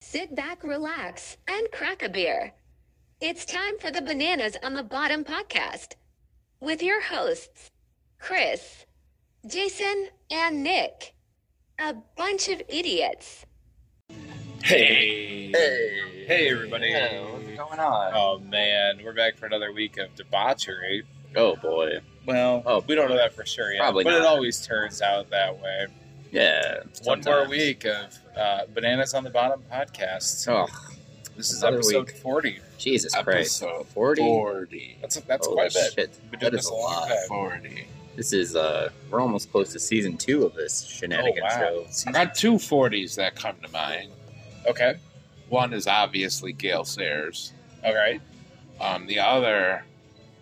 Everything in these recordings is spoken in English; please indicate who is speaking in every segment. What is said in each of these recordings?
Speaker 1: Sit back, relax, and crack a beer. It's time for the Bananas on the Bottom podcast with your hosts, Chris, Jason, and Nick. A bunch of idiots.
Speaker 2: Hey.
Speaker 3: Hey.
Speaker 2: Hey, everybody.
Speaker 3: Yeah, what's going on?
Speaker 2: Oh man, we're back for another week of debauchery.
Speaker 3: Oh boy.
Speaker 2: Well,
Speaker 3: Oh,
Speaker 2: we don't know that for sure yet,
Speaker 3: Probably
Speaker 2: but it
Speaker 3: not.
Speaker 2: always turns out that way.
Speaker 3: Yeah.
Speaker 2: One more
Speaker 3: sometimes.
Speaker 2: week of uh, Bananas on the Bottom podcast.
Speaker 3: Oh,
Speaker 2: This is
Speaker 3: another
Speaker 2: episode
Speaker 3: week.
Speaker 2: 40.
Speaker 3: Jesus Christ.
Speaker 4: Episode
Speaker 3: 40.
Speaker 4: 40.
Speaker 2: That's that's
Speaker 3: Holy
Speaker 2: quite a bit.
Speaker 3: shit.
Speaker 2: We've been
Speaker 3: That
Speaker 2: doing
Speaker 3: is
Speaker 2: this
Speaker 3: a
Speaker 2: a long
Speaker 3: lot.
Speaker 2: time.
Speaker 4: 40.
Speaker 3: This is uh we're almost close to season 2 of this shenanigan
Speaker 2: Oh,
Speaker 3: show.
Speaker 4: I
Speaker 2: wow.
Speaker 4: got two 40s that come to mind.
Speaker 2: Okay.
Speaker 4: One is obviously Gail Sayers.
Speaker 2: All right.
Speaker 4: Um, the other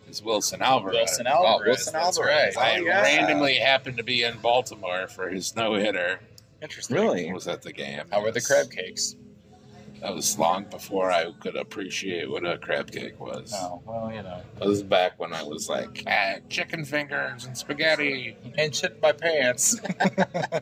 Speaker 4: is Wilson Alvarez.
Speaker 2: Wilson Alvarez.
Speaker 4: Oh, Wilson
Speaker 2: That's
Speaker 4: Alvarez.
Speaker 2: right.
Speaker 4: I
Speaker 2: Oh, yeah.
Speaker 4: randomly happened to be in Baltimore for his no hitter.
Speaker 2: Interesting.
Speaker 3: Really?
Speaker 4: Was at the game.
Speaker 2: How were the crab cakes?
Speaker 4: That was long before I could appreciate what a crab cake was.
Speaker 2: well, you know.
Speaker 4: It was back when I was like ah, chicken fingers and spaghetti.
Speaker 2: And shit in my pants.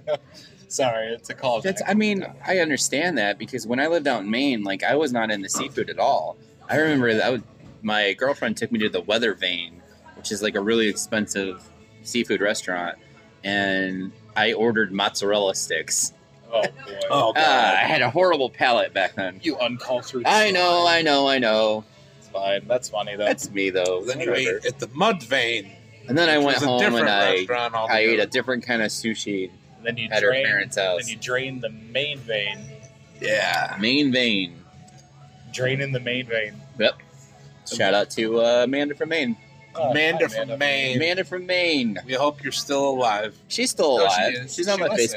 Speaker 2: Sorry, it's a call.
Speaker 3: That's I mean, I understand that because when I lived out in Maine, like I was not into seafood at all. I remember that I would, my girlfriend took me to the Weather Vane, which is like a really expensive seafood restaurant, and I ordered mozzarella sticks.
Speaker 2: Oh, boy.
Speaker 4: Oh,
Speaker 3: Ah, I had a horrible palate back then.
Speaker 2: You uncultured.
Speaker 3: I know, I know, I know.
Speaker 2: It's fine. That's funny, though.
Speaker 3: That's me though.
Speaker 4: Then you
Speaker 3: Whatever.
Speaker 4: ate at the Mud Vein.
Speaker 3: And then I
Speaker 4: which
Speaker 3: went
Speaker 4: was a
Speaker 3: home
Speaker 4: different
Speaker 3: and I,
Speaker 4: restaurant
Speaker 3: I ate
Speaker 4: altogether.
Speaker 3: a different kind of sushi
Speaker 2: And then you
Speaker 3: at her
Speaker 2: drain.
Speaker 3: parents'
Speaker 2: Then
Speaker 3: house.
Speaker 2: you drain the main vein.
Speaker 4: Yeah.
Speaker 3: Main vein.
Speaker 2: Drain in the main vein.
Speaker 3: Shout out to uh, Amanda from Maine.
Speaker 2: Oh,
Speaker 4: Amanda
Speaker 2: hi, Amanda.
Speaker 4: from Maine.
Speaker 3: Amanda from Maine.
Speaker 4: We hope you're still alive.
Speaker 3: She's still
Speaker 2: No, she
Speaker 3: alive.
Speaker 2: is.
Speaker 3: She's on
Speaker 2: She
Speaker 3: my
Speaker 2: listens.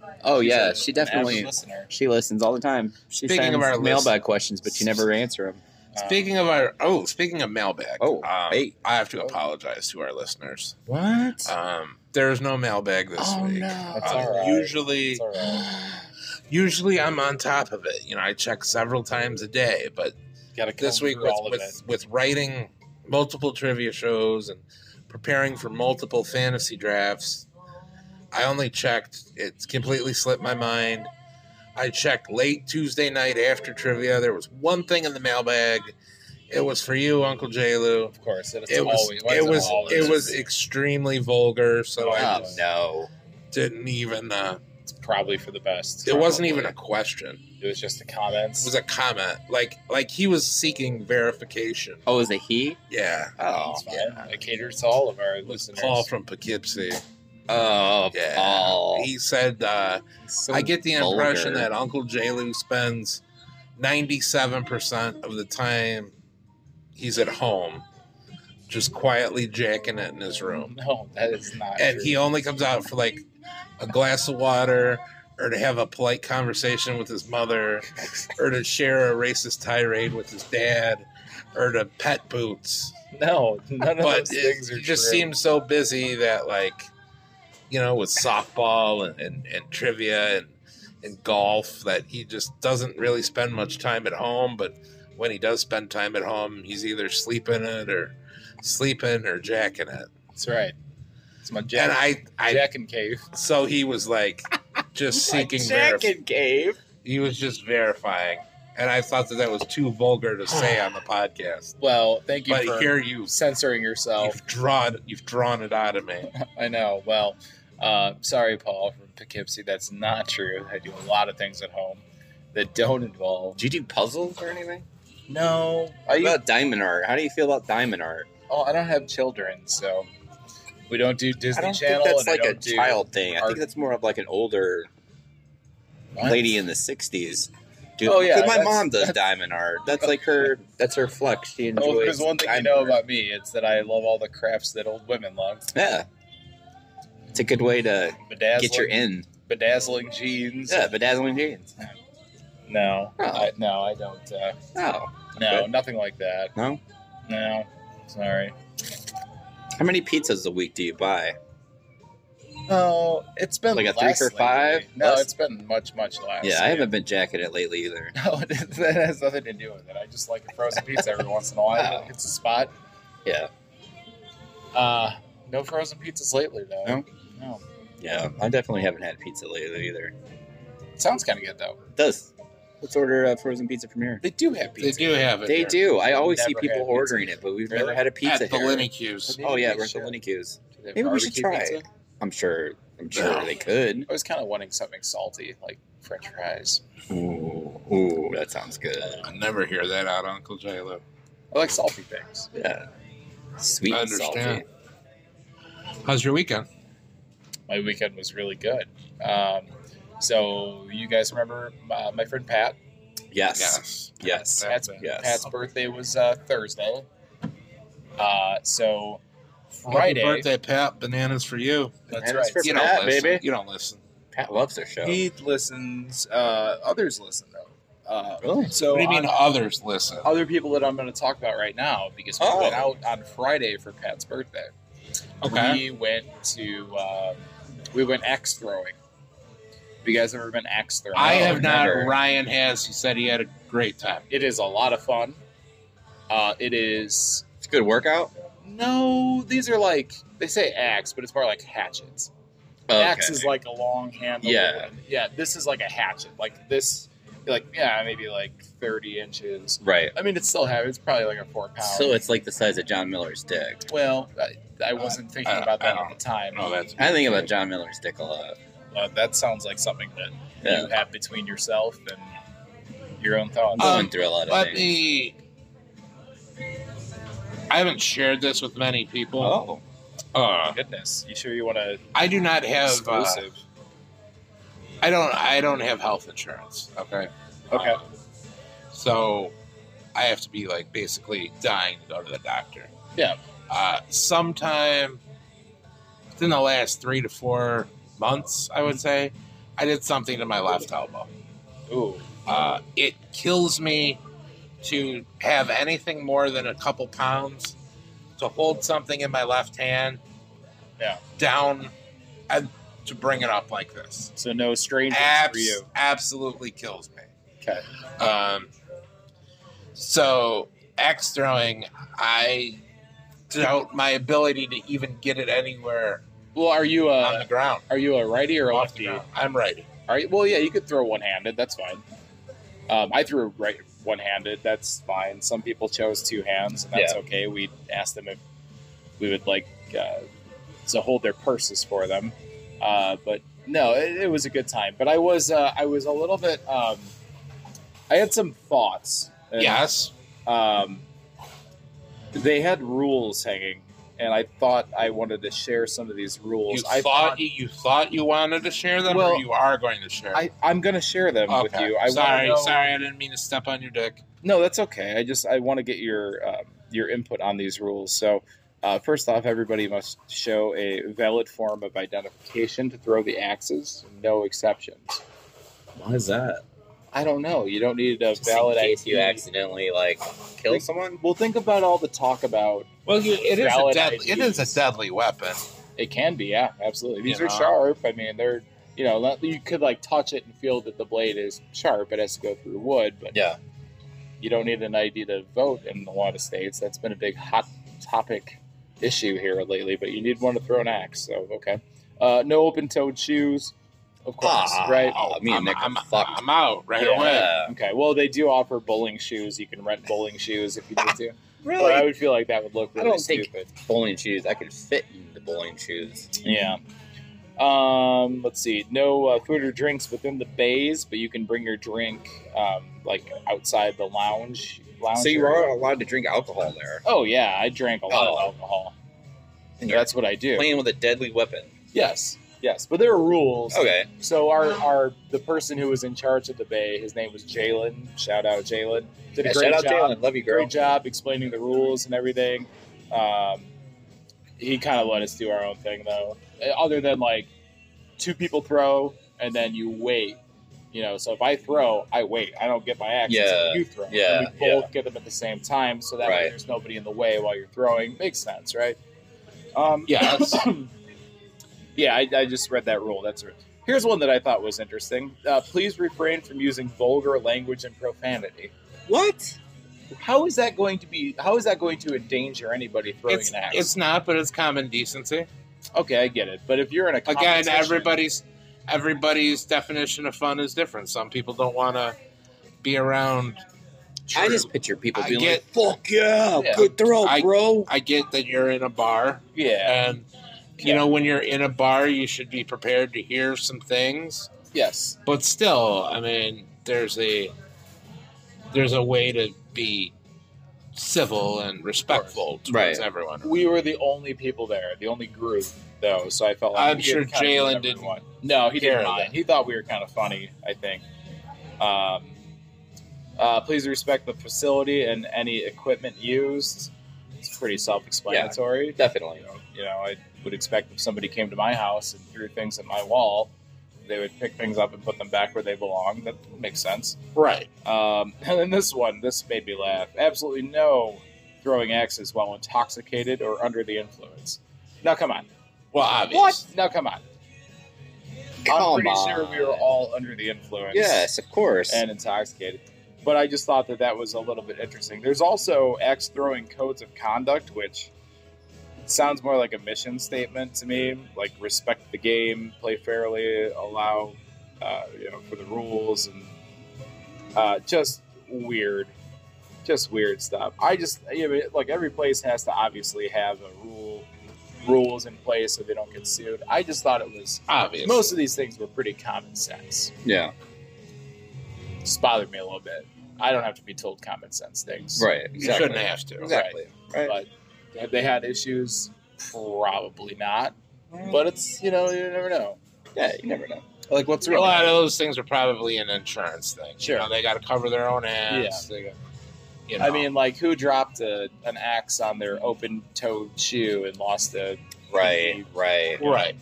Speaker 3: Facebook. Oh
Speaker 2: She's
Speaker 3: yeah,
Speaker 2: a-
Speaker 3: she
Speaker 2: an avid
Speaker 3: definitely
Speaker 2: listener.
Speaker 3: she listens all the time. She
Speaker 4: Speaking
Speaker 3: sends
Speaker 4: of our
Speaker 3: mailbag questions, but you never answer them.
Speaker 2: Um,
Speaker 4: Speaking of our oh, speaking of mailbag,
Speaker 3: Oh,
Speaker 4: um,
Speaker 3: hey.
Speaker 4: I have to apologize to our listeners.
Speaker 3: What?
Speaker 4: Um, there is no mailbag this
Speaker 3: oh
Speaker 4: week.
Speaker 3: no.
Speaker 2: That's
Speaker 4: Um,
Speaker 2: all right.
Speaker 4: Usually,
Speaker 2: it's all right.
Speaker 4: usually I'm on top of it. You know, I check several times a day, but
Speaker 2: Gotta
Speaker 4: this
Speaker 2: comb
Speaker 4: week
Speaker 2: through
Speaker 4: with
Speaker 2: all of it.
Speaker 4: with, with writing multiple trivia shows and preparing for multiple fantasy drafts i only checked it's completely slipped my mind i checked late tuesday night after trivia there was one thing in the mailbag it was for you uncle jalu
Speaker 2: Of course, it's
Speaker 4: it was
Speaker 2: always. why is
Speaker 4: it was
Speaker 2: always-
Speaker 4: it was extremely vulgar so i
Speaker 2: Oh,
Speaker 4: just
Speaker 3: no.
Speaker 4: didn't even uh,
Speaker 2: It's probably for the best.
Speaker 4: it
Speaker 2: probably.
Speaker 4: wasn't even a question
Speaker 2: It was just the comments.
Speaker 4: it was a comment like like he was seeking verification
Speaker 3: Oh, is it he?
Speaker 4: yeah
Speaker 3: Oh.
Speaker 2: It's fine. It caters to all of our listeners.
Speaker 4: Paul from Poughkeepsie.
Speaker 3: Oh,
Speaker 4: Yeah.
Speaker 3: Paul.
Speaker 4: He said, uh,
Speaker 3: So
Speaker 4: I get the impression
Speaker 3: vulgar.
Speaker 4: that Uncle Jalu spends 97% of the time he's at home just quietly jacking it in his room.
Speaker 2: no, that is not.
Speaker 4: And
Speaker 2: true.
Speaker 4: he only comes out for like a glass of water or to have a polite conversation with his mother or to share a racist tirade with his dad or to pet boots
Speaker 2: no, none of
Speaker 4: but
Speaker 2: those
Speaker 4: it,
Speaker 2: things are
Speaker 4: he just
Speaker 2: true.
Speaker 4: seems so busy that like you know with softball and, and, and trivia and, and golf that he just doesn't really spend much time at home but when he does spend time at home he's either sleeping it or sleeping or jacking it
Speaker 2: That's right. It's my jack.
Speaker 4: and i i
Speaker 2: jack and cave.
Speaker 4: so he was like just seeking verif-
Speaker 3: Second cave.
Speaker 4: he was just verifying and i thought that that was too vulgar to say on the podcast
Speaker 2: Well, thank you
Speaker 4: but
Speaker 2: for
Speaker 4: here you
Speaker 2: censoring yourself.
Speaker 4: you've drawn you've drawn it out of me
Speaker 2: I know. Well, uh, sorry, Paul from Poughkeepsie. That's not true. I do a lot of things at home that don't involve.
Speaker 3: Do you do puzzles or anything?
Speaker 2: No, I
Speaker 3: What about diamond art? How do you feel about diamond art?
Speaker 2: oh, I don't have children, so we don't do Disney
Speaker 3: I don't
Speaker 2: Channel.
Speaker 3: think
Speaker 2: and
Speaker 3: that's
Speaker 2: I
Speaker 3: like a
Speaker 2: don't do
Speaker 3: child thing. I
Speaker 2: art.
Speaker 3: think that's more of like an older
Speaker 2: What?
Speaker 3: lady in the '60s. Dude,
Speaker 2: Oh, yeah,
Speaker 3: 'cause my
Speaker 2: that's-
Speaker 3: mom does diamond art. That's like her. That's her flex.
Speaker 2: Oh,
Speaker 3: She enjoys.
Speaker 2: because one thing you
Speaker 3: diamond
Speaker 2: know
Speaker 3: art.
Speaker 2: about me, it's that I love all the crafts that old women love.
Speaker 3: Yeah, it's a good way to
Speaker 2: Bedazzling,
Speaker 3: get your in.
Speaker 2: bedazzling jeans.
Speaker 3: Yeah, bedazzling jeans.
Speaker 2: No,
Speaker 3: Oh.
Speaker 2: I, no, I don't. Uh,
Speaker 3: Oh,
Speaker 2: no,
Speaker 3: Okay.
Speaker 2: nothing like that.
Speaker 3: No?
Speaker 2: no, sorry.
Speaker 3: how many pizzas a week do you buy?
Speaker 2: No, it's been
Speaker 3: Like a three
Speaker 2: less
Speaker 3: for five?
Speaker 2: lately. No,
Speaker 3: Less?
Speaker 2: it's been much much less.
Speaker 3: yeah, I haven't been jacking it lately either.
Speaker 2: No, that has nothing to do with it. I just like a frozen pizza every once in a while.
Speaker 3: Wow.
Speaker 2: It's a spot.
Speaker 3: Yeah,
Speaker 2: Uh, no frozen pizzas lately though.
Speaker 3: No?
Speaker 2: No.
Speaker 3: yeah, I definitely haven't had pizza lately either.
Speaker 2: It sounds kind of good though.
Speaker 3: It does Let's order a frozen pizza from here.
Speaker 2: They do have
Speaker 4: They
Speaker 2: pizza.
Speaker 4: do have it.
Speaker 3: They
Speaker 4: there.
Speaker 3: do. I always
Speaker 2: Never
Speaker 3: see people
Speaker 2: had pizza
Speaker 3: ordering
Speaker 2: here.
Speaker 3: it, but we've
Speaker 2: Really?
Speaker 3: never had a pizza
Speaker 4: at the
Speaker 3: here.
Speaker 4: Linux.
Speaker 2: But
Speaker 3: Oh
Speaker 2: maybe
Speaker 3: yeah,
Speaker 2: they
Speaker 3: we're at the
Speaker 2: should.
Speaker 3: Liniku's.
Speaker 2: Do they have
Speaker 3: Maybe we
Speaker 2: barbecue
Speaker 3: should try
Speaker 2: pizza?
Speaker 3: it. I'm sure. I'm sure
Speaker 4: No.
Speaker 3: they could.
Speaker 2: I was kind of wanting something salty, like French fries.
Speaker 3: Ooh, ooh, that sounds good.
Speaker 4: I never hear that out, Uncle J-Lo.
Speaker 2: I like salty things.
Speaker 3: Yeah, sweet
Speaker 4: I
Speaker 3: and salty.
Speaker 4: understand. How's your weekend?
Speaker 2: My weekend was really good. Um, so you guys remember uh, my friend Pat?
Speaker 3: Yes, yes.
Speaker 2: Pat's,
Speaker 3: Yes.
Speaker 2: Pat's birthday was uh, Thursday. Uh, so
Speaker 4: Happy
Speaker 2: Friday.
Speaker 4: birthday, Pat. Bananas for you.
Speaker 2: That's
Speaker 3: Bananas
Speaker 2: right.
Speaker 3: for
Speaker 4: you
Speaker 3: Pat,
Speaker 4: don't listen.
Speaker 3: baby.
Speaker 4: You don't listen.
Speaker 3: Pat loves their show.
Speaker 2: He listens. Uh, others listen though. Uh,
Speaker 3: Really?
Speaker 2: So
Speaker 4: What do you mean
Speaker 2: on-
Speaker 4: others listen?
Speaker 2: other people that I'm going to talk about right now because we
Speaker 3: Oh.
Speaker 2: went out on Friday for Pat's birthday. We went to um, we went axe throwing. Have you guys ever been axe throwing?
Speaker 4: I
Speaker 2: Oh,
Speaker 4: have not.
Speaker 2: never.
Speaker 4: Ryan has. He said he had a great time.
Speaker 2: It is a lot of fun. Uh, it is
Speaker 3: It's a good workout.
Speaker 2: no. These are like they say axe, but it's more like hatchets. Axe is like a long handle.
Speaker 3: Yeah.
Speaker 2: yeah. This is like a hatchet. Like this, like yeah, maybe like thirty inches.
Speaker 3: right.
Speaker 2: I mean, it's still heavy. It's probably like a four pound.
Speaker 3: So it's like the size of John Miller's dick.
Speaker 2: Well, I, I wasn't thinking
Speaker 4: I-
Speaker 2: about that
Speaker 4: I
Speaker 2: at the time.
Speaker 4: No, that's
Speaker 3: I think about John Miller's dick a lot.
Speaker 2: Uh, that sounds like something that
Speaker 3: Yeah.
Speaker 2: you have between yourself and your own thoughts.
Speaker 3: I'm going
Speaker 4: Um,
Speaker 3: through a lot of
Speaker 4: Let
Speaker 3: things.
Speaker 4: me. I haven't shared this with many people.
Speaker 3: oh,
Speaker 4: Uh,
Speaker 2: Goodness, you sure you want to
Speaker 4: I do not have. Uh,
Speaker 2: exclusive?
Speaker 4: I don't. I don't have health insurance. Okay.
Speaker 2: Okay.
Speaker 4: Uh, so, I have to be like basically dying to go to the doctor.
Speaker 2: Yeah.
Speaker 4: Uh, sometime within the last three to four months, I would say, I did something to my left elbow.
Speaker 2: Ooh,
Speaker 4: Uh, it kills me to have anything more than a couple pounds to hold something in my left hand
Speaker 2: Yeah.
Speaker 4: down and to bring it up like this.
Speaker 2: so no strangers for
Speaker 4: Abs-
Speaker 2: you.
Speaker 4: absolutely kills me.
Speaker 2: Okay.
Speaker 4: Um, so axe throwing, I doubt my ability to even get it anywhere
Speaker 2: Well, are you
Speaker 4: on the
Speaker 2: a
Speaker 4: ground.
Speaker 2: are you a righty or a
Speaker 4: Off
Speaker 2: lefty?
Speaker 4: the ground. I'm righty.
Speaker 2: Are you, well, yeah, you could throw one-handed. That's fine. Um, I threw right one-handed. That's fine. Some people chose two hands, and that's okay. We asked them if we would like uh, to hold their purses for them, uh, but no, it, it was a good time. But I was uh, I was a little bit. Um, I had some thoughts. and,
Speaker 4: Yes.
Speaker 2: Um, they had rules hanging, and I thought I wanted to share some of these rules.
Speaker 4: You
Speaker 2: I
Speaker 4: thought you, you thought you wanted to share them,
Speaker 2: Well,
Speaker 4: or you are going to share.
Speaker 2: I, I'm going to share them
Speaker 4: them?
Speaker 2: with
Speaker 4: Okay.
Speaker 2: you. I wanna
Speaker 4: sorry,
Speaker 2: know-
Speaker 4: sorry, I didn't mean to step on your dick.
Speaker 2: No, that's okay. I just I want to get your um, your input on these rules. So, uh, first off, everybody must show a valid form of identification to throw the axes. No exceptions.
Speaker 3: why is that?
Speaker 2: I don't know. You don't need a
Speaker 3: Just
Speaker 2: valid
Speaker 3: in case you
Speaker 2: ID.
Speaker 3: accidentally like kill
Speaker 2: Think-
Speaker 3: someone.
Speaker 2: Well, think about all the talk about.
Speaker 4: Well, you, it is a
Speaker 2: Valid
Speaker 4: deadly, it
Speaker 2: IDs.
Speaker 4: is a deadly weapon.
Speaker 2: It can be, yeah, absolutely. These
Speaker 4: You
Speaker 2: are
Speaker 4: know.
Speaker 2: sharp. I mean, they're you know not- you could like touch it and feel that the blade is sharp. It has to go through wood, but
Speaker 3: Yeah.
Speaker 2: you don't need an ID to vote in a lot of states. That's been a big hot topic issue here lately, but you need one to throw an axe. So, okay. Uh, no open toed shoes, of course,
Speaker 3: Ah.
Speaker 2: right?
Speaker 3: Oh, me and
Speaker 4: I'm,
Speaker 3: Nick are
Speaker 4: I'm,
Speaker 3: fucked.
Speaker 4: I'm out right
Speaker 2: Yeah.
Speaker 4: away.
Speaker 2: Okay, well, they do offer bowling shoes. You can rent bowling shoes if you need to.
Speaker 3: Really?
Speaker 2: But I would feel like that would look
Speaker 3: I
Speaker 2: really
Speaker 3: don't think-
Speaker 2: stupid.
Speaker 3: bowling shoes. I could fit in the bowling shoes.
Speaker 2: Yeah. Um, let's see. No uh, food or drinks within the bays, but you can bring your drink um, like outside the lounge. lounge
Speaker 3: So you
Speaker 2: area.
Speaker 3: are allowed to drink alcohol there.
Speaker 2: Oh yeah, I drank a lot
Speaker 3: Oh.
Speaker 2: of alcohol.
Speaker 3: And you're
Speaker 2: That's what I do.
Speaker 3: playing with a deadly weapon.
Speaker 2: Yes, yes, but there are rules.
Speaker 3: Okay.
Speaker 2: So our our the person who was in charge of the bay, his name was Jalen. Shout out Jalen. Did a
Speaker 3: Yeah,
Speaker 2: great
Speaker 3: shout out
Speaker 2: job.
Speaker 3: Jalen. Love you, girl.
Speaker 2: Great job explaining the rules and everything. Um, he kind of let us do our own thing though. Uh, Other than like two people throw and then you wait. You know, so if I throw, I wait. I don't get my axe
Speaker 3: Yeah,
Speaker 2: until you throw.
Speaker 3: yeah,
Speaker 2: And we both get them at the same time, so that way
Speaker 3: Right.
Speaker 2: there's nobody in the way while you're throwing. Makes sense, right? Um,
Speaker 4: Yes.
Speaker 2: yeah, I, I just read that rule. That's right. Here's one that I thought was interesting. Uh, please refrain from using vulgar language and profanity.
Speaker 3: What?
Speaker 2: How is that going to be? How is that going to endanger anybody throwing
Speaker 4: It's,
Speaker 2: an axe?
Speaker 4: it's not, but it's common decency.
Speaker 2: okay, I get it. But if you're in a
Speaker 4: Again,
Speaker 2: competition-
Speaker 4: everybody's everybody's definition of fun is different. Some people don't want to
Speaker 5: be around.
Speaker 3: I
Speaker 5: True.
Speaker 3: just picture people
Speaker 5: I
Speaker 3: being
Speaker 5: get,
Speaker 3: like,
Speaker 5: fuck yeah,
Speaker 2: Yeah.
Speaker 5: good throw, I- bro. I get that you're in a bar,
Speaker 2: Yeah.
Speaker 5: and you
Speaker 2: Yeah.
Speaker 5: know when you're in a bar, you should be prepared to hear some things.
Speaker 2: Yes.
Speaker 5: But still, I mean, there's a there's a way to be civil and respectful towards
Speaker 3: Right.
Speaker 5: everyone.
Speaker 2: We were the only people there, the only group, though. So I felt like
Speaker 5: I'm
Speaker 2: we had
Speaker 5: sure
Speaker 2: kind of
Speaker 5: Jalen
Speaker 2: met
Speaker 5: didn't
Speaker 2: everyone. No, he
Speaker 5: care
Speaker 2: didn't mind.
Speaker 5: then.
Speaker 2: He thought we were kind of funny. I think. Um, uh, please respect the facility and any equipment used. It's pretty self-explanatory.
Speaker 3: definitely.
Speaker 2: You know, you know, I would expect if somebody came to my house and threw things at my wall, they would pick things up and put them back where they belong. That makes sense.
Speaker 5: Right.
Speaker 2: Um, and then this one, this made me laugh. Absolutely no throwing axes while intoxicated or under the influence. Now come on.
Speaker 5: Well, obvious.
Speaker 2: What? Now come on. I'm
Speaker 3: Come
Speaker 2: pretty
Speaker 3: on.
Speaker 2: sure we were all under the influence
Speaker 3: Yes, of course.
Speaker 2: and intoxicated. But I just thought that that was a little bit interesting. There's also axe throwing codes of conduct, which sounds more like a mission statement to me. Like respect the game, play fairly, allow uh, you know for the rules, and uh, just weird, just weird stuff. I just you know, like every place has to obviously have a rule rules in place so they don't get sued. I just thought it was
Speaker 5: Obvious.
Speaker 2: most of these things were pretty common sense
Speaker 3: yeah,
Speaker 2: just bothered me a little bit. I don't have to be told common sense things.
Speaker 3: right. Exactly.
Speaker 5: you shouldn't have to.
Speaker 3: Exactly. Right.
Speaker 2: But have they had issues? Probably not. But it's, you know, you never know.
Speaker 3: yeah, you never know.
Speaker 2: Like, what's
Speaker 5: A
Speaker 2: real?
Speaker 5: lot of those things are probably an insurance thing.
Speaker 2: Sure.
Speaker 5: You know, they got to cover their own ass. They got, you know,
Speaker 2: I mean, like, who dropped a, an axe on their open toed shoe and lost a.
Speaker 3: Right. Right.
Speaker 5: right.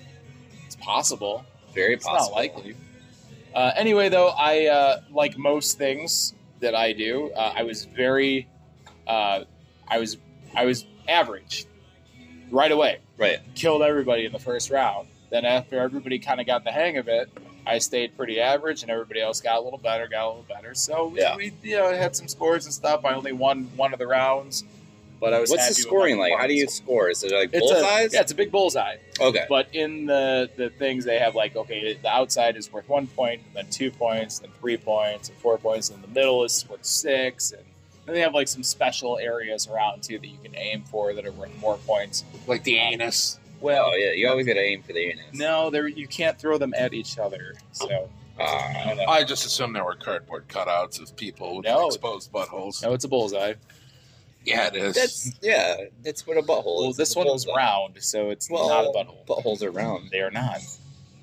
Speaker 2: It's possible.
Speaker 3: Very
Speaker 2: It's not
Speaker 3: possible.
Speaker 2: likely. Uh, anyway, though, I uh, like most things that I do. Uh, I was very, uh, I was, I was average right away.
Speaker 3: Right.
Speaker 2: killed everybody in the first round. Then after everybody kind of got the hang of it, I stayed pretty average, and everybody else got a little better, got a little better. So
Speaker 3: Yeah.
Speaker 2: we, you know, had some scores and stuff. I only won one of the rounds, but I was.
Speaker 3: What's
Speaker 2: happy
Speaker 3: the
Speaker 2: with my
Speaker 3: scoring like? How do you
Speaker 2: performance.
Speaker 3: score? Is it like
Speaker 2: It's
Speaker 3: bullseyes?
Speaker 2: A, yeah, it's a big bullseye.
Speaker 3: Okay.
Speaker 2: But in the the things they have like okay, the outside is worth one point, and then two points, then three points, and four points, and the middle is worth six, and then they have like some special areas around too that you can aim for that are worth more points.
Speaker 5: Like the anus.
Speaker 2: Well,
Speaker 3: Oh yeah, you always gotta aim for the anus.
Speaker 2: No, there you can't throw them at each other. So
Speaker 3: Ah,
Speaker 2: I don't know.
Speaker 5: I just assumed there were cardboard cutouts of people with
Speaker 2: No.
Speaker 5: exposed buttholes.
Speaker 2: No, it's a bullseye.
Speaker 5: Yeah, it is.
Speaker 3: that's yeah. That's what a butthole.
Speaker 2: Well,
Speaker 3: is.
Speaker 2: this
Speaker 3: It's a
Speaker 2: one was
Speaker 3: bullseye.
Speaker 2: round, so it's
Speaker 3: Well- um,
Speaker 2: not a butthole.
Speaker 3: Buttholes are round.
Speaker 2: They are not.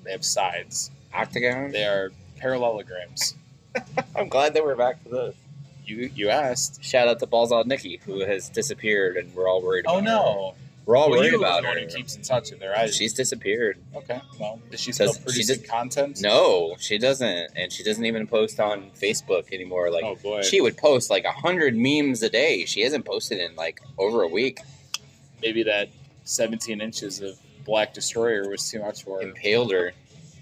Speaker 2: They have sides.
Speaker 3: Octagon.
Speaker 2: They are parallelograms.
Speaker 3: I'm glad that we're back to this.
Speaker 2: You you asked.
Speaker 3: Shout out to Balls Out Nikki, who has disappeared, and we're all worried. About her. we're
Speaker 2: Well,
Speaker 3: all worried
Speaker 2: you
Speaker 3: about
Speaker 2: the
Speaker 3: her.
Speaker 2: one Oh, who keeps in touch with her. I,
Speaker 3: She's disappeared.
Speaker 2: okay. Well, is she
Speaker 3: Does-
Speaker 2: still
Speaker 3: she
Speaker 2: producing
Speaker 3: did-
Speaker 2: content?
Speaker 3: No, she doesn't, and she doesn't even post on Facebook anymore. Like
Speaker 2: oh boy.
Speaker 3: she would post like a hundred memes a day. She hasn't posted in like over a week.
Speaker 2: Maybe that 17 inches of black destroyer was too much for her.
Speaker 3: Impaled her.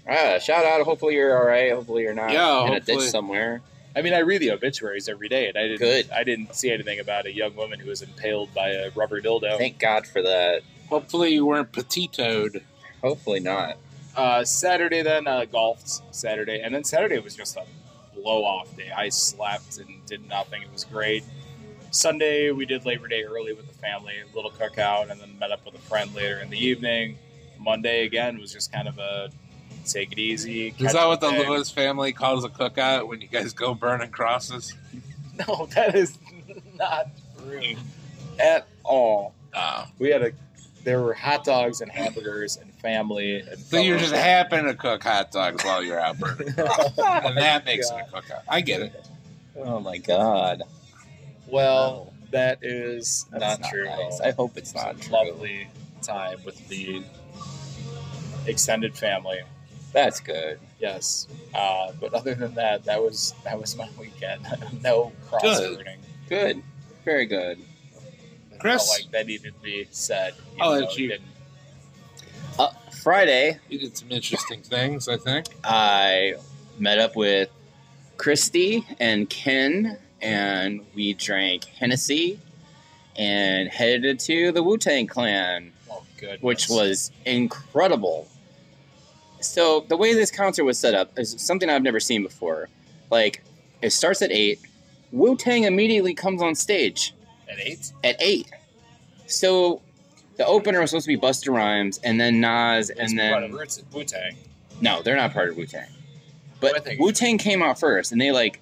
Speaker 3: Ah, shout out. Hopefully you're all right. Hopefully you're not
Speaker 5: Yeah,
Speaker 3: in a
Speaker 5: hopefully.
Speaker 3: ditch somewhere.
Speaker 2: I mean, I read the obituaries every day, and I didn't.
Speaker 3: Good.
Speaker 2: I didn't see anything about a young woman who was impaled by a rubber dildo.
Speaker 3: Thank God for that.
Speaker 5: Hopefully, you weren't petitoed.
Speaker 3: Hopefully not.
Speaker 2: uh, Saturday then uh, golfed Saturday, and then Saturday was just a blow off day. I slept and did nothing. It was great. Sunday we did Labor Day early with the family, a little cookout, and then met up with a friend later in the evening. Monday again was just kind of a take it easy.
Speaker 5: Is
Speaker 2: catch
Speaker 5: that
Speaker 2: up
Speaker 5: what the
Speaker 2: day.
Speaker 5: Lewis family calls a cookout when you guys go burning crosses?
Speaker 2: No, that is not true at all.
Speaker 5: Oh.
Speaker 2: We had a. There were hot dogs and hamburgers and family. And
Speaker 5: So you just happen to cook hot dogs while you're out burning, and that makes it a cookout. I get it.
Speaker 3: Oh my God.
Speaker 2: well. That is
Speaker 3: That's
Speaker 2: not, true. at
Speaker 3: nice.
Speaker 2: all.
Speaker 3: I hope it's not true.
Speaker 2: lovely time with the extended family.
Speaker 3: That's good.
Speaker 2: Yes, uh, but other than that, that was that was my weekend. no cross
Speaker 5: Good.
Speaker 2: burning.
Speaker 3: Good. Very good.
Speaker 2: I felt
Speaker 5: Chris?
Speaker 2: like that needed to be said. even
Speaker 5: I'll let
Speaker 2: though it
Speaker 5: you-
Speaker 2: didn't.
Speaker 3: Uh, Friday,
Speaker 5: You did some interesting things, I think.
Speaker 3: I met up with Christy and Ken, and we drank Hennessy and headed to the Wu Tang Clan,
Speaker 2: Oh, good.
Speaker 3: which was incredible. So, the way this concert was set up is something I've never seen before. Like, It starts at eight. Wu Tang immediately comes on stage
Speaker 2: At eight?
Speaker 3: at eight. So the opener was supposed to be Buster Rhymes and then Nas
Speaker 2: It's
Speaker 3: and
Speaker 2: part
Speaker 3: then
Speaker 2: of Roots Wu Tang.
Speaker 3: no, they're not part of Wu Tang.
Speaker 2: I
Speaker 3: But
Speaker 2: think-
Speaker 3: Wu Tang came out first, and they like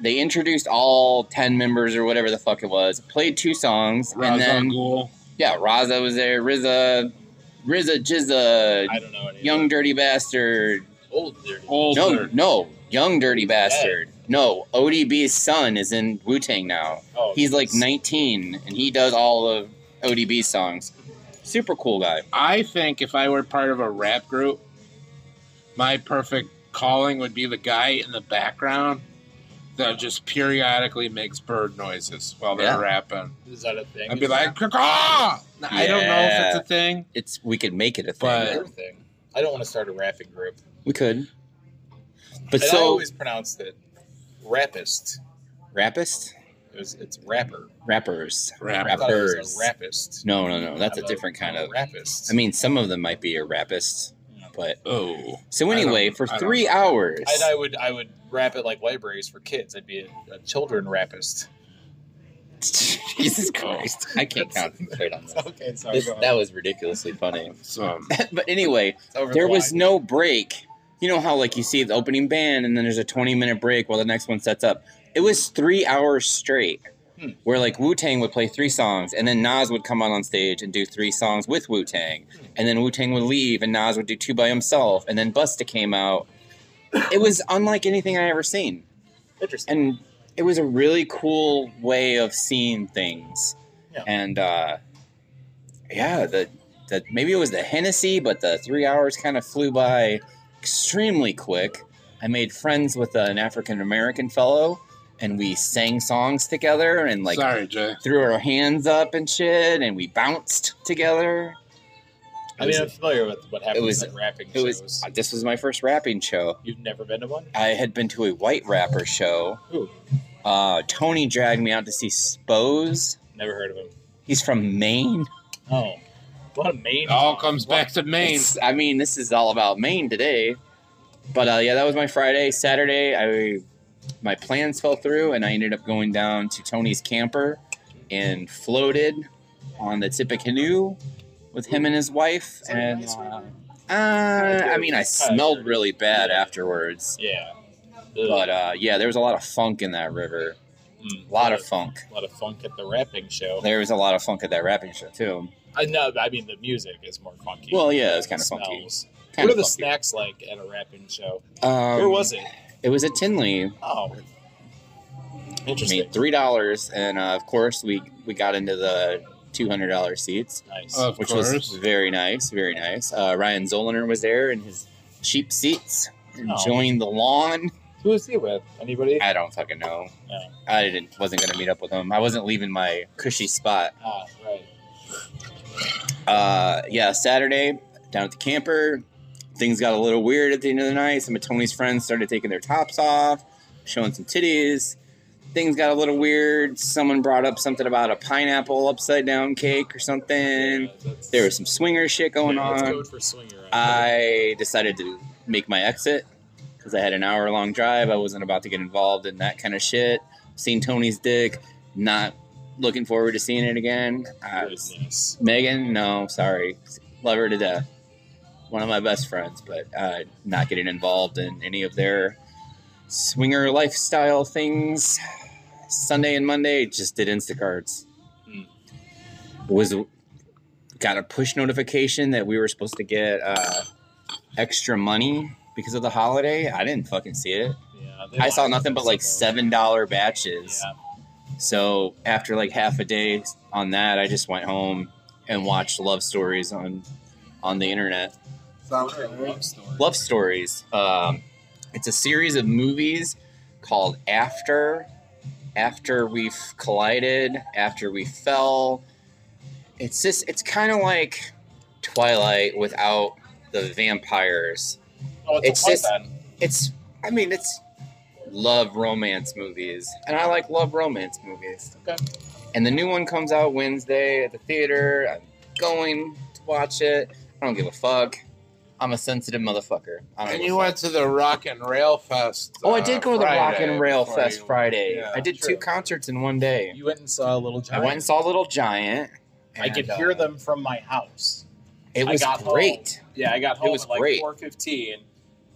Speaker 3: they introduced all ten members or whatever the fuck it was, played two songs, and then yeah, Raza was there, Rizza, Rizza Jizza,
Speaker 2: I don't know any. of
Speaker 3: Young
Speaker 2: them.
Speaker 3: Dirty Bastard.
Speaker 2: old dirty.
Speaker 4: Old
Speaker 3: no,
Speaker 4: nerd.
Speaker 3: no, Young Dirty Bastard. No, ODB's son is in Wu Tang now.
Speaker 2: Oh,
Speaker 3: He's like
Speaker 2: yes.
Speaker 3: 19, and he does all of ODB's songs. Super cool guy.
Speaker 4: I think if I were part of a rap group, my perfect calling would be the guy in the background that just periodically makes bird noises while they're
Speaker 3: Yeah.
Speaker 4: rapping.
Speaker 2: Is that a thing?
Speaker 4: I'd be
Speaker 2: Is
Speaker 4: like, "Caw-caw!" Now, I don't know if it's
Speaker 3: Yeah.
Speaker 4: a thing.
Speaker 3: It's we could make it a thing.
Speaker 2: that
Speaker 4: But-
Speaker 2: your thing? I don't want to start a rapping group.
Speaker 3: we could. But
Speaker 2: and I
Speaker 3: so
Speaker 2: always pronounced it rapist.
Speaker 3: rapist,
Speaker 2: It was, it's rapper.
Speaker 3: rappers.
Speaker 4: Rap.
Speaker 2: I thought it was a
Speaker 3: Rappers.
Speaker 2: rapist.
Speaker 3: No, no, no. Oh, That's a
Speaker 2: I'm
Speaker 3: different kind
Speaker 2: I'm a
Speaker 3: of.
Speaker 2: rapist.
Speaker 3: I mean, some of them might be a rapist, but
Speaker 4: Oh,
Speaker 3: so
Speaker 4: I don't-
Speaker 3: anyway, for
Speaker 4: I don't-
Speaker 3: three hours.
Speaker 2: I'd, I would I would rap it like libraries for kids. I'd be a, a children rapist.
Speaker 3: Jesus Christ! I can't
Speaker 2: That's-
Speaker 3: concentrate on that.
Speaker 2: Okay, sorry.
Speaker 3: This, that was ridiculously funny.
Speaker 4: so
Speaker 3: but anyway, there was no break. You know how like you see the opening band and then there's a 20 minute break while the next one sets up. It was three hours straight,
Speaker 2: Hmm.
Speaker 3: where like Wu Tang would play three songs and then Nas would come out on stage and do three songs with Wu Tang, and then Wu Tang would leave and Nas would do two by himself, and then Busta came out. It was unlike anything I ever seen,
Speaker 2: interesting.
Speaker 3: and it was a really cool way of seeing things.
Speaker 2: Yeah.
Speaker 3: And uh, yeah, the the maybe it was the Hennessy, but the three hours kind of flew by extremely quick. I made friends with an African American fellow, and we sang songs together, and like
Speaker 4: sorry, Jay.
Speaker 3: threw our hands up and shit, and we bounced together.
Speaker 2: I mean, I'm familiar with what happens
Speaker 3: was-
Speaker 2: at rapping
Speaker 3: It
Speaker 2: shows.
Speaker 3: was uh, this was my first rapping show.
Speaker 2: You've never been to one?
Speaker 3: I had been to a white rapper show.
Speaker 2: Ooh.
Speaker 3: Uh, Tony dragged me out to see Spose.
Speaker 2: Never heard of him.
Speaker 3: He's from Maine.
Speaker 2: Oh, what a main.
Speaker 4: It all comes
Speaker 2: what-
Speaker 4: back to Maine.
Speaker 3: It's- I mean, this is all about Maine today. But uh, yeah, that was my Friday. Saturday, I my plans fell through, and I ended up going down to Tony's camper and floated on the Tippecanoe with him and his wife. And uh, uh, I mean, I smelled really bad afterwards.
Speaker 2: Yeah. Ugh.
Speaker 3: But uh, yeah, there was a lot of funk in that river.
Speaker 2: Mm,
Speaker 3: A lot of funk.
Speaker 2: a lot of funk at the rapping show.
Speaker 3: There was a lot of funk at that rapping show too.
Speaker 2: I know. I mean, the music is more funky.
Speaker 3: Well, yeah, it was kinda
Speaker 2: It
Speaker 3: funky.
Speaker 2: smells.
Speaker 3: Kind
Speaker 2: what are
Speaker 3: of
Speaker 2: the
Speaker 3: funky.
Speaker 2: snacks like at a rapping show?
Speaker 3: Um,
Speaker 2: Where was it?
Speaker 3: It was at Tinley.
Speaker 2: Oh,
Speaker 3: I
Speaker 2: interesting.
Speaker 3: mean, three dollars, and uh, of course we we got into the two hundred dollar seats,
Speaker 2: Nice.
Speaker 4: Of
Speaker 3: which
Speaker 4: course.
Speaker 3: was very nice, very nice. Uh, Ryan Zollner was there in his cheap seats,
Speaker 4: Oh.
Speaker 3: enjoying the lawn.
Speaker 2: Who was he with? Anybody?
Speaker 3: I don't fucking know.
Speaker 2: Yeah.
Speaker 3: I didn't wasn't gonna meet up with him. I wasn't leaving my cushy spot.
Speaker 2: Ah, right.
Speaker 3: Uh, yeah, Saturday down at the camper, things got a little weird at the end of the night. Some of Tony's friends started taking their tops off, showing some titties. Things got a little weird. Someone brought up something about a pineapple upside down cake or something.
Speaker 2: Yeah, that's-
Speaker 3: There was some swinger shit going
Speaker 2: yeah, that's
Speaker 3: on.
Speaker 2: code for swinger.
Speaker 3: I decided to make my exit because I had an hour long drive. I wasn't about to get involved in that kind of shit. Seen Tony's dick, not looking forward to seeing it again. I was
Speaker 2: Goodness.
Speaker 3: Megan, no, sorry. Love her to death. One of my best friends, but uh, not getting involved in any of their swinger lifestyle things. Sunday and Monday, just did Instacarts.
Speaker 2: Hmm.
Speaker 3: Was got a push notification that we were supposed to get uh, extra money because of the holiday. I didn't fucking see it.
Speaker 2: Yeah, they
Speaker 3: I saw
Speaker 2: lied.
Speaker 3: nothing but like seven dollar batches.
Speaker 2: Yeah.
Speaker 3: So after like half a day on that, I just went home and watched love stories on on the internet.
Speaker 4: Oh,
Speaker 2: Love story.
Speaker 3: Love stories. Um, it's a series of movies called After, After We've Collided, After We Fell. It's just it's kind of like Twilight without the vampires.
Speaker 2: Oh, it's,
Speaker 3: It's
Speaker 2: a
Speaker 3: just-
Speaker 2: one-man.
Speaker 3: It's I mean it's love romance movies, and I like love romance movies.
Speaker 2: Okay.
Speaker 3: And the new one comes out Wednesday at the theater. I'm going to watch it. I don't give a fuck. I'm a sensitive motherfucker. I don't
Speaker 4: And
Speaker 3: know
Speaker 4: you
Speaker 3: what's
Speaker 4: went to the Rock and Rail Fest.
Speaker 3: up. Oh, I
Speaker 4: uh,
Speaker 3: did go to the Rock
Speaker 4: Friday
Speaker 3: and Rail
Speaker 4: before
Speaker 3: Fest
Speaker 4: you-
Speaker 3: Friday.
Speaker 4: Yeah,
Speaker 3: I did
Speaker 4: true.
Speaker 3: two concerts in one day.
Speaker 2: You went and saw Little
Speaker 3: I
Speaker 2: Giant.
Speaker 3: went and saw Little Giant.
Speaker 2: I could
Speaker 3: and, uh,
Speaker 2: hear them from my house.
Speaker 3: It
Speaker 2: I
Speaker 3: was
Speaker 2: got home.
Speaker 3: great.
Speaker 2: Yeah, I got home
Speaker 3: was
Speaker 2: at like
Speaker 3: great.
Speaker 2: 4:15,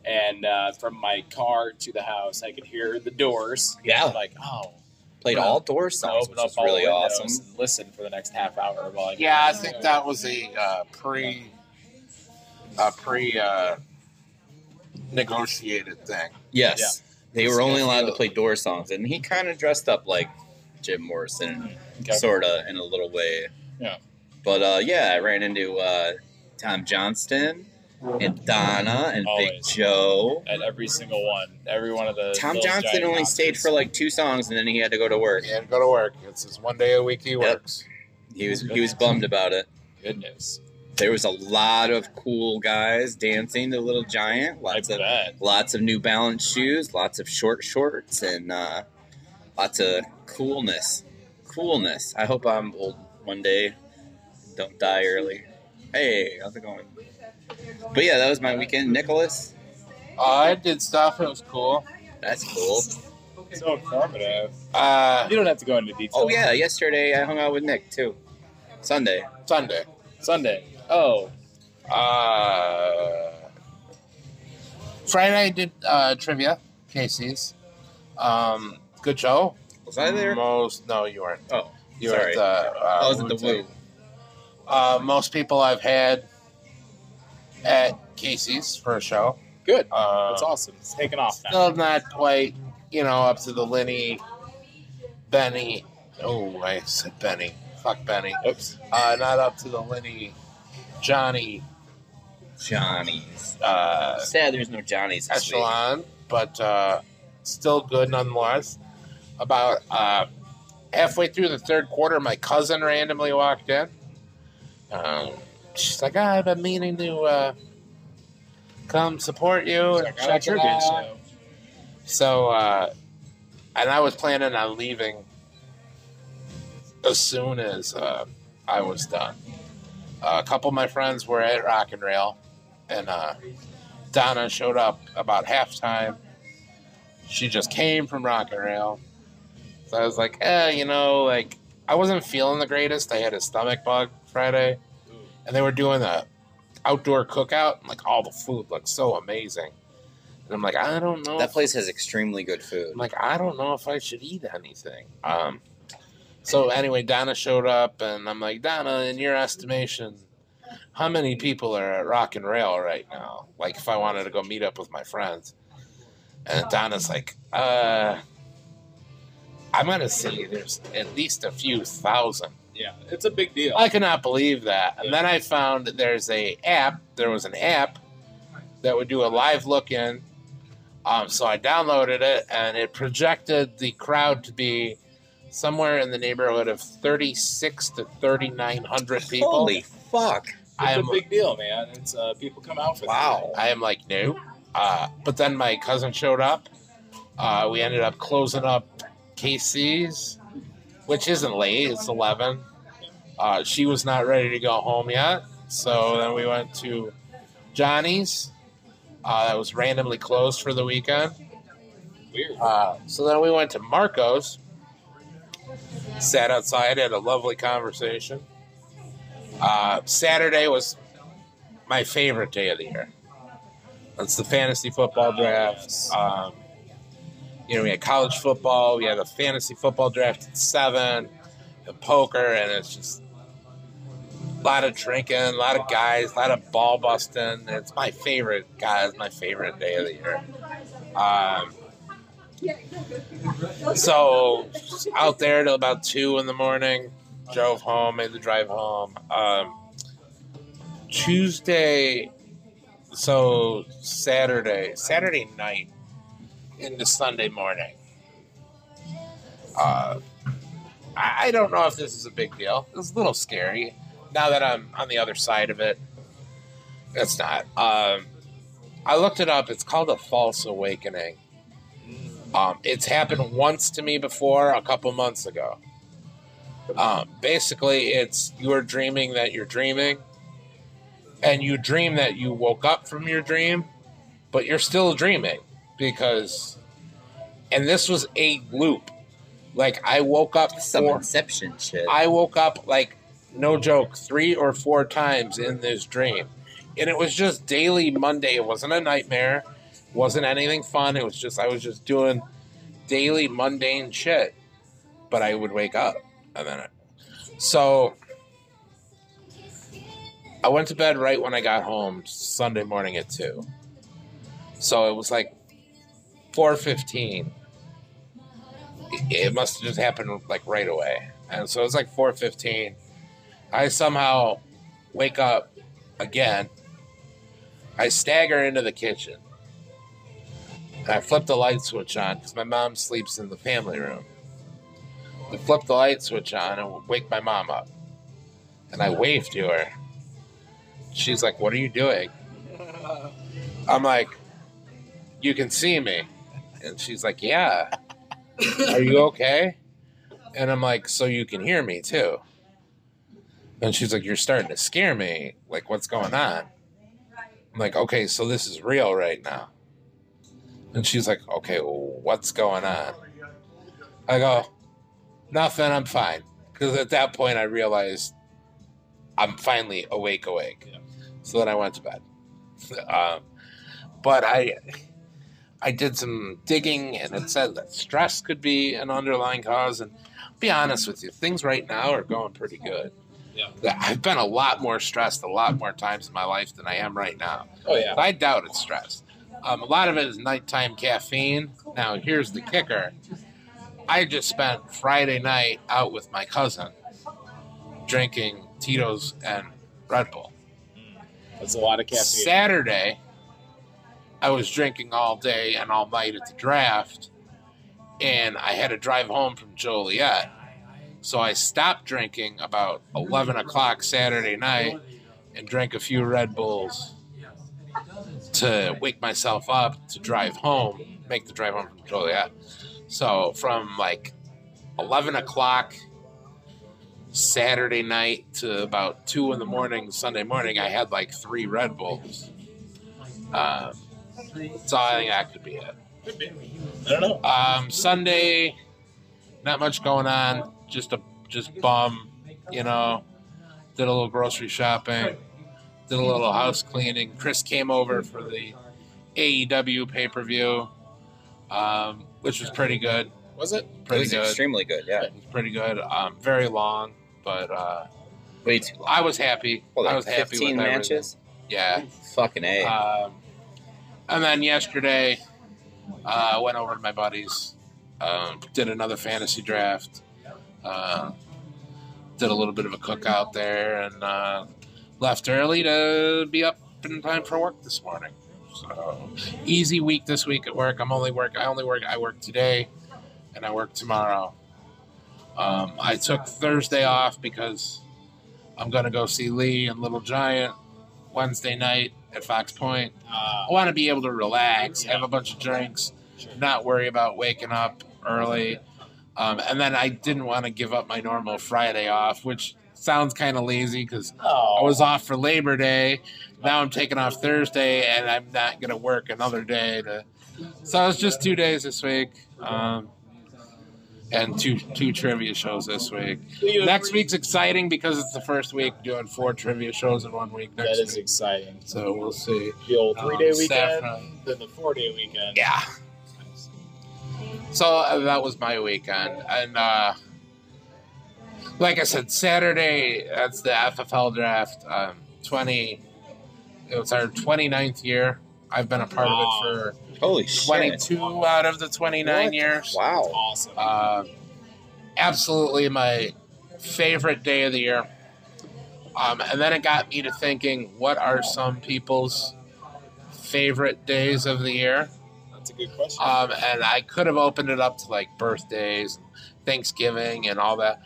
Speaker 2: and uh, from my car to the house, I could hear the doors.
Speaker 3: Yeah.
Speaker 2: like oh,
Speaker 3: Played
Speaker 2: Well,
Speaker 3: all door songs,
Speaker 2: open
Speaker 3: which
Speaker 2: up
Speaker 3: was
Speaker 2: all
Speaker 3: really
Speaker 2: windows
Speaker 3: awesome.
Speaker 2: And listen for the next half hour while I
Speaker 4: Yeah, I think that was a uh, pre, uh, pre uh, negotiated thing.
Speaker 3: Yes. They were
Speaker 4: Let's
Speaker 3: only
Speaker 4: go
Speaker 3: allowed
Speaker 4: through
Speaker 3: to
Speaker 4: it.
Speaker 3: play door songs, and he kind of dressed up like Jim Morrison,
Speaker 2: Okay.
Speaker 3: sort of in a little way.
Speaker 2: Yeah.
Speaker 3: But uh, yeah, I ran into uh, Tom Johnston and Donna and Big
Speaker 2: Always.
Speaker 3: Joe.
Speaker 2: at every single one, every one of the
Speaker 3: Tom
Speaker 2: Little
Speaker 3: Johnston
Speaker 2: Giant
Speaker 3: only stayed
Speaker 2: concerts.
Speaker 3: for like two songs, and then he had to go to work.
Speaker 4: He had to go to work. It's his one day a week he works.
Speaker 3: He was he was bummed about it.
Speaker 2: good news.
Speaker 3: There was a lot of cool guys dancing to Little Giant. Lots
Speaker 2: I
Speaker 3: of
Speaker 2: bet.
Speaker 3: lots of New Balance shoes, lots of short shorts, and uh, lots of coolness. Coolness. I hope I'm old one day. Don't die early. Hey, how's it going? But yeah, that was my weekend. Nicholas,
Speaker 4: Uh, I did stuff. It was cool.
Speaker 3: that's cool.
Speaker 2: So informative.
Speaker 4: Uh,
Speaker 2: You don't have to go into detail.
Speaker 3: Oh yeah, yesterday I hung out with Nick too. Sunday.
Speaker 4: Sunday.
Speaker 2: Sunday. Oh,
Speaker 4: Uh, Friday I did uh, trivia, Casey's. Um, good show.
Speaker 3: Was I
Speaker 4: Mm-hmm.
Speaker 3: there?
Speaker 4: Most no, you weren't.
Speaker 3: Oh,
Speaker 4: You were
Speaker 3: sorry.
Speaker 4: at the. Uh,
Speaker 3: I was at the
Speaker 4: Wu-Tang.
Speaker 3: Woo.
Speaker 4: Uh, most people I've had at Casey's for a show.
Speaker 2: good.
Speaker 4: Um,
Speaker 2: That's awesome. It's taking off now.
Speaker 4: Still not quite, you know, up to the Lenny, Benny. Oh, I said Benny. Fuck Benny.
Speaker 2: Oops.
Speaker 4: Uh, not up to the Lenny, Johnny
Speaker 3: Johnny's.
Speaker 4: uh,
Speaker 3: Sad there's no Johnny's this week.
Speaker 4: echelon, but uh, still good nonetheless. About uh, halfway through the third quarter, my cousin randomly walked in. Um, she's like, "Ah, I've been meaning to uh, come support you. and
Speaker 2: Check
Speaker 4: check it
Speaker 2: trivia
Speaker 4: out."
Speaker 2: show.
Speaker 4: So, uh, and I was planning on leaving as soon as uh, I was done. Uh, a couple of my friends were at Rock and Rail, and uh, Donna showed up about halftime. She just came from Rock and Rail. So I was like, eh, you know, like, I wasn't feeling the greatest. I had a stomach bug Friday, and they were doing a outdoor cookout, and like, all the food looked so amazing. And I'm like, I don't know.
Speaker 3: That
Speaker 4: if
Speaker 3: place has extremely good
Speaker 4: I'm
Speaker 3: food.
Speaker 4: like, I don't know if I should eat anything. Um, so anyway, Donna showed up, and I'm like, Donna, in your estimation, how many people are at Rock and Rail right now? Like, if I wanted to go meet up with my friends, and Donna's like, uh, I'm gonna say there's at least a few thousand.
Speaker 2: Yeah, it's a big deal.
Speaker 4: I could not believe that. And then I found that there's a app. There was an app that would do a live look in. Um, so I downloaded it, and it projected the crowd to be somewhere in the neighborhood of 36 to 3900 people.
Speaker 3: Holy fuck.
Speaker 4: I
Speaker 2: It's a
Speaker 4: am,
Speaker 2: big deal, man. It's uh, people come out for
Speaker 3: Wow.
Speaker 4: I am like no. Uh, but then my cousin showed up. Uh, we ended up closing up Casey's, which isn't late. It's eleven. Uh, she was not ready to go home yet, so then we went to Johnny's. Uh, that was randomly closed for the weekend.
Speaker 2: that. Weird.
Speaker 4: Uh, so then we went to Marco's, sat outside, had a lovely conversation. Uh, Saturday was my favorite day of the year. It's the fantasy football draft. Um, you know, we had college football, we had a fantasy football draft at seven, and poker, and it's just a lot of drinking, a lot of guys, a lot of ball busting. It's my favorite, guys, my favorite day of the year. Um, so out there till about two in the morning, drove home, made the drive home. Um, Tuesday, so Saturday, Saturday night into Sunday morning. Uh, I I don't know if this is a big deal. It's a little scary now that I'm on the other side of it. It's not. Um, I looked it up. It's called a false awakening. Um, it's happened once to me before a couple months ago. Um, basically, it's you are dreaming that you're dreaming, and you dream that you woke up from your dream, but you're still dreaming because. And this was a loop. Like I woke up
Speaker 3: Some
Speaker 4: four,
Speaker 3: inception shit.
Speaker 4: I woke up like no joke three or four times in this dream, and it was just daily Monday. It wasn't a nightmare, wasn't anything fun. It was just I was just doing daily mundane shit, but I would wake up and then I, so I went to bed right when I got home Sunday morning at two, so it was like four fifteen it must have just happened like right away. And so it's like 4:15. I somehow wake up again. I stagger into the kitchen. And I flip the light switch on because my mom sleeps in the family room. I flip the light switch on and wake my mom up. And I wave to her. She's like, "What are you doing?" I'm like, "You can see me." And she's like, "Yeah." are you okay? And I'm like, so you can hear me too. And she's like, you're starting to scare me. Like, what's going on? I'm like, okay, so this is real right now. And she's like, okay, well, what's going on? I go, nothing, I'm fine. Because at that point, I realized I'm finally awake, awake. So then I went to bed. um, but I, I did some digging and it said that stress could be an underlying cause. And I'll be honest with you, things right now are going pretty good.
Speaker 2: Yeah.
Speaker 4: That- I've been a lot more stressed a lot more times in my life than I am right now.
Speaker 2: Oh yeah.
Speaker 4: I doubt it's stress. Um, a lot of it is nighttime caffeine. Now, here's the kicker I just spent Friday night out with my cousin drinking Tito's and Red Bull.
Speaker 2: That's a lot of caffeine.
Speaker 4: Saturday, I was drinking all day and all night at the draft, and I had to drive home from Joliet. So I stopped drinking about 11 o'clock Saturday night and drank a few Red Bulls to wake myself up to drive home, make the drive home from Joliet. So from like 11 o'clock Saturday night to about two in the morning, Sunday morning, I had like three Red Bulls. Um, so I think that could be it.
Speaker 2: I don't know.
Speaker 4: Um, Sunday, not much going on. Just a just bum, you know. Did a little grocery shopping, did a little house cleaning. Chris came over for the AEW pay per view, um, which was pretty good.
Speaker 2: Was it?
Speaker 3: it
Speaker 4: Pretty
Speaker 3: was
Speaker 4: good.
Speaker 3: extremely good. Yeah,
Speaker 4: It was pretty good. Um, very long, but uh,
Speaker 3: way too long.
Speaker 4: I was happy.
Speaker 3: Well,
Speaker 4: I
Speaker 3: like
Speaker 4: was happy
Speaker 3: fifteen
Speaker 4: with everything.
Speaker 3: matches.
Speaker 4: Yeah.
Speaker 3: Fucking a.
Speaker 4: Um, and then yesterday, uh, went over to my buddies, um, did another fantasy draft, uh, did a little bit of a cookout there, and uh, left early to be up in time for work this morning. So easy week this week at work. I'm only work. I only work. I work today, and I work tomorrow. Um, I took Thursday off because I'm gonna go see Lee and Little Giant Wednesday night at Fox Point.
Speaker 2: Uh,
Speaker 4: I want to be able to relax, have a bunch of drinks, not worry about waking up early. Um, and then I didn't want to give up my normal Friday off, which sounds kind of lazy because
Speaker 2: oh.
Speaker 4: I was off for Labor Day. Now I'm taking off Thursday, and I'm not going to work another day. To... So it's just two days this week, um, and two two trivia shows this week. Next week's exciting because it's the first week doing four trivia shows in one week.
Speaker 2: That
Speaker 4: Next
Speaker 2: is
Speaker 4: week.
Speaker 2: exciting.
Speaker 4: So we'll see.
Speaker 2: The old three day
Speaker 4: Um,
Speaker 2: weekend,
Speaker 4: Saffron.
Speaker 2: then the four day weekend.
Speaker 4: Yeah. So uh, that was my weekend, and uh, like I said, Saturday that's the FFL draft. Um, Twenty, it was our 29th year. I've been a part
Speaker 2: Wow.
Speaker 4: of it for
Speaker 3: Holy shit!
Speaker 4: twenty-two out of the twenty-nine
Speaker 3: What?
Speaker 4: years.
Speaker 2: That's
Speaker 3: Wow.
Speaker 2: awesome.
Speaker 4: Uh, absolutely my favorite day of the year. Um, and then it got me to thinking, what are some people's favorite days of the year?
Speaker 2: That's a good question.
Speaker 4: Um, and I could have opened it up to like birthdays, Thanksgiving, and all that.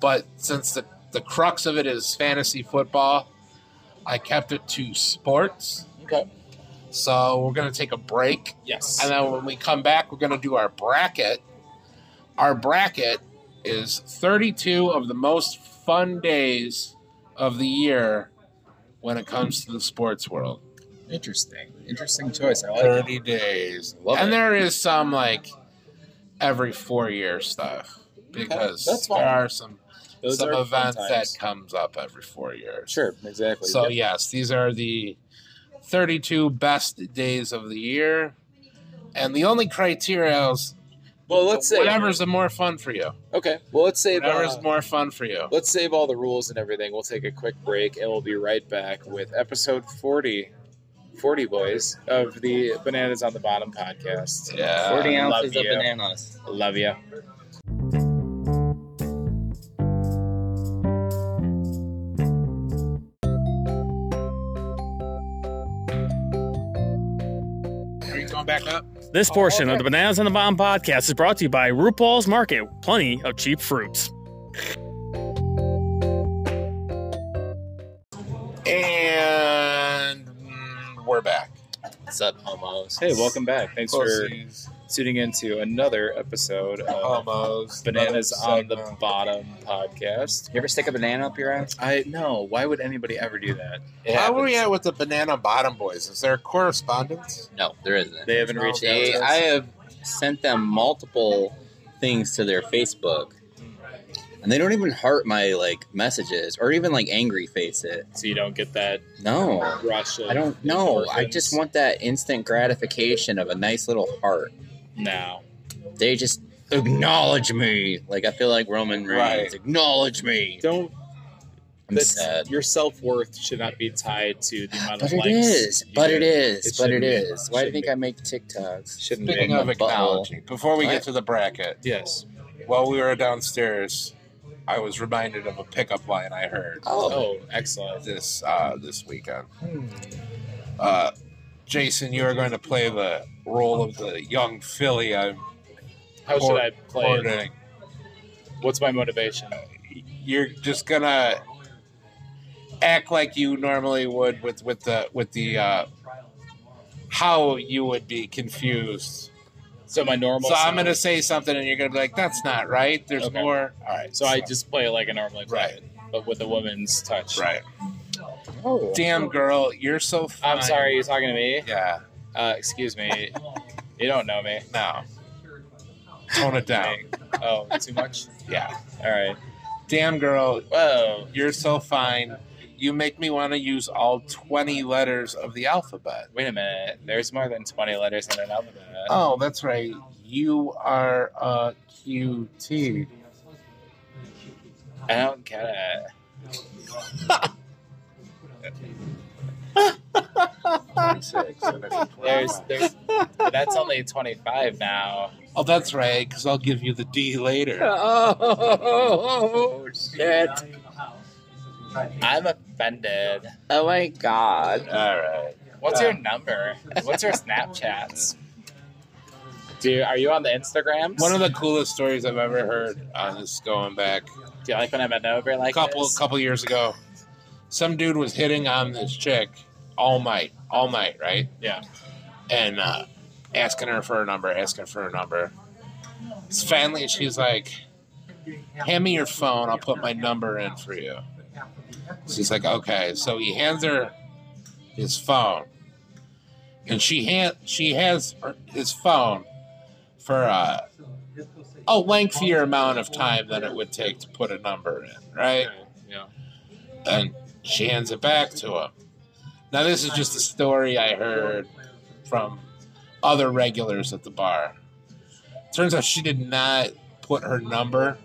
Speaker 4: But since the, the crux of it is fantasy football, I kept it to sports.
Speaker 2: okay.
Speaker 4: So we're going to take a break.
Speaker 2: Yes.
Speaker 4: And then when we come back, we're going to do our bracket. Our bracket is 32 of the most fun days of the year when it comes to the sports world.
Speaker 2: Interesting. Interesting choice. I like it.
Speaker 4: Thirty days,
Speaker 3: Love
Speaker 4: and
Speaker 3: it.
Speaker 4: there is some like every four year stuff because
Speaker 2: that's
Speaker 4: there
Speaker 2: fine.
Speaker 4: are some
Speaker 2: Those
Speaker 4: some
Speaker 2: are fun
Speaker 4: events that
Speaker 2: times.
Speaker 4: comes up every four years.
Speaker 2: Sure, exactly.
Speaker 4: So
Speaker 2: Yep.
Speaker 4: yes, these are the 32 best days of the year, and the only criteria is
Speaker 2: Well, let's say
Speaker 4: whatever's the more fun for you.
Speaker 2: Okay. Well, let's save
Speaker 4: Whatever's
Speaker 2: uh,
Speaker 4: more fun for you.
Speaker 2: let's save all the rules and everything. We'll take a quick break and we'll be right back with episode 40 40 boys of the Bananas on the Bottom podcast.
Speaker 4: Yeah.
Speaker 3: 40
Speaker 2: love
Speaker 3: ounces of
Speaker 2: you.
Speaker 3: bananas.
Speaker 2: Love you.
Speaker 5: Are you going back up?
Speaker 6: Oh,
Speaker 7: This portion of the Bananas on the Bomb podcast is brought to you by RuPaul's Market. Plenty of cheap fruits.
Speaker 4: And mm, we're back.
Speaker 3: What's up, homos?
Speaker 2: Hey, welcome back. Thanks for
Speaker 4: Pussies,
Speaker 2: tuning into another episode
Speaker 4: Oh,
Speaker 2: of
Speaker 4: homos,
Speaker 2: Bananas on the
Speaker 4: segment.
Speaker 2: Bottom podcast.
Speaker 3: You ever stick a banana up your ass?
Speaker 2: I know. Why would anybody ever do that? It
Speaker 4: How
Speaker 2: happens.
Speaker 4: were we at with the Banana Bottom Boys? Is there correspondence?
Speaker 3: No, there isn't.
Speaker 2: They haven't reached
Speaker 3: They,
Speaker 2: out.
Speaker 3: I have sent them multiple things to their Facebook, and they don't even heart my like messages or even like angry face it.
Speaker 2: so you don't get that
Speaker 3: No,
Speaker 2: rush. Of
Speaker 3: I don't know. I
Speaker 2: endorphins.
Speaker 3: just want that instant gratification of a nice little heart.
Speaker 2: now.
Speaker 3: They just acknowledge me. Like I feel like Roman Reigns.
Speaker 4: Right.
Speaker 3: Acknowledge me.
Speaker 2: Don't.
Speaker 3: I'm
Speaker 2: that's-
Speaker 3: sad.
Speaker 2: Your self worth should not be tied to the amount of
Speaker 3: But it
Speaker 2: likes.
Speaker 3: is.
Speaker 2: you
Speaker 3: But
Speaker 2: get.
Speaker 3: it is.
Speaker 2: It
Speaker 3: but it
Speaker 2: shouldn't be.
Speaker 3: is. Why do
Speaker 2: Shouldn't
Speaker 3: you think
Speaker 2: be.
Speaker 3: I make TikToks?
Speaker 2: Shouldn't
Speaker 4: Speaking
Speaker 2: be.
Speaker 4: of
Speaker 3: My butthole.
Speaker 4: acknowledging, before we
Speaker 3: What?
Speaker 4: get to the bracket,
Speaker 2: Yes.
Speaker 4: while we were downstairs, I was reminded of a pickup line I heard.
Speaker 2: Oh, excellent.
Speaker 4: this uh, this weekend.
Speaker 2: Hmm.
Speaker 4: Uh, Jason, you are going to play the role of the young Philly. I'm
Speaker 2: How should I play? it?
Speaker 4: courting.
Speaker 2: What's my motivation?
Speaker 4: You're just gonna act like you normally would with with the with the uh, how you would be confused.
Speaker 2: So my normal.
Speaker 4: so I'm
Speaker 2: self.
Speaker 4: gonna say something, and you're gonna be like, "That's not right. There's
Speaker 2: Okay.
Speaker 4: more." All right.
Speaker 2: So I just play like I normally play,
Speaker 4: Right.
Speaker 2: it, but with a woman's touch.
Speaker 4: right.
Speaker 3: Oh.
Speaker 4: Damn girl, you're so. Fine.
Speaker 2: I'm sorry. You're talking to me.
Speaker 4: Yeah.
Speaker 2: Uh, excuse me. you don't know me.
Speaker 4: No. Tone it down.
Speaker 2: Oh, too much.
Speaker 4: Yeah.
Speaker 2: All right.
Speaker 4: Damn girl,
Speaker 2: Whoa.
Speaker 4: You're so fine. You make me want to use all 20 letters of the alphabet.
Speaker 2: Wait a minute. There's more than 20 letters in an alphabet.
Speaker 4: Oh, that's right. You are a QT.
Speaker 2: I don't get it. There's, there's. That's only 25 now.
Speaker 4: Oh, that's right, because I'll give you the D later.
Speaker 3: Oh, shit.
Speaker 2: I'm offended.
Speaker 3: Oh my god.
Speaker 4: All right.
Speaker 2: What's your number? What's your Snapchats? Do are you on the Instagrams?
Speaker 4: One of the coolest stories I've ever heard on this going back
Speaker 2: Do you like when I bend over
Speaker 4: a
Speaker 2: like
Speaker 4: couple
Speaker 2: this?
Speaker 4: couple years ago. Some dude was hitting on this chick all night, all night, right?
Speaker 2: Yeah.
Speaker 4: and uh, asking her for her number, asking for her number. So finally, she's like, "Hand me your phone. I'll put my number in for you." She's like, "Okay." So he hands her his phone, and she hand she has her, his phone for uh, a lengthier amount of time than it would take to put a number in, right?
Speaker 2: Yeah.
Speaker 4: and she hands it back to him. Now, this is just a story I heard from other regulars at the bar. Turns out she did not put her number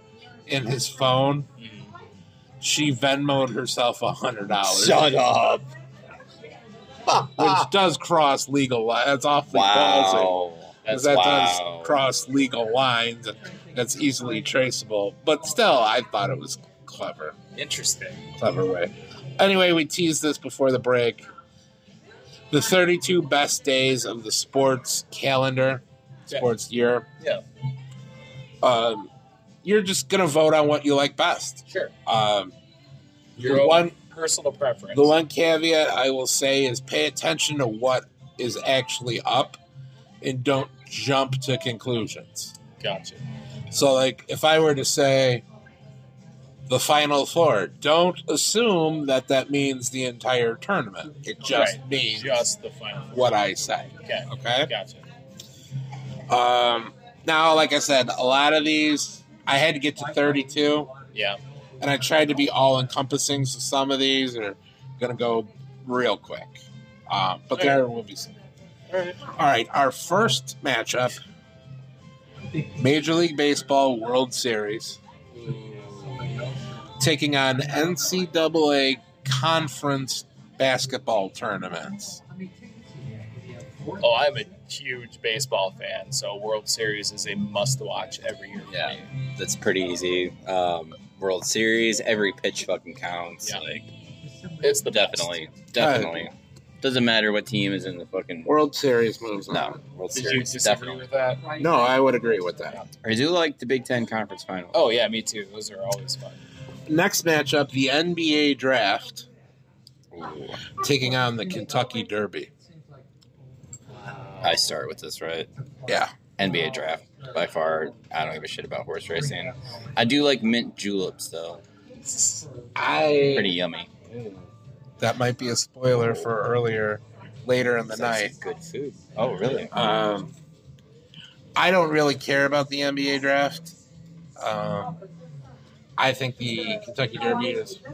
Speaker 4: in his phone.
Speaker 2: Hmm,
Speaker 4: She Venmoed herself a hundred dollars,
Speaker 3: Shut up.
Speaker 4: which does cross legal. Li- that's awfully ballsy.
Speaker 3: Wow.
Speaker 4: 'cause
Speaker 3: That's
Speaker 4: that
Speaker 3: wow.
Speaker 4: does cross legal lines. That's easily traceable. But still, I thought it was clever.
Speaker 2: Interesting.
Speaker 4: clever way. Anyway, we teased this before the break. The 32 best days of the sports calendar,
Speaker 2: Yeah.
Speaker 4: sports year.
Speaker 2: Yeah.
Speaker 4: Um, you're just gonna vote on what you like best.
Speaker 2: Sure.
Speaker 4: Um,
Speaker 2: Your
Speaker 4: the
Speaker 2: own
Speaker 4: one,
Speaker 2: personal preference.
Speaker 4: the one caveat I will say is pay attention to what is actually up, and don't jump to conclusions.
Speaker 2: Gotcha.
Speaker 4: So, like, if I were to say the final four. Don't assume that that means the entire tournament. It just
Speaker 2: Right.
Speaker 4: means
Speaker 2: Just the final.
Speaker 4: what I say.
Speaker 2: Okay.
Speaker 4: Okay.
Speaker 2: Gotcha.
Speaker 4: Um, now, like I said, a lot of these I had to get to 32,
Speaker 2: Yeah.
Speaker 4: and I tried to be all encompassing. So some of these are going to go real quick. Um, but there will be some. All right. Our first matchup Major League Baseball World Series taking on NCAA Conference Basketball Tournaments.
Speaker 2: Oh, I'm a huge baseball fan, so World Series is a must-watch every year. for
Speaker 3: Yeah.
Speaker 2: me.
Speaker 3: That's pretty easy. Um, World Series, every pitch fucking counts.
Speaker 2: Yeah.
Speaker 3: Like
Speaker 2: it's the best.
Speaker 3: definitely, definitely. Doesn't matter what team is in the fucking
Speaker 4: World Series moves on.
Speaker 3: No, World
Speaker 2: Did you
Speaker 3: Series.
Speaker 2: disagree
Speaker 3: definitely.
Speaker 2: with that?
Speaker 4: No, I would agree with that.
Speaker 3: I do like the Big Ten conference final.
Speaker 2: Oh yeah, me too. Those are always fun.
Speaker 4: Next matchup, the NBA draft
Speaker 3: Oh.
Speaker 4: taking on the Kentucky Derby.
Speaker 3: I start with this right.
Speaker 4: Yeah.
Speaker 3: NBA draft by far. I don't give a shit about horse racing. I do like mint juleps though.
Speaker 4: I
Speaker 3: Pretty yummy.
Speaker 4: that might be a spoiler for earlier later in the night.
Speaker 3: That's Good food. Oh really?
Speaker 4: Um, I don't really care about the NBA draft. Um, I think the Kentucky Derby is. uh,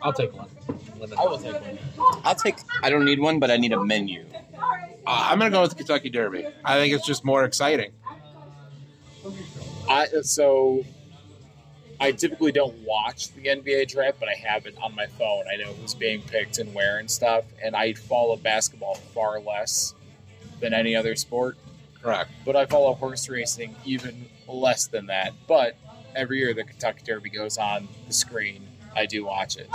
Speaker 4: I'll take one.
Speaker 2: I will take one.
Speaker 3: I'll take. I don't need one, but I need a menu.
Speaker 4: Uh, I'm gonna go with the Kentucky Derby. I think it's just more exciting.
Speaker 2: I so I typically don't watch the NBA draft, but I have it on my phone. I know who's being picked and where and stuff, and I follow basketball far less than any other sport.
Speaker 4: Correct.
Speaker 2: but I follow horse racing even less than that. But every year the Kentucky Derby goes on the screen, I do watch it.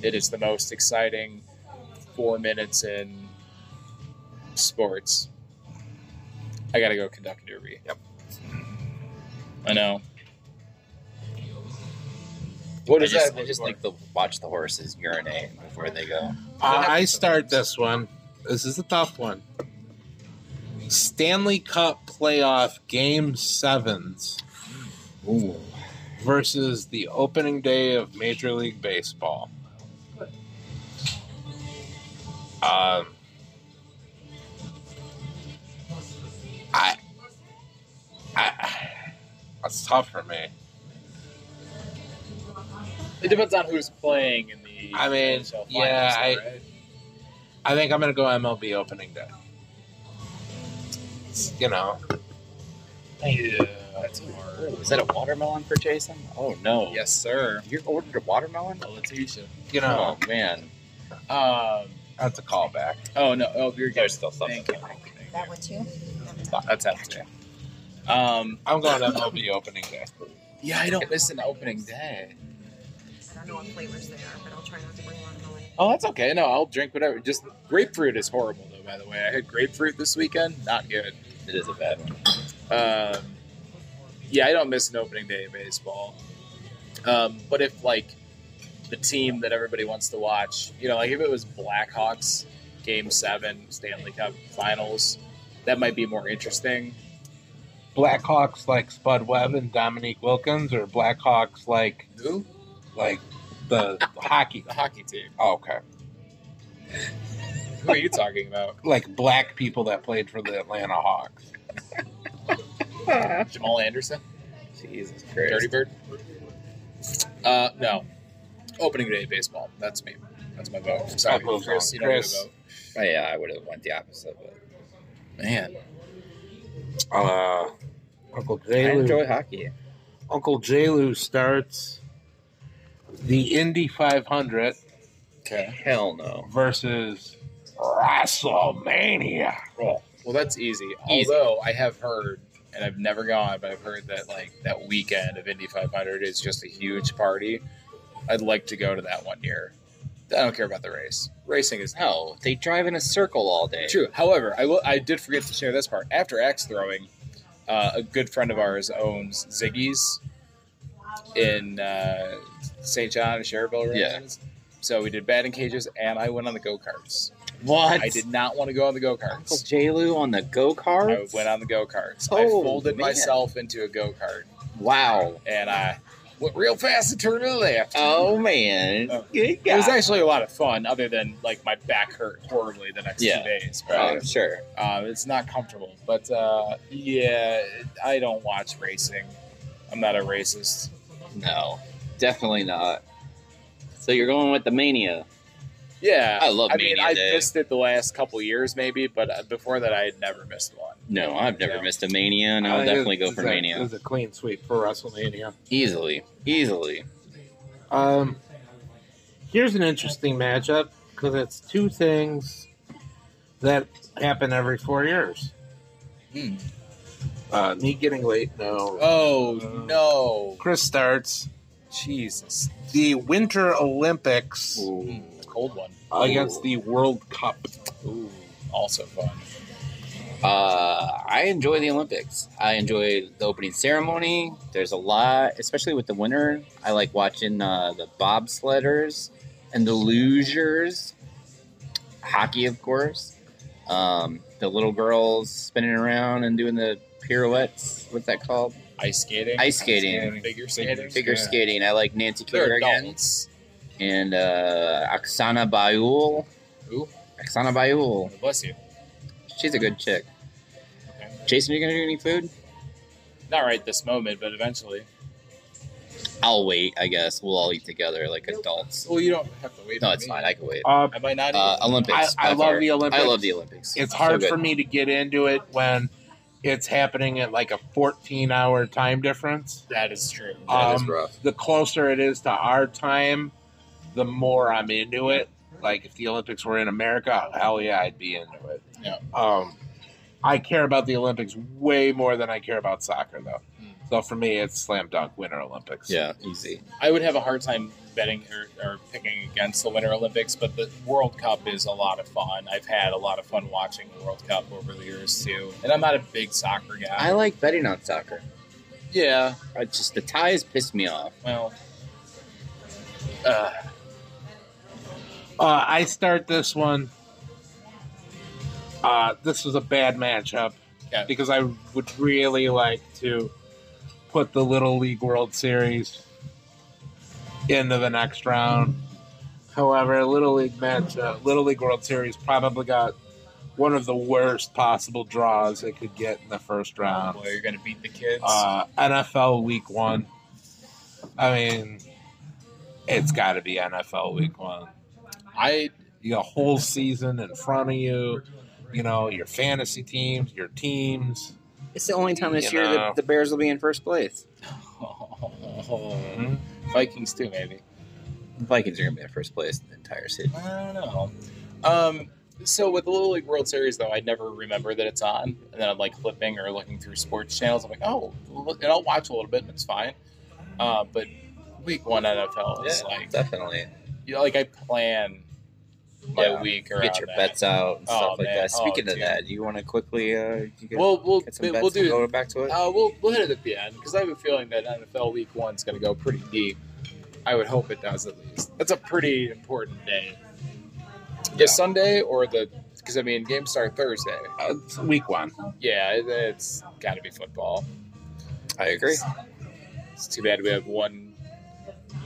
Speaker 2: It is the most exciting four minutes in sports. I gotta go Kentucky Derby. Yep. I know. What
Speaker 3: I
Speaker 2: is
Speaker 3: just,
Speaker 2: that?
Speaker 3: I just like to watch the horses urinate before they go.
Speaker 4: Uh, I start this one. This is a tough one. Stanley Cup playoff game sevens
Speaker 3: Ooh.
Speaker 4: versus the opening day of Major League Baseball. Um, I, I, that's tough for me.
Speaker 2: it depends on who's playing in the.
Speaker 4: I mean,
Speaker 2: NHL finals,
Speaker 4: yeah, I-
Speaker 2: right?
Speaker 4: I think I'm gonna go MLB opening day. You know,
Speaker 2: yeah, that's hard.
Speaker 3: Oh, Is that a watermelon for Jason? Oh no.
Speaker 2: Yes, sir.
Speaker 3: You ordered a watermelon?
Speaker 2: Oh, Letitia.
Speaker 4: you know,
Speaker 3: Oh man.
Speaker 2: Um.
Speaker 4: that's a callback.
Speaker 2: Oh no! Oh, you're good.
Speaker 3: There's still something.
Speaker 2: Thank you.
Speaker 8: That one too.
Speaker 2: That's happening. Um,
Speaker 4: I'm going MLB opening day.
Speaker 2: yeah, I don't miss an opening day.
Speaker 8: I don't know what flavors they are, but I'll try not to bring one.
Speaker 2: Oh, that's okay. No, I'll drink whatever. Just grapefruit is horrible though. By the way, I had grapefruit this weekend. Not good.
Speaker 3: It is a bad one.
Speaker 2: Um, yeah, I don't miss an opening day of baseball. Um, but if like the team that everybody wants to watch, you know, like if it was Blackhawks Game Seven Stanley Cup Finals, that might be more interesting.
Speaker 4: Blackhawks like Spud Webb and Dominique Wilkins, or Blackhawks like
Speaker 2: Who?
Speaker 4: like the hockey.
Speaker 2: The hockey team.
Speaker 4: Oh, okay,
Speaker 2: Who are you talking about?
Speaker 4: like black people that played for the Atlanta Hawks.
Speaker 2: Jamal Anderson.
Speaker 3: Jesus
Speaker 2: Dirty
Speaker 3: Christ.
Speaker 2: Bird? Uh, no. Opening day baseball. That's me. That's my vote. Sorry,
Speaker 4: That moves
Speaker 2: Chris.
Speaker 4: on.
Speaker 2: You don't get a
Speaker 4: Chris.
Speaker 2: vote.
Speaker 3: Oh, yeah, I would have went the opposite, but
Speaker 2: Man,
Speaker 4: Uh, Uncle
Speaker 3: I
Speaker 4: J. Lou.
Speaker 3: enjoy hockey.
Speaker 4: Uncle J. Lou starts the Indy 500
Speaker 2: okay.
Speaker 3: Hell no.
Speaker 4: versus WrestleMania.
Speaker 2: Well, that's easy.
Speaker 3: Easy.
Speaker 2: Although I have heard, and I've never gone, but I've heard that like that weekend of Indy 500 is just a huge party. I'd like to go to that one year. I don't care about the race. Racing is
Speaker 3: No, they drive in a circle all day.
Speaker 2: True. However, I will. I did forget to share this part. After axe throwing, uh, a good friend of ours owns Ziggy's in uh, St. John and Cherville.
Speaker 3: Yeah.
Speaker 2: Regions. So we did batting cages, and I went on the go karts.
Speaker 3: What?
Speaker 2: I did not want to go on the go
Speaker 3: Uncle
Speaker 2: karts.
Speaker 3: J. Lou on the go
Speaker 2: I
Speaker 3: kart?
Speaker 2: went on the go karts. I
Speaker 3: Oh,
Speaker 2: folded
Speaker 3: man.
Speaker 2: myself into a go kart,
Speaker 3: Wow.
Speaker 2: and I
Speaker 4: Went real fast and turned to the left.
Speaker 3: Oh man,
Speaker 2: Oh.
Speaker 3: good
Speaker 2: It was
Speaker 3: guy.
Speaker 2: actually a lot of fun, other than like my back hurt horribly the next
Speaker 3: Yeah.
Speaker 2: two days.
Speaker 3: Oh,
Speaker 2: But,
Speaker 3: I'm sure.
Speaker 2: uh, it's not comfortable, but uh, yeah, I don't watch racing. I'm not a racist.
Speaker 3: No, definitely not. So you're going with the mania.
Speaker 2: Yeah,
Speaker 3: I love
Speaker 2: I mean,
Speaker 3: Mania
Speaker 2: I
Speaker 3: Day.
Speaker 2: missed it the last couple years, maybe, but uh, before that, I had never missed one.
Speaker 3: No, I've never
Speaker 2: Yeah.
Speaker 3: missed a mania, and I'll
Speaker 4: I think
Speaker 3: definitely go
Speaker 4: Uh, this
Speaker 3: for
Speaker 4: is a-
Speaker 3: mania
Speaker 4: This is a clean sweep for WrestleMania.
Speaker 3: easily, easily.
Speaker 4: Um, here's an interesting matchup because it's two things that happen every four years.
Speaker 2: Hmm.
Speaker 4: Uh, me getting late. No.
Speaker 2: Oh no,
Speaker 4: Chris starts
Speaker 2: Jesus,
Speaker 4: the Winter Olympics
Speaker 2: cold one.
Speaker 4: against the World Cup.
Speaker 2: Ooh, also fun.
Speaker 3: Uh, I enjoy the Olympics. I enjoy the opening ceremony. There's a lot, especially with the winter. I like watching uh, the bobsledders and the losers, hockey, of course. Um, the little girls spinning around and doing the pirouettes. What's that called?
Speaker 2: Ice skating,
Speaker 3: Ice skating.
Speaker 2: figure skating,
Speaker 3: Figure skating. I like Nancy
Speaker 2: They're
Speaker 3: Kerrigan
Speaker 2: adults.
Speaker 3: and uh, Oksana Bayul.
Speaker 2: Who?
Speaker 3: Oksana Bayul.
Speaker 2: Bless you.
Speaker 3: She's a good chick.
Speaker 2: Okay.
Speaker 3: Jason, you gonna do any food?
Speaker 2: Not right this moment, but eventually.
Speaker 3: I'll wait, I guess. We'll all eat together like adults.
Speaker 2: Well, you don't have to wait.
Speaker 3: No,
Speaker 2: for
Speaker 3: it's
Speaker 2: me.
Speaker 3: fine. I can wait.
Speaker 4: Uh,
Speaker 2: I might not.
Speaker 3: Uh,
Speaker 2: eat.
Speaker 3: Olympics. by
Speaker 4: I, I love
Speaker 3: far.
Speaker 4: the Olympics.
Speaker 3: I love the Olympics.
Speaker 4: It's
Speaker 3: So
Speaker 4: hard
Speaker 3: good.
Speaker 4: for me to get into it when it's happening at like a 14 hour time difference.
Speaker 2: that is true.
Speaker 3: That is
Speaker 4: um,
Speaker 3: rough.
Speaker 4: the closer it is to our time, the more I'm into it. Like if the Olympics were in America, hell yeah, I'd be into it.
Speaker 2: Yeah.
Speaker 4: Um, I care about the Olympics way more than I care about soccer, though.
Speaker 2: Mm.
Speaker 4: So for me, it's slam dunk Winter Olympics.
Speaker 3: Yeah, easy.
Speaker 2: I would have a hard time betting or, or picking against the Winter Olympics, but the World Cup is a lot of fun. I've had a lot of fun watching the World Cup over the years too, and I'm not a big soccer guy.
Speaker 3: I like betting on soccer.
Speaker 2: yeah,
Speaker 3: I just the ties piss me off.
Speaker 2: well, uh,
Speaker 4: Uh, I start this one. Uh, this was a bad matchup
Speaker 2: Okay.
Speaker 4: because I would really like to put the Little League World Series into the next round. However, Little League match, uh, Little League World Series probably got one of the worst possible draws it could get in the first round.
Speaker 2: Oh, boy, you're gonna beat the kids.
Speaker 4: Uh, NFL Week One. I mean, it's got to be NFL Week One
Speaker 2: I
Speaker 4: your whole season in front of you. You know, your fantasy teams, your teams.
Speaker 3: It's the only time this
Speaker 4: You
Speaker 3: year
Speaker 4: know.
Speaker 3: that the Bears will be in first place.
Speaker 2: Vikings too, maybe.
Speaker 3: The Vikings are gonna be in first place in the entire city.
Speaker 2: I don't know. Um, so with the Little League World Series, though, I never remember that it's on, and then I'm like flipping or looking through sports channels. I'm like, oh, and I'll watch a little bit, and it's fine. Uh, but week one NFL is like,
Speaker 3: definitely.
Speaker 2: you know, like I plan my
Speaker 3: Yeah.
Speaker 2: week around
Speaker 3: Get your
Speaker 2: that.
Speaker 3: bets out and
Speaker 2: Oh,
Speaker 3: stuff like
Speaker 2: man.
Speaker 3: that.
Speaker 2: Oh,
Speaker 3: Speaking of
Speaker 2: dude.
Speaker 3: that, do you want to quickly uh, you get,
Speaker 2: We'll we'll
Speaker 3: get some bets
Speaker 2: we'll
Speaker 3: and
Speaker 2: do
Speaker 3: go back to it?
Speaker 2: uh, we'll we'll hit it at the end because I have a feeling that NFL Week One's going to go pretty deep. I would hope it does at least. That's a pretty important day. The Sunday or the because I mean games start Thursday.
Speaker 4: It's week one.
Speaker 2: Yeah, it- it's got to be football.
Speaker 3: I agree.
Speaker 2: It's too bad we have one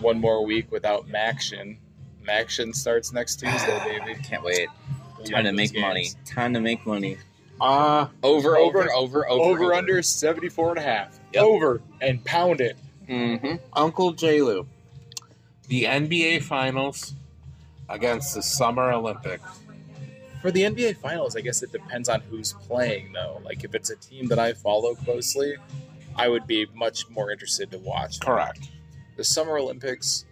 Speaker 2: one more week without Maction. Maction starts next Tuesday, baby.
Speaker 3: Can't wait.
Speaker 2: We love
Speaker 3: Time to
Speaker 2: those
Speaker 3: make money.
Speaker 2: games.
Speaker 3: Time to make money.
Speaker 4: Uh,
Speaker 3: Over,
Speaker 2: Over,
Speaker 3: over, over, over,
Speaker 2: Over, under 74 and a half.
Speaker 3: Yep.
Speaker 2: Over and pound it.
Speaker 3: Mm-hmm.
Speaker 4: Uncle Jalu, the NBA Finals against the Summer Olympics.
Speaker 2: For the NBA Finals, I guess it depends on who's playing, though. Like, if it's a team that I follow closely, I would be much more interested to watch.
Speaker 4: Correct.
Speaker 2: The Summer Olympics,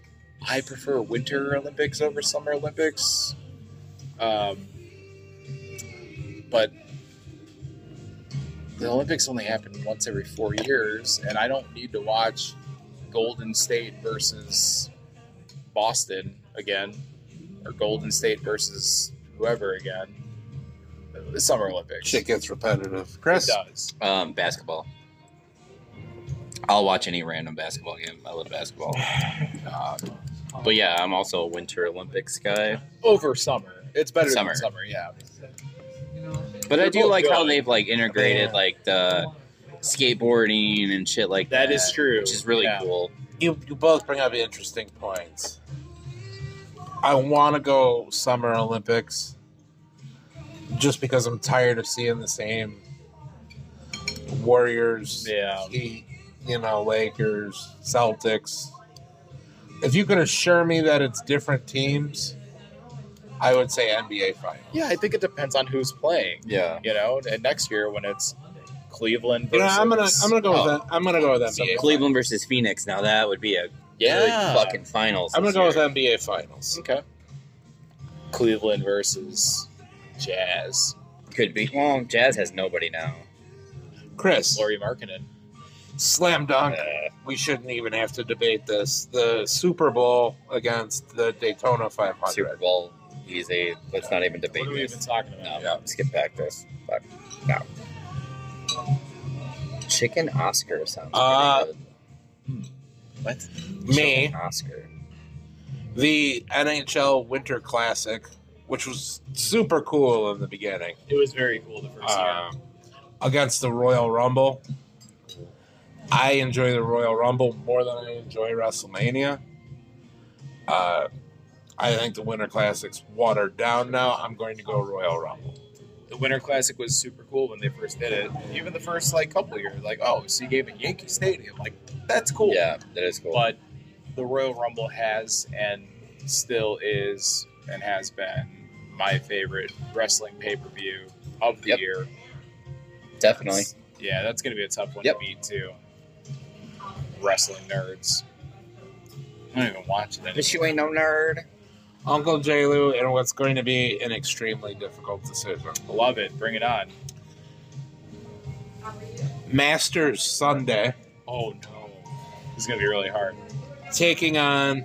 Speaker 2: I prefer Winter Olympics over Summer Olympics. Um, but the Olympics only happen once every four years, and I don't need to watch Golden State versus Boston again, or Golden State versus whoever again. The Summer Olympics.
Speaker 4: Shit gets repetitive.
Speaker 2: It
Speaker 4: Chris,
Speaker 2: does.
Speaker 3: Um, basketball. I'll watch any random basketball game. I love basketball. Uh, but yeah, I'm also a Winter Olympics guy.
Speaker 2: Over summer. It's better
Speaker 3: Summer.
Speaker 2: than summer, yeah.
Speaker 3: But I
Speaker 2: They're
Speaker 3: do
Speaker 2: both
Speaker 3: like how
Speaker 2: good.
Speaker 3: they've like integrated
Speaker 4: Yeah.
Speaker 3: like the skateboarding and shit like that.
Speaker 2: That is true.
Speaker 3: Which is really
Speaker 2: yeah.
Speaker 3: cool.
Speaker 4: you, you both bring up interesting points. I want to go Summer Olympics just because I'm tired of seeing the same Warriors,
Speaker 2: Yeah.
Speaker 4: Heat, you know, Lakers, Celtics. If you can assure me that it's different teams, I would say NBA Finals.
Speaker 2: Yeah, I think it depends on who's playing.
Speaker 3: Yeah.
Speaker 2: You know, and next year when it's Cleveland.
Speaker 4: You know,
Speaker 2: Versus,
Speaker 4: I'm gonna I'm gonna go
Speaker 2: Oh,
Speaker 4: with that. I'm gonna go with NBA.
Speaker 2: Some
Speaker 4: Finals.
Speaker 3: Cleveland versus Phoenix. Now that would be a
Speaker 2: Yeah.
Speaker 3: good fucking finals.
Speaker 4: I'm gonna
Speaker 3: this
Speaker 4: go
Speaker 3: year.
Speaker 4: with NBA Finals.
Speaker 2: Okay. Cleveland versus Jazz.
Speaker 3: Could be. Well, Jazz has nobody now.
Speaker 4: Chris,
Speaker 2: Laurie Markkinen.
Speaker 4: slam dunk.
Speaker 2: Uh,
Speaker 4: we shouldn't even have to debate this. The Super Bowl against the Daytona 500.
Speaker 3: Super Bowl easy. Let's not even debate
Speaker 2: what are we even
Speaker 3: this.
Speaker 2: talking about?
Speaker 3: No, skip back this. Fuck. No. Chicken Oscar sounds
Speaker 4: Uh,
Speaker 3: pretty hmm.
Speaker 2: What?
Speaker 3: good.
Speaker 4: Me,
Speaker 3: Chicken Oscar.
Speaker 4: the NHL Winter Classic, which was super cool in the beginning,
Speaker 2: It was very cool the first year.
Speaker 4: um, against the Royal Rumble. I enjoy the Royal Rumble more than I enjoy WrestleMania. Uh, I think the Winter Classic's watered down now. I'm going to go Royal Rumble.
Speaker 2: The Winter Classic was super cool when they first did it. Even the first like couple years, like oh, so you gave a Yankee Stadium, like that's cool.
Speaker 3: Yeah, that is cool.
Speaker 2: But the Royal Rumble has and still is and has been my favorite wrestling pay per view of the
Speaker 3: Yep.
Speaker 2: year.
Speaker 3: Definitely.
Speaker 2: Yeah, that's going to be a tough one
Speaker 3: Yep.
Speaker 2: to beat too. Wrestling nerds. I don't even watch it. anymore.
Speaker 3: But you ain't no nerd.
Speaker 4: Uncle J. Lou, and what's going to be an extremely difficult decision.
Speaker 2: Love it. Bring it on.
Speaker 4: Masters Sunday
Speaker 2: Oh no, it's going to be really hard.
Speaker 4: taking on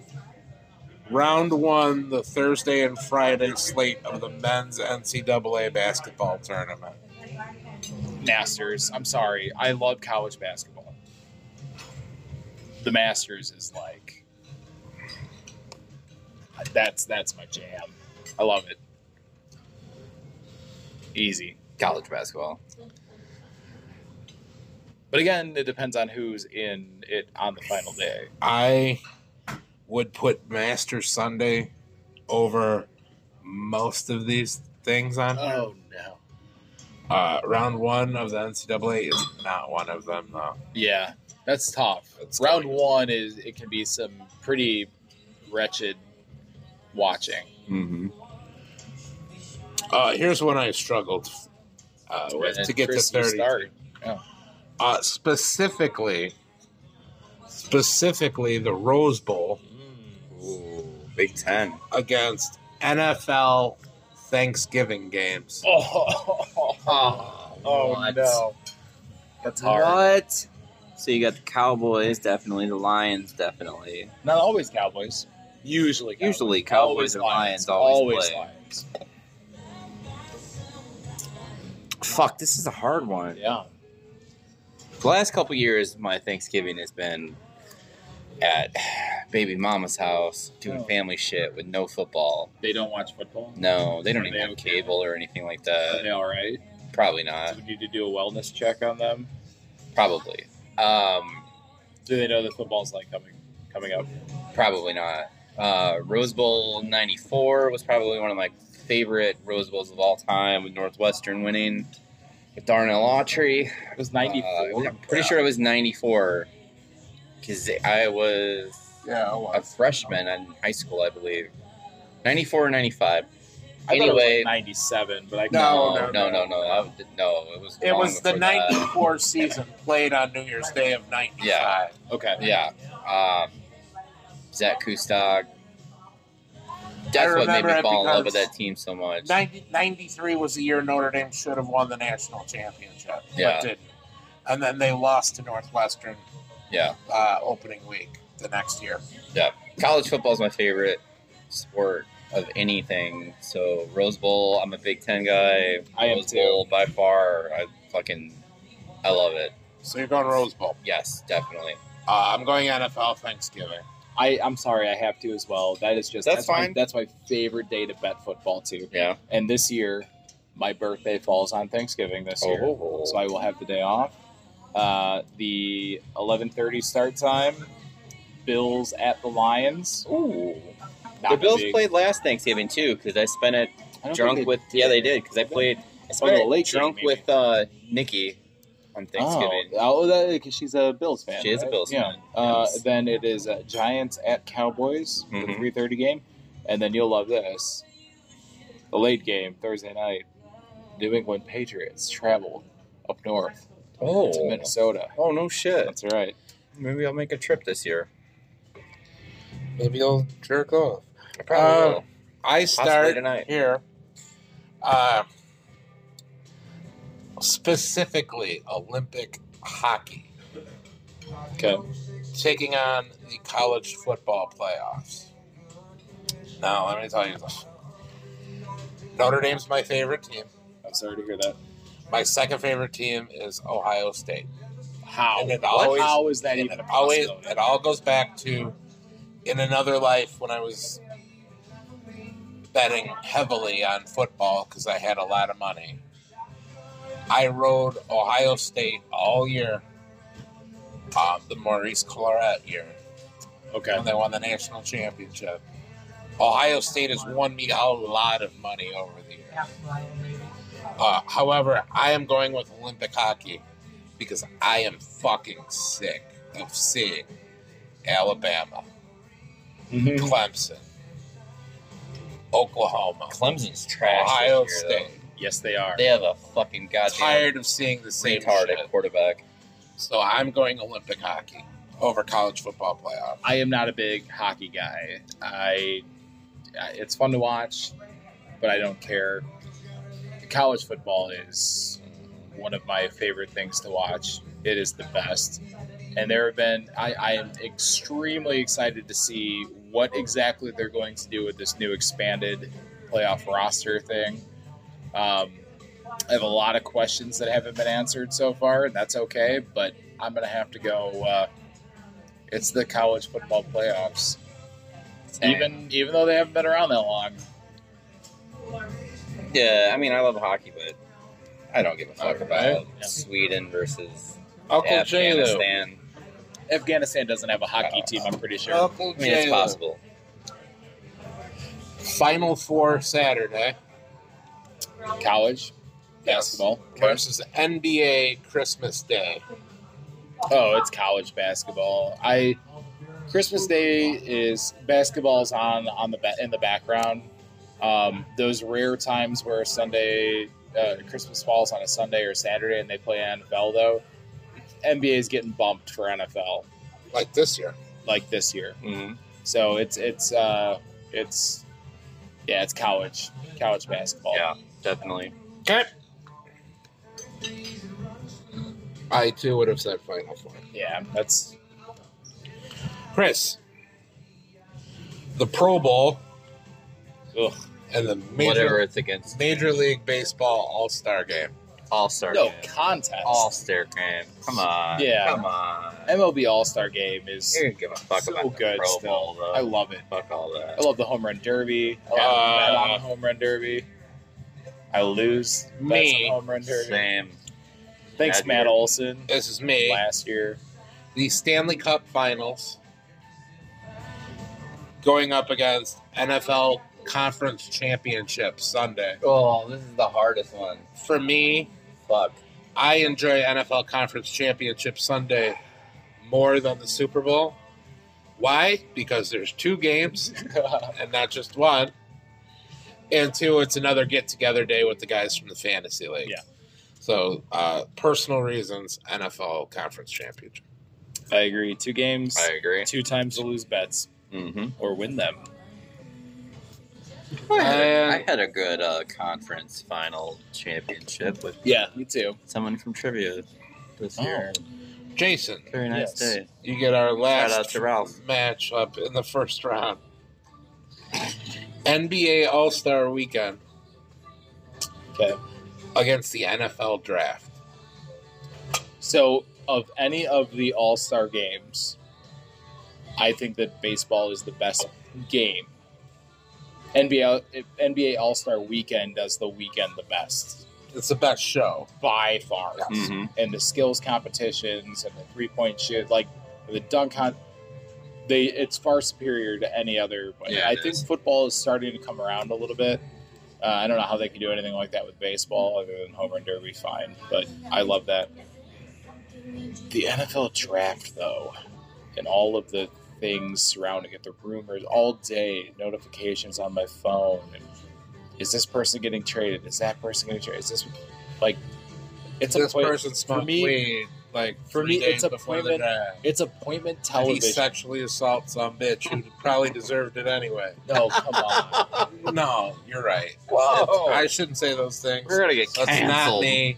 Speaker 4: round one, the Thursday and Friday slate of the men's NCAA basketball tournament.
Speaker 2: Masters. I'm sorry. I love college basketball. The Masters is like that's that's my jam. I love it. Easy.
Speaker 3: College basketball.
Speaker 2: But again, it depends on who's in it on the final day.
Speaker 4: I would put Masters Sunday over most of these things on here.
Speaker 2: Oh no.
Speaker 4: Uh, round one of the NCAA is not one of them, though.
Speaker 2: Yeah, that's tough.
Speaker 4: That's
Speaker 2: Round
Speaker 4: tough.
Speaker 2: one is it can be some pretty wretched watching.
Speaker 3: Mm-hmm.
Speaker 4: Uh, here's one I struggled uh, with to get
Speaker 2: Chris,
Speaker 4: to
Speaker 2: you
Speaker 4: 30.
Speaker 2: start.
Speaker 4: uh, specifically, specifically the Rose Bowl
Speaker 3: Ooh, Big Ten.
Speaker 4: against NFL Thanksgiving games.
Speaker 2: Oh,
Speaker 3: Oh,
Speaker 2: no. That's hard.
Speaker 3: What? So you got the Cowboys, definitely. The Lions, definitely.
Speaker 2: Not always Cowboys. Usually, Cowboys.
Speaker 3: Usually Cowboys and Lions always play.
Speaker 2: Lions.
Speaker 3: Fuck, this is a hard one.
Speaker 2: Yeah,
Speaker 3: The last couple years, my Thanksgiving has been at baby mama's house doing
Speaker 2: Oh.
Speaker 3: family shit with no football.
Speaker 2: they don't watch football.
Speaker 3: No, they don't
Speaker 2: Are
Speaker 3: even
Speaker 2: they
Speaker 3: have
Speaker 2: okay?
Speaker 3: cable or anything like
Speaker 2: Are
Speaker 3: that.
Speaker 2: they all right?
Speaker 3: Probably
Speaker 2: Do
Speaker 3: not.
Speaker 2: we need to do a wellness check on them?
Speaker 3: Probably. Um,
Speaker 2: Do they know that football's like coming coming up?
Speaker 3: probably not. Uh, Rose Bowl '94 was probably one of my favorite Rose Bowls of all time, with Northwestern winning with Darnell Autry.
Speaker 2: It was
Speaker 3: Uh,
Speaker 2: ninety four.
Speaker 3: I'm pretty sure it was '94 because I was
Speaker 4: Yeah,
Speaker 3: a freshman in high school, I believe. 94 or 95.
Speaker 2: I thought it was
Speaker 3: Anyway.
Speaker 2: ninety seven, but I
Speaker 4: No,
Speaker 3: no, no, no. No, I would- no, it was.
Speaker 4: It
Speaker 3: long
Speaker 4: was the
Speaker 3: before that.
Speaker 4: '94 season played on New Year's Day of '95.
Speaker 3: Yeah.
Speaker 2: Okay,
Speaker 3: Yeah. Um, Zach Kustak.
Speaker 4: I
Speaker 3: That's what made
Speaker 4: remember
Speaker 3: me
Speaker 4: it
Speaker 3: fall in love with
Speaker 4: because-
Speaker 3: that team so much.
Speaker 4: 90, 93 was the year Notre Dame should have won the national championship,
Speaker 3: Yeah.
Speaker 4: but didn't. And then they lost to Northwestern
Speaker 3: Yeah.
Speaker 4: uh, opening week the next year.
Speaker 3: College football is my favorite sport of anything. So, Rose Bowl, I'm a Big Ten guy.
Speaker 2: I am
Speaker 3: Rose
Speaker 2: too.
Speaker 3: Bowl, by far. I fucking. I love it.
Speaker 4: So you're going Rose Bowl.
Speaker 3: Yes, definitely.
Speaker 4: Uh, I'm going NFL Thanksgiving.
Speaker 2: I I'm sorry, I have to as well. That is just
Speaker 3: That's
Speaker 2: my-
Speaker 3: fine.
Speaker 2: that's my favorite day to bet football too.
Speaker 3: Yeah.
Speaker 2: And this year, my birthday falls on Thanksgiving this year.
Speaker 3: Oh.
Speaker 2: so I will have the day off. Uh, the 11:30 start time Bills at the Lions.
Speaker 3: Ooh.
Speaker 2: Not
Speaker 3: the Bills
Speaker 2: big-
Speaker 3: played last Thanksgiving too, because I spent it
Speaker 2: I don't
Speaker 3: drunk
Speaker 2: think they
Speaker 3: with. Yeah, they did because I played. I spent
Speaker 2: the
Speaker 3: it
Speaker 2: late game,
Speaker 3: drunk
Speaker 2: maybe.
Speaker 3: with uh, Nikki on Thanksgiving.
Speaker 2: Oh, oh that, because she's a Bills fan.
Speaker 3: She is a
Speaker 2: right?
Speaker 3: Bills
Speaker 2: yeah.
Speaker 3: fan.
Speaker 2: Uh,
Speaker 3: Yes.
Speaker 2: Then it is uh, Giants at Cowboys, the
Speaker 3: Mhm.
Speaker 2: three thirty game, and then you'll love this. The late game Thursday night, New England Patriots travel up north to
Speaker 3: Oh,
Speaker 2: Minnesota.
Speaker 3: oh no shit!
Speaker 2: That's right.
Speaker 3: Maybe I'll make a trip this year.
Speaker 5: Maybe I'll jerk off.
Speaker 3: I
Speaker 5: Uh,
Speaker 3: probably will.
Speaker 4: I
Speaker 3: Possibly
Speaker 4: start
Speaker 3: tonight.
Speaker 4: here. Uh, specifically, Olympic hockey
Speaker 2: Okay.
Speaker 4: taking on the college football playoffs. Now, let me tell you something. Notre Dame's my favorite team.
Speaker 2: I'm sorry to hear that.
Speaker 4: My second favorite team is Ohio State.
Speaker 2: How?
Speaker 4: And it
Speaker 2: What-
Speaker 4: always-
Speaker 2: how is that
Speaker 4: and
Speaker 2: even
Speaker 4: it
Speaker 2: a
Speaker 4: always
Speaker 2: possibility?
Speaker 4: it all goes back to in another life when I was betting heavily on football because I had a lot of money. I rode Ohio State all year, um, the Maurice Claret year
Speaker 2: Okay.
Speaker 4: when they won the national championship. Ohio State has won me a lot of money over the years. Uh, however, I am going with Olympic hockey because I am fucking sick of seeing Alabama,
Speaker 3: Mm-hmm.
Speaker 2: Mhm.
Speaker 4: Clemson, Oklahoma,
Speaker 3: Clemson's trash. this
Speaker 4: Ohio
Speaker 3: year,
Speaker 4: State.
Speaker 2: Yes, they are.
Speaker 3: though. They have a fucking goddamn
Speaker 4: Tired of seeing the same
Speaker 3: retarded
Speaker 4: shit.
Speaker 3: quarterback.
Speaker 4: So I'm going Olympic hockey over college football playoff.
Speaker 2: I am not a big hockey guy. I, I it's fun to watch, but I don't care. College football is one of my favorite things to watch. It is the best. And there have been I, I am extremely excited to see what exactly they're going to do with this new expanded playoff roster thing. Um, I have a lot of questions that haven't been answered so far, and that's okay. But I'm gonna have to go. Uh, it's the college football playoffs. Even even though they haven't been around that long,
Speaker 3: Yeah, I mean, I love hockey, but I don't give a fuck
Speaker 2: Okay.
Speaker 3: about
Speaker 2: Yeah.
Speaker 3: Sweden versus
Speaker 4: Uncle J Lo.
Speaker 3: Afghanistan.
Speaker 2: Afghanistan doesn't have a hockey team. I'm pretty sure.
Speaker 4: Uncle
Speaker 3: I mean, it's
Speaker 4: J Lo.
Speaker 3: possible.
Speaker 4: Final four Saturday.
Speaker 2: College
Speaker 4: Yes.
Speaker 2: basketball.
Speaker 4: versus NBA Christmas Day.
Speaker 2: Oh, it's college basketball. I Christmas Day is basketball's on on the ba- in the background. Um, those rare times where Sunday uh, Christmas falls on a Sunday or Saturday, and they play NFL though. NBA is getting bumped for NFL
Speaker 4: Like this year.
Speaker 2: like this year.
Speaker 3: Mhm.
Speaker 2: So it's it's uh it's yeah, it's college college basketball.
Speaker 3: Yeah, definitely.
Speaker 4: Okay. I too would have said Final Four.
Speaker 2: Yeah, that's
Speaker 4: Chris, the Pro Bowl
Speaker 2: ugh.
Speaker 4: and the
Speaker 3: Whatever
Speaker 4: major
Speaker 3: it's against.
Speaker 4: Major League Baseball All Star Game.
Speaker 3: All star.
Speaker 2: no contest.
Speaker 3: All star game. Come on.
Speaker 2: Yeah.
Speaker 3: Come on.
Speaker 2: MLB All Star Game is
Speaker 3: You don't give a fuck
Speaker 2: so
Speaker 3: about the
Speaker 2: good
Speaker 3: Pro
Speaker 2: still.
Speaker 3: Bowl, though.
Speaker 2: I love it.
Speaker 3: fuck all
Speaker 2: I
Speaker 3: that.
Speaker 2: love the home run derby. I love
Speaker 4: Uh,
Speaker 2: bet on the home run derby. I lose bets
Speaker 4: me.
Speaker 2: on home run derby.
Speaker 3: Same.
Speaker 2: Thanks,
Speaker 3: Bad
Speaker 2: Matt
Speaker 3: year.
Speaker 2: Olson.
Speaker 4: This is me.
Speaker 2: Last year,
Speaker 4: The Stanley Cup Finals going up against NFL Conference Championship Sunday.
Speaker 3: Oh, this is the hardest one.
Speaker 4: For me,
Speaker 3: Fuck.
Speaker 4: I enjoy NFL Conference Championship Sunday more than the Super Bowl. Why? Because there's two games and not just one. And two, it's another get together day with the guys from the fantasy league.
Speaker 2: Yeah.
Speaker 4: So, uh, personal reasons, NFL Conference Championship.
Speaker 2: I agree. Two games,
Speaker 3: I agree.
Speaker 2: two times to lose bets
Speaker 3: Mm-hmm.
Speaker 2: or win them.
Speaker 4: And-
Speaker 3: I had a good uh, conference final championship with
Speaker 2: Yeah, me too.
Speaker 3: someone from trivia this
Speaker 2: Oh.
Speaker 3: year.
Speaker 4: Uh, Jason,
Speaker 3: Very
Speaker 2: Yes.
Speaker 3: nice day.
Speaker 4: you get our
Speaker 3: Shout out
Speaker 4: last
Speaker 3: to Ralph.
Speaker 4: matchup in the first round. NBA All Star Weekend.
Speaker 2: Okay.
Speaker 4: Against the NFL Draft.
Speaker 2: So, of any of the All Star games, I think that baseball is the best game. NBA if NBA All Star Weekend does the weekend the best
Speaker 4: It's the best show.
Speaker 2: by far,
Speaker 3: Mhm.
Speaker 2: and the skills competitions and the three point shoot, like the dunk hunt. they it's far superior to any other. But
Speaker 9: Yeah,
Speaker 2: I
Speaker 9: it
Speaker 2: think
Speaker 9: is.
Speaker 2: football is starting to come around a little bit. Uh, I don't know how they can do anything like that with baseball other than home run derby, fine. But I love that. The NFL draft, though, and all of the things surrounding it, the rumors all day, notifications on my phone. And is this person getting traded? Is that person getting traded? Is this like it's
Speaker 4: this
Speaker 2: a play-
Speaker 4: person smoked
Speaker 2: me-
Speaker 4: weed like
Speaker 2: for
Speaker 4: three
Speaker 2: me, it's
Speaker 4: days before the
Speaker 2: appointment
Speaker 4: draft.
Speaker 2: it's appointment
Speaker 4: And he
Speaker 2: television.
Speaker 4: sexually assaults some bitch who probably deserved it anyway.
Speaker 2: No, Oh, come on.
Speaker 4: No, you're right.
Speaker 2: Oh.
Speaker 3: Whoa.
Speaker 4: I shouldn't say those things.
Speaker 3: We're gonna get
Speaker 4: That's not
Speaker 3: canceled.
Speaker 4: me,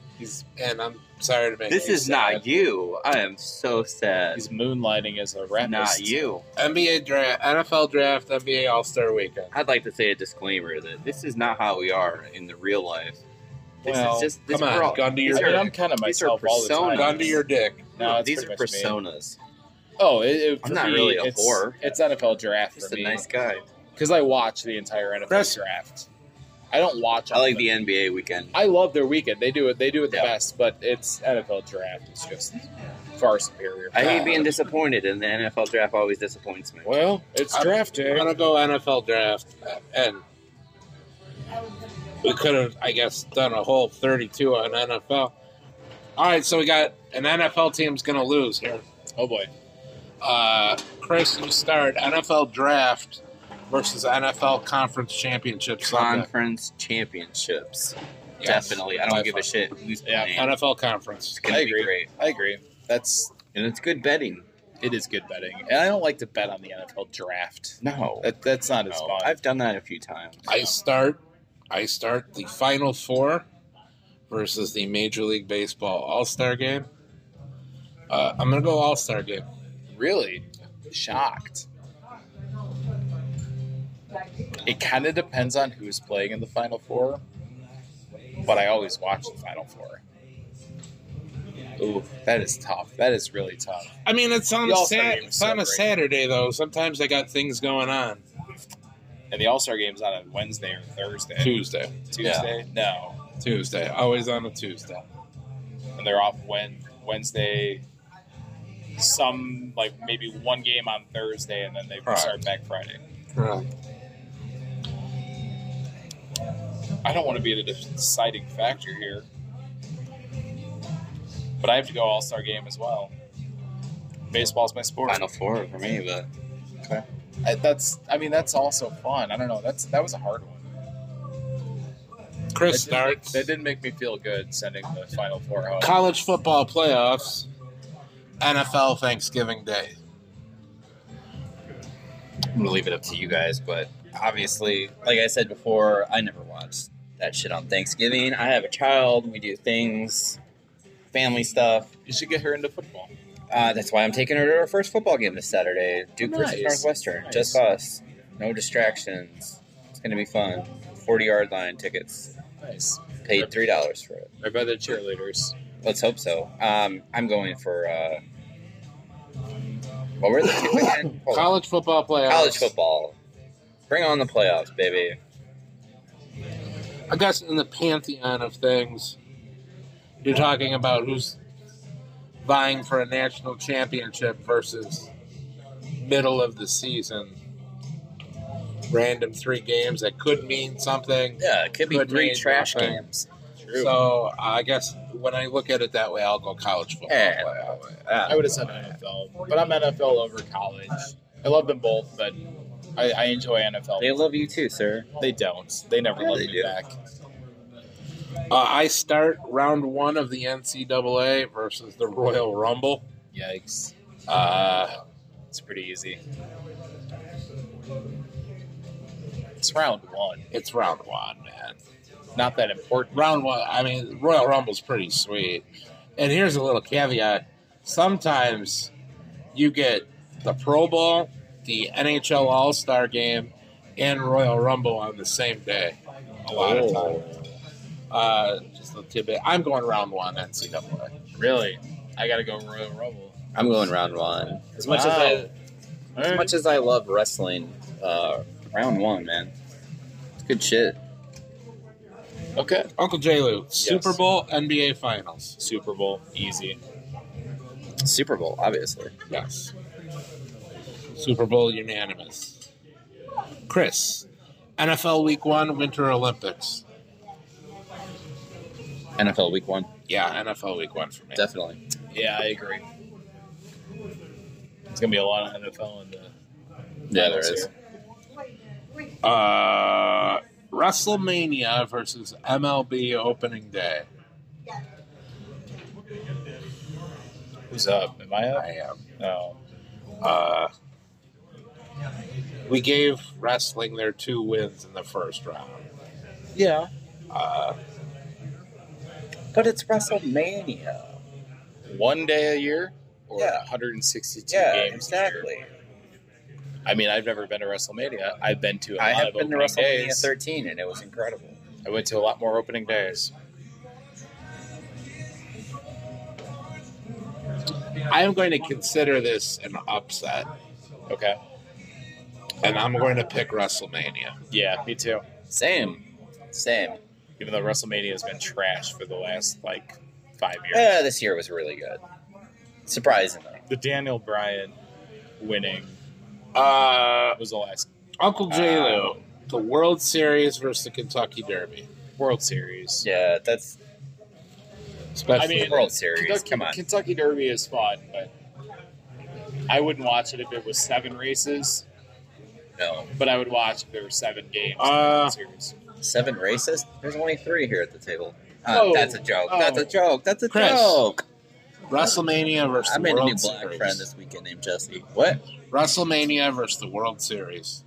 Speaker 4: and I'm sorry to make
Speaker 3: This
Speaker 4: you
Speaker 3: is
Speaker 4: sad.
Speaker 3: not you. I am so sad.
Speaker 2: He's moonlighting as a rapper.
Speaker 3: Not you.
Speaker 4: NBA draft, NFL draft, NBA All Star weekend.
Speaker 3: I'd like to say a disclaimer that this is not how we are in the real life. This
Speaker 2: Well,
Speaker 3: is just this
Speaker 4: Come on,
Speaker 3: we're all-
Speaker 4: gun to
Speaker 2: I
Speaker 4: your
Speaker 2: mean, I'm
Speaker 4: dick.
Speaker 2: kind of
Speaker 3: These are
Speaker 2: myself all the time.
Speaker 3: personas.
Speaker 4: Gun to your dick.
Speaker 2: No, it's
Speaker 3: these are
Speaker 2: pretty much me.
Speaker 3: personas.
Speaker 2: Oh, it, it,
Speaker 3: I'm
Speaker 2: for
Speaker 3: not
Speaker 2: me,
Speaker 3: really a
Speaker 2: it's,
Speaker 3: whore.
Speaker 2: It's NFL draft
Speaker 3: Just
Speaker 2: for
Speaker 3: a
Speaker 2: me
Speaker 3: nice guy.
Speaker 2: because I watch the entire NFL
Speaker 4: Chris.
Speaker 2: draft. I don't watch.
Speaker 3: I like
Speaker 2: all
Speaker 3: the
Speaker 2: of it.
Speaker 3: NBA weekend.
Speaker 2: I love their weekend. They do it. They do it the
Speaker 3: Yeah.
Speaker 2: best. But it's NFL draft is just far superior.
Speaker 3: I hate being disappointed, and the NFL draft always disappoints me.
Speaker 2: Well, it's
Speaker 4: I'm-
Speaker 2: draft
Speaker 4: I'm
Speaker 2: day.
Speaker 4: gonna go NFL draft, uh, and we could have, I guess, done a whole 32 on NFL. All right, so we got an NFL team's gonna lose here.
Speaker 2: Oh boy.
Speaker 4: Uh, Chris, you start NFL draft versus NFL conference championship Sunday.
Speaker 3: Conference championships.
Speaker 4: Yes.
Speaker 3: Definitely. I don't
Speaker 4: By
Speaker 3: give
Speaker 4: far.
Speaker 3: a shit who's
Speaker 2: Yeah.
Speaker 3: playing.
Speaker 4: NFL conference.
Speaker 3: It's gonna
Speaker 2: I
Speaker 3: be
Speaker 2: agree.
Speaker 3: great,
Speaker 2: I agree. That's
Speaker 3: and it's good betting.
Speaker 2: it is good betting, and I don't like to bet on the NFL draft.
Speaker 3: No,
Speaker 2: That, that's not as
Speaker 3: No.
Speaker 2: fun.
Speaker 3: I've done that a few times.
Speaker 4: I start I start the final four versus the Major League Baseball All Star game. Uh, I'm gonna go All Star game.
Speaker 2: really shocked. It kind of depends on who's playing in the Final Four, but I always watch the Final Four. Ooh, that is tough. That is really tough.
Speaker 4: I mean, it's on
Speaker 2: The
Speaker 4: a
Speaker 2: All-Star
Speaker 4: Sat-
Speaker 2: game is
Speaker 4: it's on a
Speaker 2: so great.
Speaker 4: Saturday though. Sometimes I got things going on
Speaker 2: And the All Star game's on a Wednesday or Thursday.
Speaker 4: Tuesday.
Speaker 2: Tuesday? No.
Speaker 4: Tuesday, always on a Tuesday.
Speaker 2: And they're off when Wednesday. Some like maybe one game on Thursday, and then they
Speaker 4: Right.
Speaker 2: start back Friday.
Speaker 4: Right.
Speaker 2: I don't want to be the deciding factor here, but I have to go All Star Game as well. Baseball's my sport.
Speaker 3: Final four for me, but
Speaker 2: I, that's, I mean, that's also fun. I don't know. That's that was a hard one.
Speaker 4: Chris
Speaker 2: That didn't, make,
Speaker 4: starts
Speaker 2: that didn't make me feel good sending the Final Four home.
Speaker 4: college football playoffs, NFL Thanksgiving Day.
Speaker 3: I'm gonna leave it up to you guys. But obviously, like I said before, I never watched that shit on Thanksgiving. I have a child. We do things, family stuff.
Speaker 2: You should get her into football.
Speaker 3: Uh, that's why I'm taking her to our first football game this Saturday. Duke versus
Speaker 2: Nice.
Speaker 3: Northwestern.
Speaker 2: Nice.
Speaker 3: Just us. No distractions. It's gonna be fun. Forty yard line tickets.
Speaker 2: Nice.
Speaker 3: Paid three dollars for it.
Speaker 2: Right by the cheerleaders.
Speaker 3: Let's hope so. Um, I'm going for uh, what were the two again? Hold on.
Speaker 4: College football playoffs.
Speaker 3: Oh. College football. Bring on the playoffs, baby.
Speaker 4: I guess in the pantheon of things, you're talking about who's vying for a national championship versus middle of the season. Random three games that could mean something.
Speaker 3: Yeah, it could be
Speaker 4: Good
Speaker 3: three
Speaker 4: name,
Speaker 3: trash
Speaker 4: nothing.
Speaker 3: games.
Speaker 2: True.
Speaker 4: So I guess when I look at it that way, I'll go college football.
Speaker 3: Yeah.
Speaker 4: playoff.
Speaker 3: Ah,
Speaker 2: I would have said NFL, but I'm NFL over college. I love them both, but I, I enjoy NFL.
Speaker 3: they love you too, sir.
Speaker 2: They don't. They never
Speaker 3: Yeah,
Speaker 2: love
Speaker 3: they
Speaker 2: me
Speaker 3: do.
Speaker 2: back.
Speaker 4: Uh, I start round one of the NCAA versus the Royal Rumble.
Speaker 2: Yikes.
Speaker 4: Uh,
Speaker 2: It's pretty easy. It's round one.
Speaker 4: it's round one, man.
Speaker 2: Not that important.
Speaker 4: round one. I mean, Royal Rumble's pretty sweet. And here's a little caveat: sometimes you get the Pro Bowl, the NHL All Star Game, and Royal Rumble on the same day. A lot of times. Uh, just a tidbit. I'm going round one NCAA.
Speaker 2: Really? I gotta go Royal Rumble.
Speaker 3: I'm going round one. As much
Speaker 2: Wow.
Speaker 3: as I, as much as I love wrestling, uh, round one, man. It's good shit.
Speaker 2: Okay.
Speaker 4: Uncle J. Lou, Super Bowl, NBA Finals.
Speaker 2: Super Bowl, easy.
Speaker 3: Super Bowl, obviously.
Speaker 4: Yes. Super Bowl unanimous. Chris, NFL Week One, Winter Olympics.
Speaker 3: NFL Week One,
Speaker 4: Yeah, NFL Week One for me.
Speaker 3: definitely.
Speaker 2: Yeah, I agree. It's gonna be a lot of NFL in the
Speaker 3: Yeah, there is.
Speaker 4: Uh, WrestleMania versus MLB Opening Day.
Speaker 2: Who's up? Am I up?
Speaker 4: I am.
Speaker 2: No.
Speaker 4: Uh, we gave wrestling their two wins in the first round.
Speaker 2: Yeah.
Speaker 4: Uh,
Speaker 10: But it's WrestleMania.
Speaker 2: One day a year or
Speaker 10: Yeah.
Speaker 2: 162
Speaker 10: Yeah,
Speaker 2: games. a year?
Speaker 10: exactly.
Speaker 2: I mean, I've never been to WrestleMania. I've been to a
Speaker 3: I
Speaker 2: lot
Speaker 3: have
Speaker 2: of
Speaker 3: been to
Speaker 2: opening
Speaker 3: WrestleMania
Speaker 2: days.
Speaker 3: 13,
Speaker 10: And it was incredible.
Speaker 2: I went to a lot more opening days.
Speaker 4: I am going to consider this an upset,
Speaker 2: Okay.
Speaker 4: and I'm going to pick WrestleMania.
Speaker 2: Yeah, me too.
Speaker 3: same, same.
Speaker 2: Even though WrestleMania has been trash for the last like five years.
Speaker 3: Yeah, Uh, this year was really good. Surprisingly,
Speaker 2: The Daniel Bryan winning
Speaker 4: Uh,
Speaker 2: was the last
Speaker 4: Uncle J
Speaker 3: Um,
Speaker 4: Lo, the World Series versus the Kentucky Derby.
Speaker 2: World Series.
Speaker 3: yeah, that's
Speaker 2: I
Speaker 4: Especially
Speaker 2: mean,
Speaker 3: World Series.
Speaker 2: Kentucky,
Speaker 3: Come on,
Speaker 2: Kentucky Derby is fun, but I wouldn't watch it if it was seven races.
Speaker 3: no,
Speaker 2: But I would watch if there were seven games. in the
Speaker 4: Uh,
Speaker 2: World Series.
Speaker 3: seven races. There's only three here at the table. Uh,
Speaker 2: Oh,
Speaker 3: that's a joke.
Speaker 2: oh.
Speaker 3: That's a joke. That's a
Speaker 4: Chris.
Speaker 3: joke.
Speaker 4: WrestleMania versus
Speaker 3: I
Speaker 4: the
Speaker 3: made a
Speaker 4: World
Speaker 3: new black
Speaker 4: Series.
Speaker 3: friend this weekend named Jesse. What?
Speaker 4: WrestleMania versus the World Series.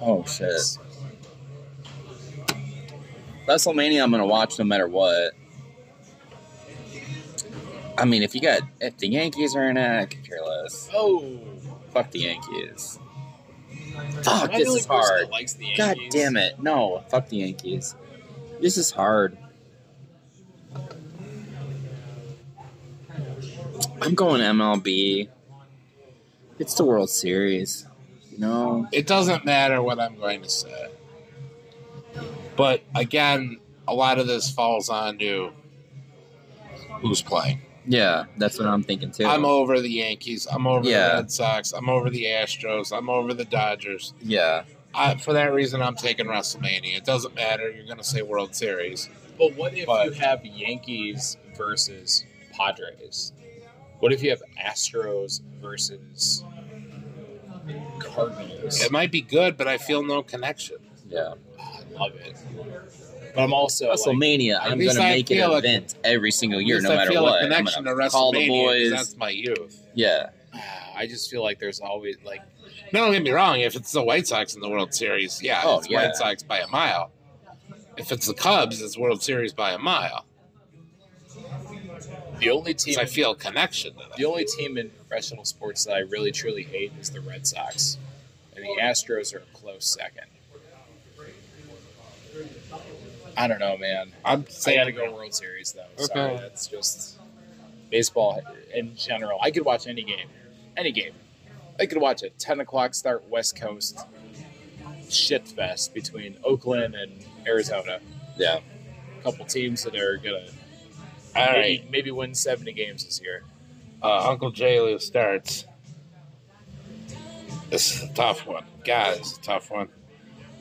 Speaker 3: Oh shit. WrestleMania, I'm gonna watch no matter what. I mean, if you got if the Yankees are in it, I could care less.
Speaker 2: Oh,
Speaker 3: Fuck the Yankees. Fuck,
Speaker 2: I'm
Speaker 3: this
Speaker 2: the only
Speaker 3: is
Speaker 2: person
Speaker 3: hard.
Speaker 2: that likes the
Speaker 3: God
Speaker 2: Yankees.
Speaker 3: damn it! No, fuck the Yankees. This is hard. I'm going MLB. It's the World Series. You know,
Speaker 4: It doesn't matter what I'm going to say. But again, a lot of this falls onto who's playing.
Speaker 3: Yeah, that's what I'm thinking too.
Speaker 4: I'm over the Yankees. I'm over
Speaker 3: Yeah.
Speaker 4: the Red Sox. I'm over the Astros. I'm over the Dodgers.
Speaker 3: yeah,
Speaker 4: I, for that reason, I'm taking WrestleMania. It doesn't matter. You're going to say World Series.
Speaker 2: But what if you
Speaker 4: But-
Speaker 2: have Yankees versus Padres? What if you have Astros versus Cardinals?
Speaker 4: It might be good, but I feel no connection.
Speaker 3: yeah.
Speaker 2: I love it. But I'm also like,
Speaker 3: WrestleMania,
Speaker 4: at
Speaker 3: I'm
Speaker 4: least
Speaker 3: gonna
Speaker 4: I
Speaker 3: make it an
Speaker 4: feel a-
Speaker 3: event every single year,
Speaker 4: At
Speaker 3: no
Speaker 4: least I
Speaker 3: matter
Speaker 4: feel
Speaker 3: what.
Speaker 4: a
Speaker 3: I'm
Speaker 4: connection to
Speaker 3: gonna
Speaker 4: WrestleMania.
Speaker 3: call the
Speaker 4: 'cause
Speaker 3: boys.
Speaker 4: That's my youth.
Speaker 3: Yeah,
Speaker 2: ah, I just feel like there's always like
Speaker 4: No, don't get me wrong. If it's the White Sox in the World Series, yeah,
Speaker 3: Oh,
Speaker 4: it's
Speaker 3: yeah.
Speaker 4: White Sox by a mile. If it's the Cubs, it's World Series by a mile.
Speaker 2: the only team
Speaker 4: 'Cause I feel a connection to
Speaker 2: The
Speaker 4: that.
Speaker 2: only team in professional sports that I really truly hate is the Red Sox, and the Astros are a close second. I don't know, man.
Speaker 4: I'm
Speaker 2: I got to
Speaker 4: saying
Speaker 2: go World Series though.
Speaker 4: Okay.
Speaker 2: Sorry, that's just baseball in general. I could watch any game, any game. I could watch a ten o'clock start West Coast shit fest between Oakland and Arizona.
Speaker 3: yeah.
Speaker 2: A couple teams that are gonna
Speaker 4: All
Speaker 2: maybe,
Speaker 4: right,
Speaker 2: maybe win seventy games this year.
Speaker 4: uh, Uncle Jalu starts. This is a tough one, guys. It's a tough one.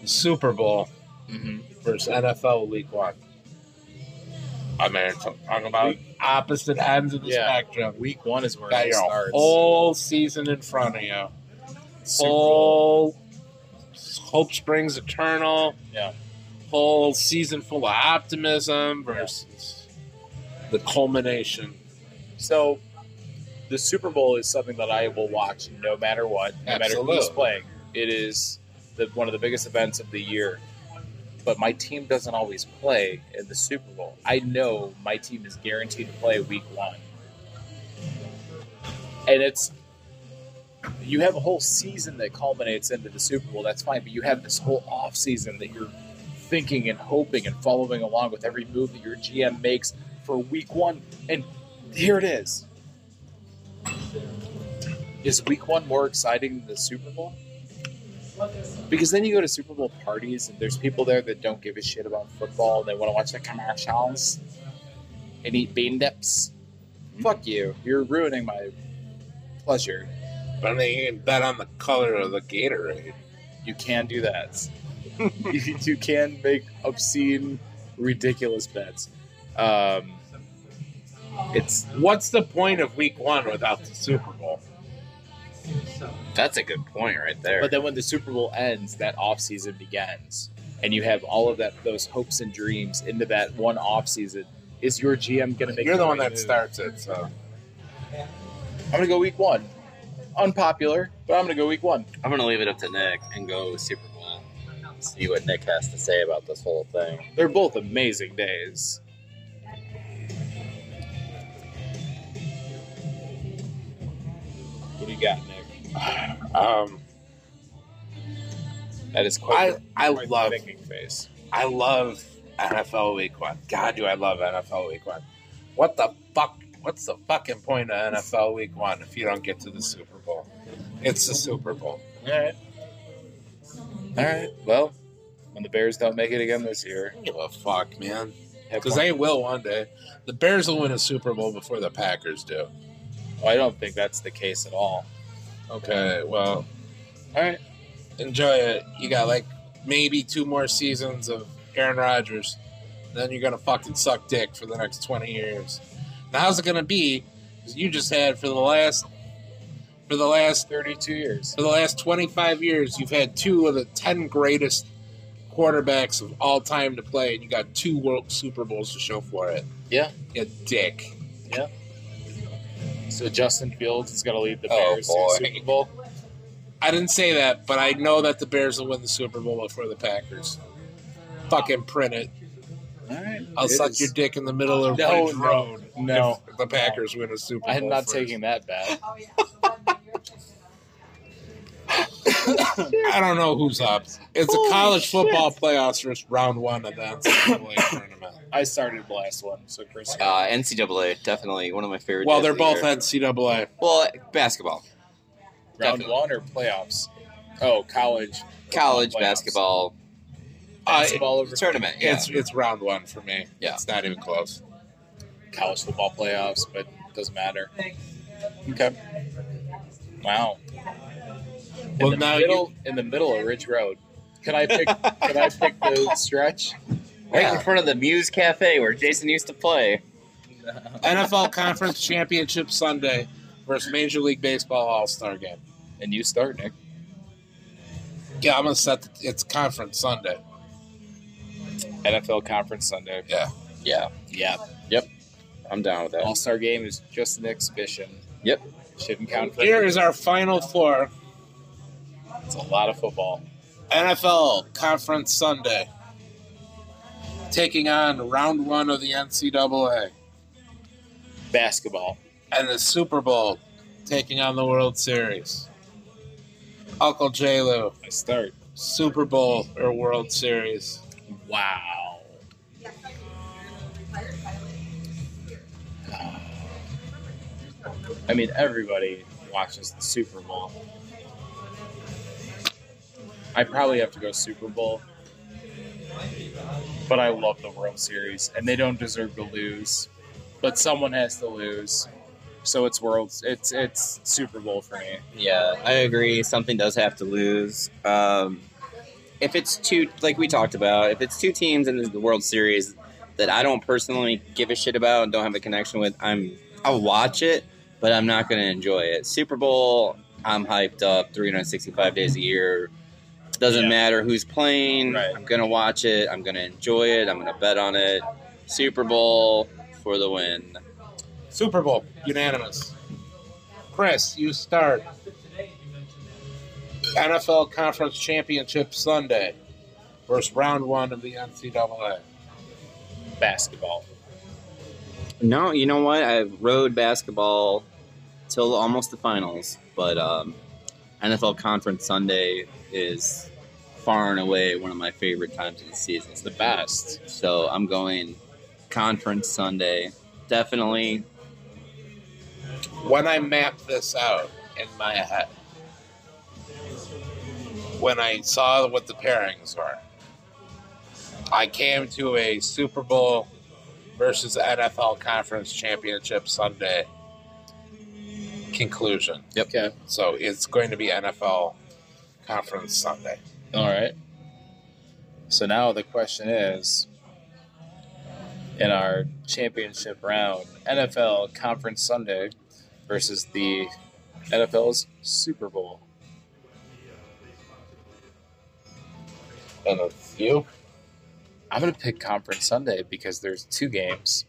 Speaker 4: The Super Bowl Mm-hmm. versus NFL Week One. I mean, it's talking about opposite ends of the
Speaker 2: Yeah.
Speaker 4: spectrum.
Speaker 2: Week one is where
Speaker 4: Got
Speaker 2: it
Speaker 4: your
Speaker 2: starts.
Speaker 4: whole season in front of you.
Speaker 2: Super Bowl.
Speaker 4: whole hope springs eternal.
Speaker 2: Yeah.
Speaker 4: Whole season full of optimism versus the culmination.
Speaker 2: So the Super Bowl is something that I will watch no matter what, no matter who's
Speaker 4: Absolutely.
Speaker 2: playing. It is the, one of the biggest events of the year. But my team doesn't always play in the Super Bowl. I know my team is guaranteed to play week one. And it's you have a whole season that culminates into the Super Bowl, that's fine, but you have this whole off season that you're thinking and hoping and following along with every move that your GM makes for week one and here it is. Is week one more exciting than the Super Bowl? Because then you go to Super Bowl parties and there's people there that don't give a shit about football and they want to watch the commercials and eat bean dips. Fuck you. You're ruining my pleasure.
Speaker 4: But I mean, you can bet on the color of the Gatorade.
Speaker 2: You can do that. you, you can make obscene, ridiculous bets. Um, it's
Speaker 4: What's the point of Week One without the Super Bowl?
Speaker 3: That's a good point right there.
Speaker 2: But then when the Super Bowl ends, that offseason begins. And you have all of that those hopes and dreams into that one offseason. Is your GM gonna make
Speaker 4: You're the
Speaker 2: right
Speaker 4: one that
Speaker 2: move?
Speaker 4: starts it, so
Speaker 2: I'm gonna go week one. Unpopular, but I'm gonna go week one.
Speaker 3: I'm gonna leave it up to Nick and go Super Bowl. See what Nick has to say about this whole thing.
Speaker 2: They're both amazing days. What do you got, Nick?
Speaker 4: um,
Speaker 2: That is
Speaker 4: I
Speaker 2: quite
Speaker 4: I
Speaker 2: quite the
Speaker 4: love
Speaker 2: thinking face.
Speaker 4: I love NFL Week One. God, do I love NFL Week One? What the fuck? What's the fucking point of NFL Week One if you don't get to the Super Bowl? It's the Super Bowl.
Speaker 2: Alright. Alright. Well, when the Bears don't make it again this year,
Speaker 4: I don't give a fuck, man.
Speaker 2: have
Speaker 4: Because
Speaker 2: fun.
Speaker 4: they will one day. The Bears will win a Super Bowl before the Packers do.
Speaker 2: Oh, I don't think that's the case at all.
Speaker 4: Okay, well,
Speaker 2: All right.
Speaker 4: enjoy it. You got like maybe two more seasons of Aaron Rodgers. Then you're gonna fucking suck dick for the next twenty years. Now how's it gonna be? 'Cause You just had for the last for the last
Speaker 2: 32 years.
Speaker 4: for the last 25 years, you've had two of the 10 greatest quarterbacks of all time to play, and you got two World Super Bowls to show for it.
Speaker 2: Yeah.
Speaker 4: You dick.
Speaker 2: So Justin Fields is going to lead the
Speaker 4: Oh,
Speaker 2: Bears
Speaker 4: boy.
Speaker 2: to the Super Bowl.
Speaker 4: I didn't say that, but I know that the Bears will win the Super Bowl before the Packers. Fucking print it.
Speaker 2: All right.
Speaker 4: I'll suck your dick in the middle of
Speaker 2: No,
Speaker 4: Ridge
Speaker 2: no,
Speaker 4: Road.
Speaker 2: no.
Speaker 4: if the Packers win a Super Bowl.
Speaker 2: I'm not
Speaker 4: first.
Speaker 2: taking that bet.
Speaker 4: I don't know who's up. It's a college football playoffs versus round one of the NCAA tournament.
Speaker 2: I started the last one, so Chris.
Speaker 3: Uh, NCAA definitely one of my favorite.
Speaker 4: Well,
Speaker 3: days
Speaker 4: they're
Speaker 3: of the year.
Speaker 4: both NCAA.
Speaker 3: well basketball,
Speaker 2: round
Speaker 3: definitely.
Speaker 2: one or playoffs? Oh, college.
Speaker 3: college
Speaker 2: Playoffs.
Speaker 3: basketball
Speaker 4: Uh,
Speaker 2: Basketball over
Speaker 3: tournament. Yeah.
Speaker 4: It's it's round one for me.
Speaker 3: Yeah.
Speaker 4: It's not even close.
Speaker 2: college football playoffs, but doesn't matter. Okay. Wow. In
Speaker 4: Well,
Speaker 2: the
Speaker 4: now you-
Speaker 2: middle, in the middle of Ridge Road. Can I pick? can I pick the stretch?
Speaker 3: right
Speaker 4: Yeah.
Speaker 3: in front of the Muse Cafe where Jason used to play.
Speaker 4: NFL Conference Championship Sunday versus Major League Baseball All Star Game.
Speaker 2: And you start, Nick.
Speaker 4: Yeah, I'm gonna set the, it's Conference Sunday.
Speaker 2: NFL Conference Sunday.
Speaker 4: Yeah.
Speaker 3: Yeah,
Speaker 2: Yeah.
Speaker 3: I'm down with
Speaker 2: All Star Game is just an exhibition.
Speaker 3: Yep.
Speaker 2: Shouldn't count for
Speaker 4: Here is our final four
Speaker 2: It's a lot of football.
Speaker 4: NFL Conference Sunday. Taking on round one of the NCAA
Speaker 2: Basketball.
Speaker 4: and the Super Bowl, taking on the World Series. Uncle J Lo,
Speaker 2: I start.
Speaker 4: Super Bowl or World Series?
Speaker 2: Wow. I mean, everybody watches the Super Bowl. I probably have to go Super Bowl. But I love the World Series, and they don't deserve to lose. But someone has to lose. So it's World, it's it's Super Bowl for me.
Speaker 3: Yeah, I agree. Something does have to lose. Um, if it's two, like we talked about, if it's two teams in the World Series that I don't personally give a shit about and don't have a connection with, I'm I'll watch it, but I'm not going to enjoy it. Super Bowl, I'm hyped up. 365 days a year. Doesn't
Speaker 2: Yeah.
Speaker 3: matter who's playing.
Speaker 2: Right.
Speaker 3: I'm gonna watch it. I'm gonna enjoy it. I'm gonna bet on it. Super Bowl for the win.
Speaker 4: Super Bowl, unanimous. Chris, you start. NFL Conference Championship Sunday versus round one of the NCAA.
Speaker 2: Basketball.
Speaker 3: No, you know what? I rode basketball till almost the finals, but um, NFL Conference Sunday is far and away one of my favorite times of the season. It's
Speaker 2: The best.
Speaker 3: So I'm going Conference Sunday. Definitely.
Speaker 4: When I map this out in my head, when I saw what the pairings were, I came to a Super Bowl versus NFL Conference Championship Sunday conclusion.
Speaker 3: Yep.
Speaker 2: Okay.
Speaker 4: So it's going to be NFL conference Sunday.
Speaker 2: All right. So now the question is in our championship round, NFL Conference Sunday versus the NFL's Super Bowl.
Speaker 4: And it's you?
Speaker 2: I'm going to pick Conference Sunday because there's two games.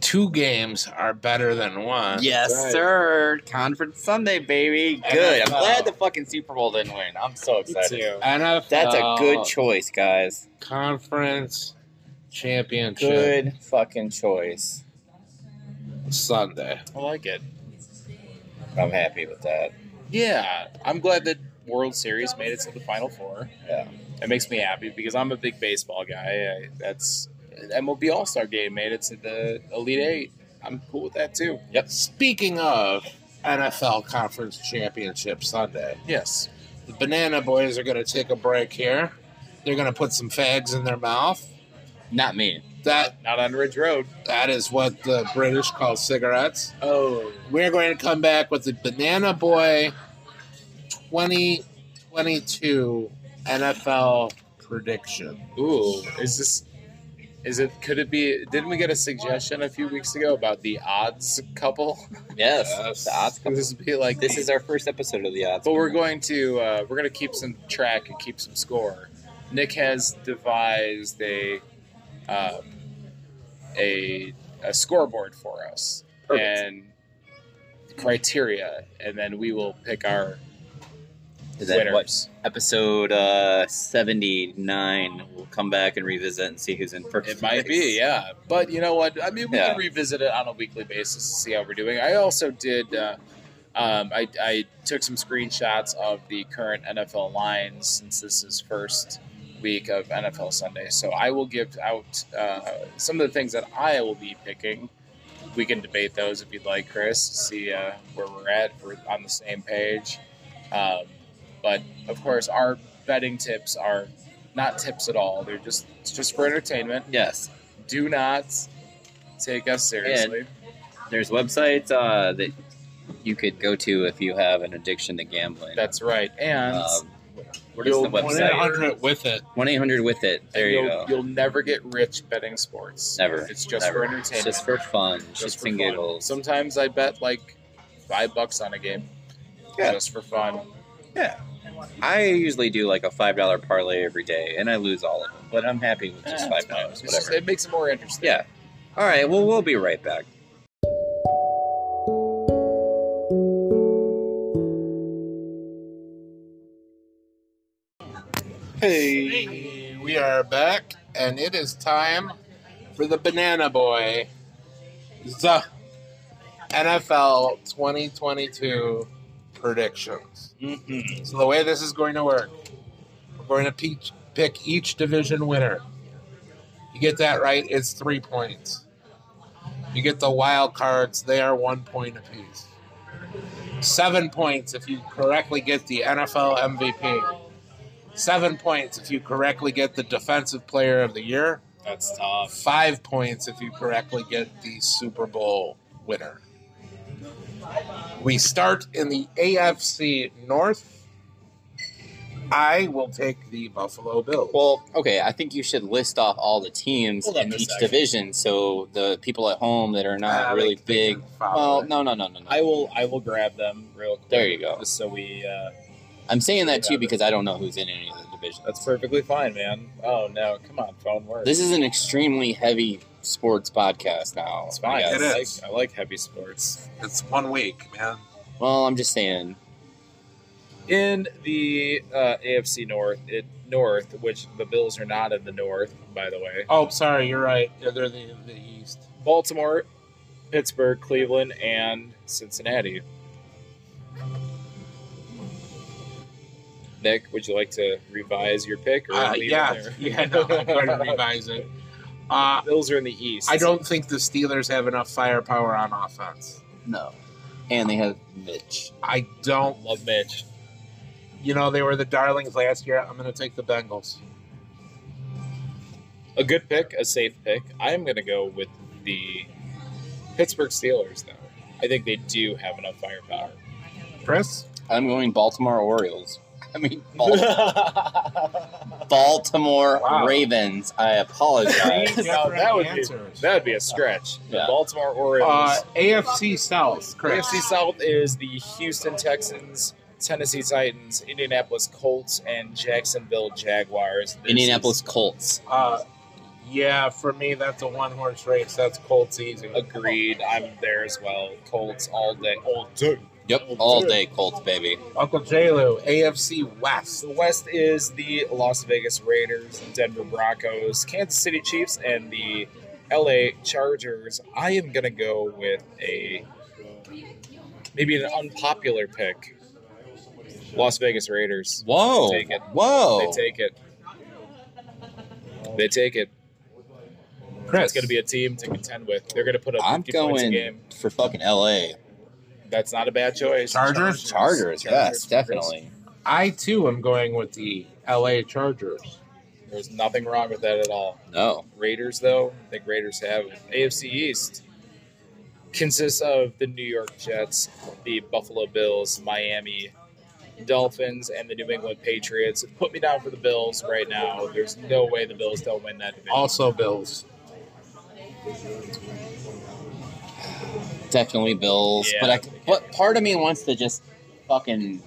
Speaker 4: Two games are better than one.
Speaker 3: Yes,
Speaker 2: Right.
Speaker 3: sir. Conference Sunday, baby. Good. I'm glad the fucking Super Bowl didn't win. I'm so excited.
Speaker 2: Two.
Speaker 4: NFL
Speaker 3: That's a good choice, guys.
Speaker 4: conference championship
Speaker 3: Good fucking choice.
Speaker 4: Sunday.
Speaker 2: I like it.
Speaker 3: I'm happy with that.
Speaker 2: Yeah. I'm glad that World Series made it to the Final Four.
Speaker 3: Yeah.
Speaker 2: It makes me happy because I'm a big baseball guy. I, that's MLB All Star Game made it to the Elite Eight. I'm cool with that too.
Speaker 4: Yep. Speaking of NFL conference championship Sunday,
Speaker 2: Yes.
Speaker 4: the Banana Boys are going to take a break here. They're going to put some fags in their mouth.
Speaker 3: Not me.
Speaker 4: That
Speaker 2: Not on Ridge Road.
Speaker 4: that is what the British call cigarettes.
Speaker 2: Oh.
Speaker 4: We're going to come back with the Banana Boy 2022 NFL prediction.
Speaker 2: Ooh, is this? Is it? Could it be? Didn't we get a suggestion a few weeks ago about the odds couple?
Speaker 3: Yes.
Speaker 4: Yes.
Speaker 3: The odds couple.
Speaker 2: this would be like
Speaker 3: This is our first episode of the odds.
Speaker 2: But we're
Speaker 3: Couple.
Speaker 2: going to uh, we're going to keep some track and keep some score. Nick has devised a um, a a scoreboard for us
Speaker 10: Perfect.
Speaker 2: and criteria, and then we will pick our
Speaker 3: Is that what?
Speaker 2: winners.
Speaker 3: Episode uh, 79. We'll come back and revisit and see who's in first.
Speaker 2: It might
Speaker 3: place.
Speaker 2: be, yeah. But you know what? I mean, we
Speaker 3: Yeah.
Speaker 2: can revisit it on a weekly basis to see how we're doing. I also did. Uh, um, I, I took some screenshots of the current NFL lines since this is first week of NFL Sunday. So I will give out uh, some of the things that I will be picking. We can debate those if you'd like, Chris. to See uh, where we're at. If we're on the same page. Um, but of course, our betting tips are not tips at all. They're just it's just for entertainment
Speaker 3: Yes.
Speaker 2: do not take us seriously.
Speaker 3: There's websites uh, that you could go to if you have an addiction to gambling.
Speaker 2: That's right. And
Speaker 3: um, what is the website?
Speaker 4: 100 with it.
Speaker 3: One eight hundred with it. There you
Speaker 2: will
Speaker 3: go.
Speaker 2: you'll never get rich betting sports.
Speaker 3: Never.
Speaker 2: It's just
Speaker 3: Never.
Speaker 2: for
Speaker 3: It's
Speaker 2: entertainment.
Speaker 3: just for fun,
Speaker 2: Just
Speaker 3: shits
Speaker 2: for
Speaker 3: and
Speaker 2: fun.
Speaker 3: giggles.
Speaker 2: Sometimes I bet like five bucks on a game.
Speaker 3: Yeah.
Speaker 2: Just for fun.
Speaker 3: I usually do like a five dollar parlay every day, and I lose all of them. But I'm happy with just
Speaker 2: Eh,
Speaker 3: five
Speaker 2: it's fine.
Speaker 3: dollars,
Speaker 2: It's just-
Speaker 3: whatever.
Speaker 2: it makes it more interesting.
Speaker 3: yeah. All right. Well, we'll be right back.
Speaker 4: Hey, we are back, and it is time for the Banana Boy. The NFL 2022 predictions. So, the way this is going to work, we're going to peach, pick each division winner. You get that right, it's three points. You get the wild cards, they are one point apiece. Seven points if you correctly get the NFL MVP seven points if you correctly get the defensive player of the year,
Speaker 2: That's tough.
Speaker 4: five points if you correctly get the Super Bowl winner. We start in the AFC North. I will take the Buffalo Bills.
Speaker 3: Well, okay. I think you should list off all the teams
Speaker 2: Hold on
Speaker 3: in
Speaker 2: a
Speaker 3: each
Speaker 2: second. Ah,
Speaker 3: division, so the people at home that are not
Speaker 4: I
Speaker 3: really
Speaker 4: like
Speaker 3: big.
Speaker 4: the
Speaker 3: Well,
Speaker 4: Fowler.
Speaker 3: no, no, no, no, no.
Speaker 2: I will I will grab them real quick.
Speaker 3: There you go.
Speaker 2: Just so we uh,
Speaker 3: I'm saying that too because I don't know who's in any of the divisions.
Speaker 2: that's perfectly fine, man. Oh no, come on, phone works.
Speaker 3: This is an extremely heavy sports podcast now.
Speaker 2: it's fine.
Speaker 3: I
Speaker 4: It
Speaker 3: guess.
Speaker 2: I
Speaker 4: is.
Speaker 2: like I like heavy sports.
Speaker 4: It's one week, man.
Speaker 3: Well, I'm just saying.
Speaker 2: in the uh, AFC North, it, North, which the Bills are not in the North, by the way.
Speaker 4: Oh, sorry, you're right. They're they're the, the East.
Speaker 2: Baltimore, Pittsburgh, Cleveland, and Cincinnati. Nick, would you like to revise your pick? Or
Speaker 4: Uh,
Speaker 2: leave it
Speaker 4: yeah,
Speaker 2: there?
Speaker 4: yeah. No, I'm going to revise it. Uh,
Speaker 2: Bills are in the East.
Speaker 4: I don't think the Steelers have enough firepower on offense.
Speaker 3: No. And they have Mitch.
Speaker 4: I don't
Speaker 2: love Mitch.
Speaker 4: You know, they were the darlings last year. I'm going to take the Bengals.
Speaker 2: A good pick, a safe pick. I'm going to go with the Pittsburgh Steelers, though. I think they do have enough firepower.
Speaker 4: Chris?
Speaker 3: I'm going Baltimore Orioles. I mean, Bal- Baltimore
Speaker 2: Wow.
Speaker 3: Ravens. I apologize.
Speaker 2: No, that would be
Speaker 4: Answers.
Speaker 2: that would be a stretch. The
Speaker 3: Yeah.
Speaker 2: Baltimore Orioles.
Speaker 4: Uh, AFC South, Chris.
Speaker 2: AFC South is the Houston Texans, Tennessee Titans, Indianapolis Colts, and Jacksonville Jaguars. This
Speaker 3: Indianapolis Colts.
Speaker 4: Uh, yeah, for me, that's a one horse race. That's Colts easy.
Speaker 2: is agreed. I'm there as well. Colts all day, all day.
Speaker 3: Yep,
Speaker 2: Oh,
Speaker 3: all day Colts, baby.
Speaker 4: Uncle Jalu, AFC West.
Speaker 2: The West is the Las Vegas Raiders, Denver Broncos, Kansas City Chiefs, and the LA Chargers. I am gonna go with a maybe an unpopular pick. Las Vegas Raiders.
Speaker 3: Whoa,
Speaker 2: Take it. They
Speaker 3: whoa.
Speaker 2: take it. They take it.
Speaker 4: Chris,
Speaker 2: It's going to be a team to contend with. They're going to put up 50
Speaker 3: I'm
Speaker 2: points a game.
Speaker 3: going for fucking L.A.
Speaker 2: That's not a bad choice.
Speaker 4: Chargers?
Speaker 3: Chargers. Yes, definitely.
Speaker 4: I too am going with the LA Chargers.
Speaker 2: There's nothing wrong with that at all.
Speaker 3: No,
Speaker 2: Raiders, though, I think Raiders have it. AFC East consists of the New York Jets, the Buffalo Bills, Miami Dolphins, and the New England Patriots. Put me down for the Bills right now. There's no way the Bills don't win that division.
Speaker 4: Also, Bills.
Speaker 3: definitely Bills.
Speaker 2: Yeah.
Speaker 3: But I, but part of me wants to just fucking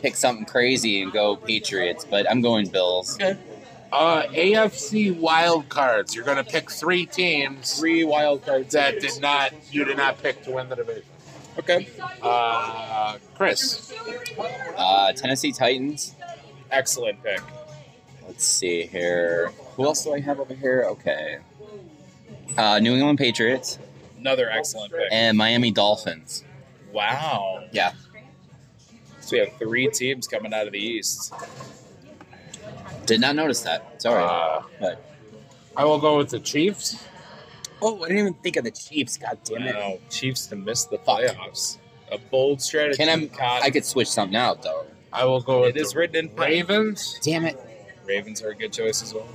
Speaker 3: pick something crazy and go Patriots. But I'm going Bills.
Speaker 4: Uh, AFC wild cards. You're going to pick three teams
Speaker 2: Three wild cards.
Speaker 4: that did not you did not pick to win the division.
Speaker 2: Okay.
Speaker 4: Uh, Chris,
Speaker 3: Uh, Tennessee Titans.
Speaker 2: Excellent pick.
Speaker 3: Let's see here. Who else do I have over here? Okay. Uh, New England Patriots
Speaker 2: Another excellent pick.
Speaker 3: and Miami Dolphins.
Speaker 2: Wow.
Speaker 3: Yeah.
Speaker 2: So we have three teams coming out of the East.
Speaker 3: Did not notice that. Sorry.
Speaker 4: uh,
Speaker 3: but-
Speaker 4: I will go with the Chiefs.
Speaker 10: Oh, I didn't even think of the Chiefs. God damn it.
Speaker 2: Wow. Chiefs to miss the playoffs. A bold strategy.
Speaker 3: Can I-
Speaker 2: Cotton.
Speaker 3: I could switch something out though.
Speaker 4: I will go with
Speaker 2: it is
Speaker 4: the
Speaker 2: written in pen.
Speaker 4: Ravens
Speaker 10: Damn it.
Speaker 2: Ravens are a good choice as well.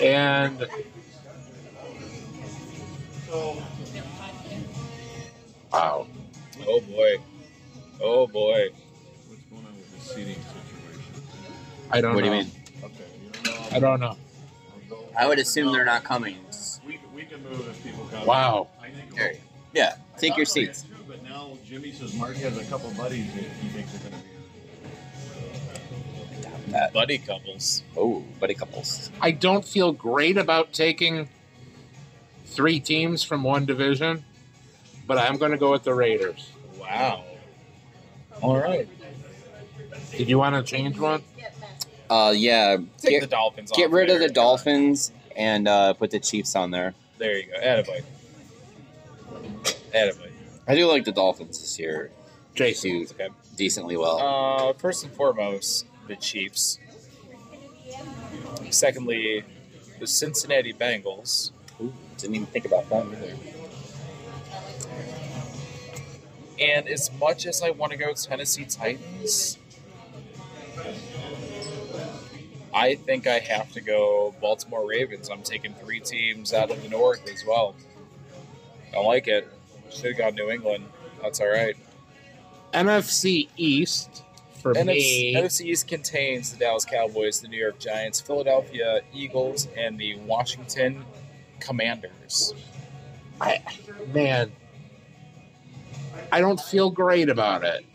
Speaker 4: and wow.
Speaker 2: Oh boy. Oh boy.
Speaker 11: What's going on with the seating situation?
Speaker 4: I don't.
Speaker 3: What do you
Speaker 4: know.
Speaker 3: mean?
Speaker 11: Okay, you know,
Speaker 4: I don't know.
Speaker 3: I would assume they're not coming.
Speaker 11: We, we can move if people come.
Speaker 4: Wow.
Speaker 11: I think
Speaker 3: There you Yeah, take your seats.
Speaker 11: But now Jimmy says Mark has a couple buddies that he thinks are going to be here.
Speaker 2: Buddy couples.
Speaker 3: Oh, buddy couples.
Speaker 4: I don't feel great about taking three teams from one division, but I'm going to go with the Raiders.
Speaker 2: Wow. All right.
Speaker 4: Did you want to change one?
Speaker 3: Uh, yeah.
Speaker 2: Take
Speaker 3: Get,
Speaker 2: the Dolphins.
Speaker 3: get
Speaker 2: off
Speaker 3: rid of
Speaker 2: there.
Speaker 3: the Dolphins and uh, put the Chiefs on there.
Speaker 2: There you go. Attaboy. Attaboy.
Speaker 3: I do like the Dolphins this year.
Speaker 4: Jason.
Speaker 3: Do
Speaker 2: It's okay.
Speaker 3: decently well.
Speaker 2: Uh, first and foremost, the Chiefs. Secondly, the Cincinnati Bengals.
Speaker 11: Uh,
Speaker 3: Ooh, didn't even think about that either.
Speaker 2: And as much as I want to go Tennessee Titans, I think I have to go Baltimore Ravens. I'm taking three teams out of the North as well. I like it. Should have gone New England. That's all right.
Speaker 4: NFC East for
Speaker 2: NFC,
Speaker 4: me.
Speaker 2: NFC East contains the Dallas Cowboys, the New York Giants, Philadelphia Eagles, and the Washington Commanders.
Speaker 4: I, man, I don't feel great about it.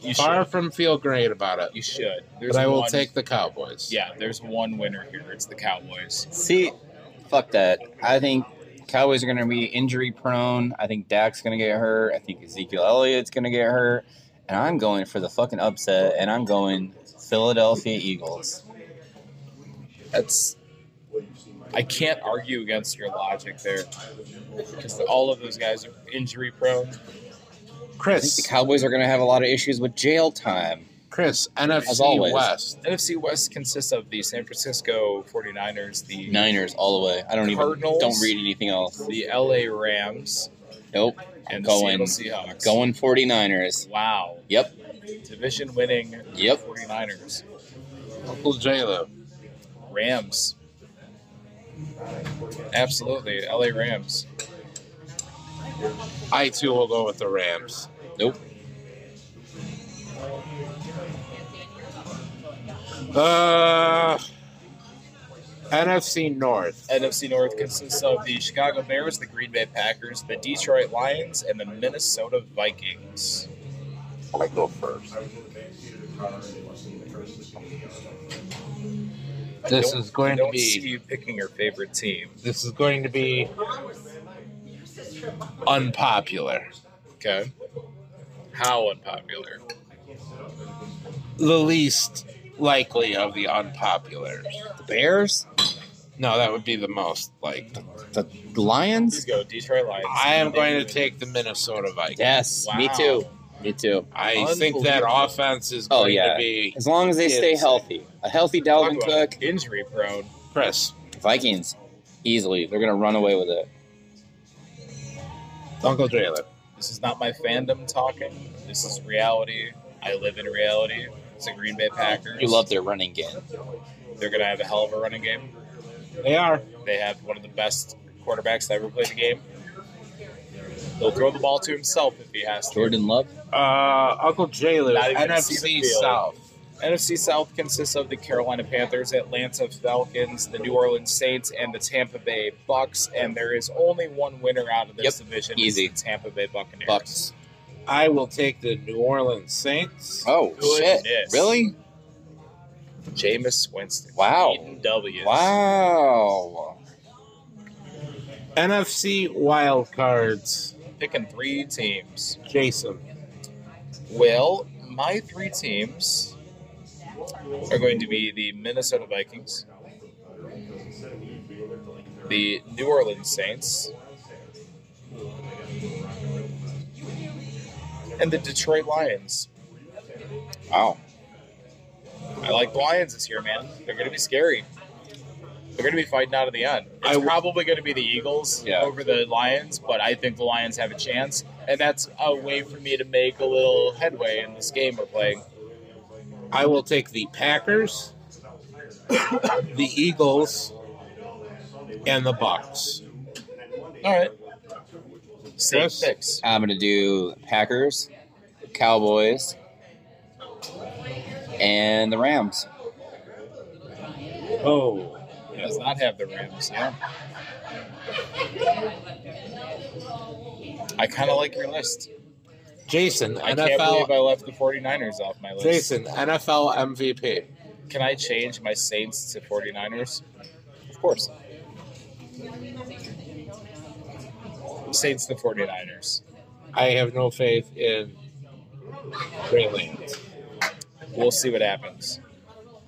Speaker 2: You
Speaker 4: Far
Speaker 2: should.
Speaker 4: from feel great about it.
Speaker 2: You should. There's
Speaker 4: But I will
Speaker 2: one-
Speaker 4: take the Cowboys.
Speaker 2: Yeah, there's one winner here. It's the Cowboys.
Speaker 3: See, fuck that. I think Cowboys are going to be injury prone. I think Dak's going to get hurt. I think Ezekiel Elliott's going to get hurt. And I'm going for the fucking upset, and I'm going Philadelphia Eagles.
Speaker 2: That's. I can't argue against your logic there, because all of those guys are injury prone.
Speaker 3: I think the
Speaker 4: Chris,
Speaker 3: Cowboys are going to have a lot of issues with jail time.
Speaker 4: Chris, NFC
Speaker 3: always.
Speaker 4: West.
Speaker 2: NFC West consists of the San Francisco 49ers, the
Speaker 3: Niners all the way. I don't
Speaker 2: Cardinals.
Speaker 3: even don't read anything else.
Speaker 2: the LA Rams,
Speaker 3: Nope.
Speaker 2: and
Speaker 3: Going.
Speaker 2: the Seattle Seahawks.
Speaker 3: Going 49ers.
Speaker 2: Wow.
Speaker 3: Yep.
Speaker 2: Division winning
Speaker 3: Yep.
Speaker 2: 49ers.
Speaker 4: Uncle J-Lo.
Speaker 2: Rams. Absolutely. LA Rams.
Speaker 4: I too will go with the Rams.
Speaker 3: Nope.
Speaker 4: Uh, NFC North.
Speaker 2: NFC North consists of the Chicago Bears, the Green Bay Packers, the Detroit Lions, and the Minnesota Vikings.
Speaker 4: I go first. This
Speaker 2: don't-
Speaker 4: is going to
Speaker 2: Don't see
Speaker 4: be
Speaker 2: you picking your favorite team.
Speaker 4: this is going to be unpopular.
Speaker 2: Okay. How unpopular?
Speaker 4: The least likely of the unpopular.
Speaker 2: The Bears?
Speaker 4: No, that would be the most like.
Speaker 3: The Lions?
Speaker 2: Let's go Detroit Lions.
Speaker 4: I am going to take the Minnesota Vikings.
Speaker 3: Yes, me
Speaker 2: Wow.
Speaker 3: too. Me too.
Speaker 4: I think that
Speaker 2: Unbelievable.
Speaker 4: offense is
Speaker 3: Oh,
Speaker 4: going
Speaker 3: yeah.
Speaker 4: to be
Speaker 3: As long as they stay
Speaker 4: Yes.
Speaker 3: healthy. A healthy
Speaker 2: Talk
Speaker 3: Dalvin
Speaker 2: about
Speaker 3: Cook,
Speaker 2: Injury prone.
Speaker 4: Chris.
Speaker 3: Vikings, easily. They're going to run away with it.
Speaker 4: Uncle Jalen.
Speaker 2: This is not my fandom talking. This is reality. I live in reality. It's the Green Bay Packers.
Speaker 3: You love their running game.
Speaker 2: They're going to have a hell of a running game.
Speaker 4: They are.
Speaker 2: They have one of the best quarterbacks to ever play the game. He'll throw the ball to himself if he has to.
Speaker 3: Jordan Love?
Speaker 4: Uh, Uncle Jalen.
Speaker 2: Not even see
Speaker 4: NFC
Speaker 2: the field.
Speaker 4: South.
Speaker 2: NFC South consists of the Carolina Panthers, Atlanta Falcons, the New Orleans Saints, and the Tampa Bay Bucks. And there is only one winner out of this division. It's
Speaker 3: Easy.
Speaker 2: the Tampa Bay Buccaneers.
Speaker 3: Bucks.
Speaker 4: I will take the New Orleans Saints.
Speaker 3: Oh,
Speaker 2: Goodness.
Speaker 3: shit. Really?
Speaker 2: Jameis Winston.
Speaker 3: Wow.
Speaker 2: Eating W's.
Speaker 3: Wow.
Speaker 4: NFC Wild Cards.
Speaker 2: Picking three teams.
Speaker 4: Jason.
Speaker 2: Well, my three teams are going to be the Minnesota Vikings, the New Orleans Saints, and the Detroit Lions.
Speaker 3: Wow.
Speaker 2: I like the Lions this year, man. They're going to be scary. They're going to be fighting out of the end. It's
Speaker 4: I w-
Speaker 2: probably going to be the Eagles
Speaker 3: Yeah.
Speaker 2: over the Lions, but I think the Lions have a chance, and that's a way for me to make a little headway in this game we're playing.
Speaker 4: I will take the Packers, the Eagles, and the Bucks.
Speaker 2: All right. Same
Speaker 4: Chris?
Speaker 2: picks.
Speaker 3: I'm going to do Packers, Cowboys, and the Rams.
Speaker 4: Oh,
Speaker 2: Does not have the Rams. Yeah. I kind of like your list.
Speaker 4: Jason,
Speaker 2: I can't believe
Speaker 4: NFL.
Speaker 2: I left the 49ers off my list.
Speaker 4: Jason, NFL MVP.
Speaker 2: Can I change my Saints to 49ers? Of course. Saints to 49ers.
Speaker 4: I have no faith in Greenland.
Speaker 2: We'll see what happens.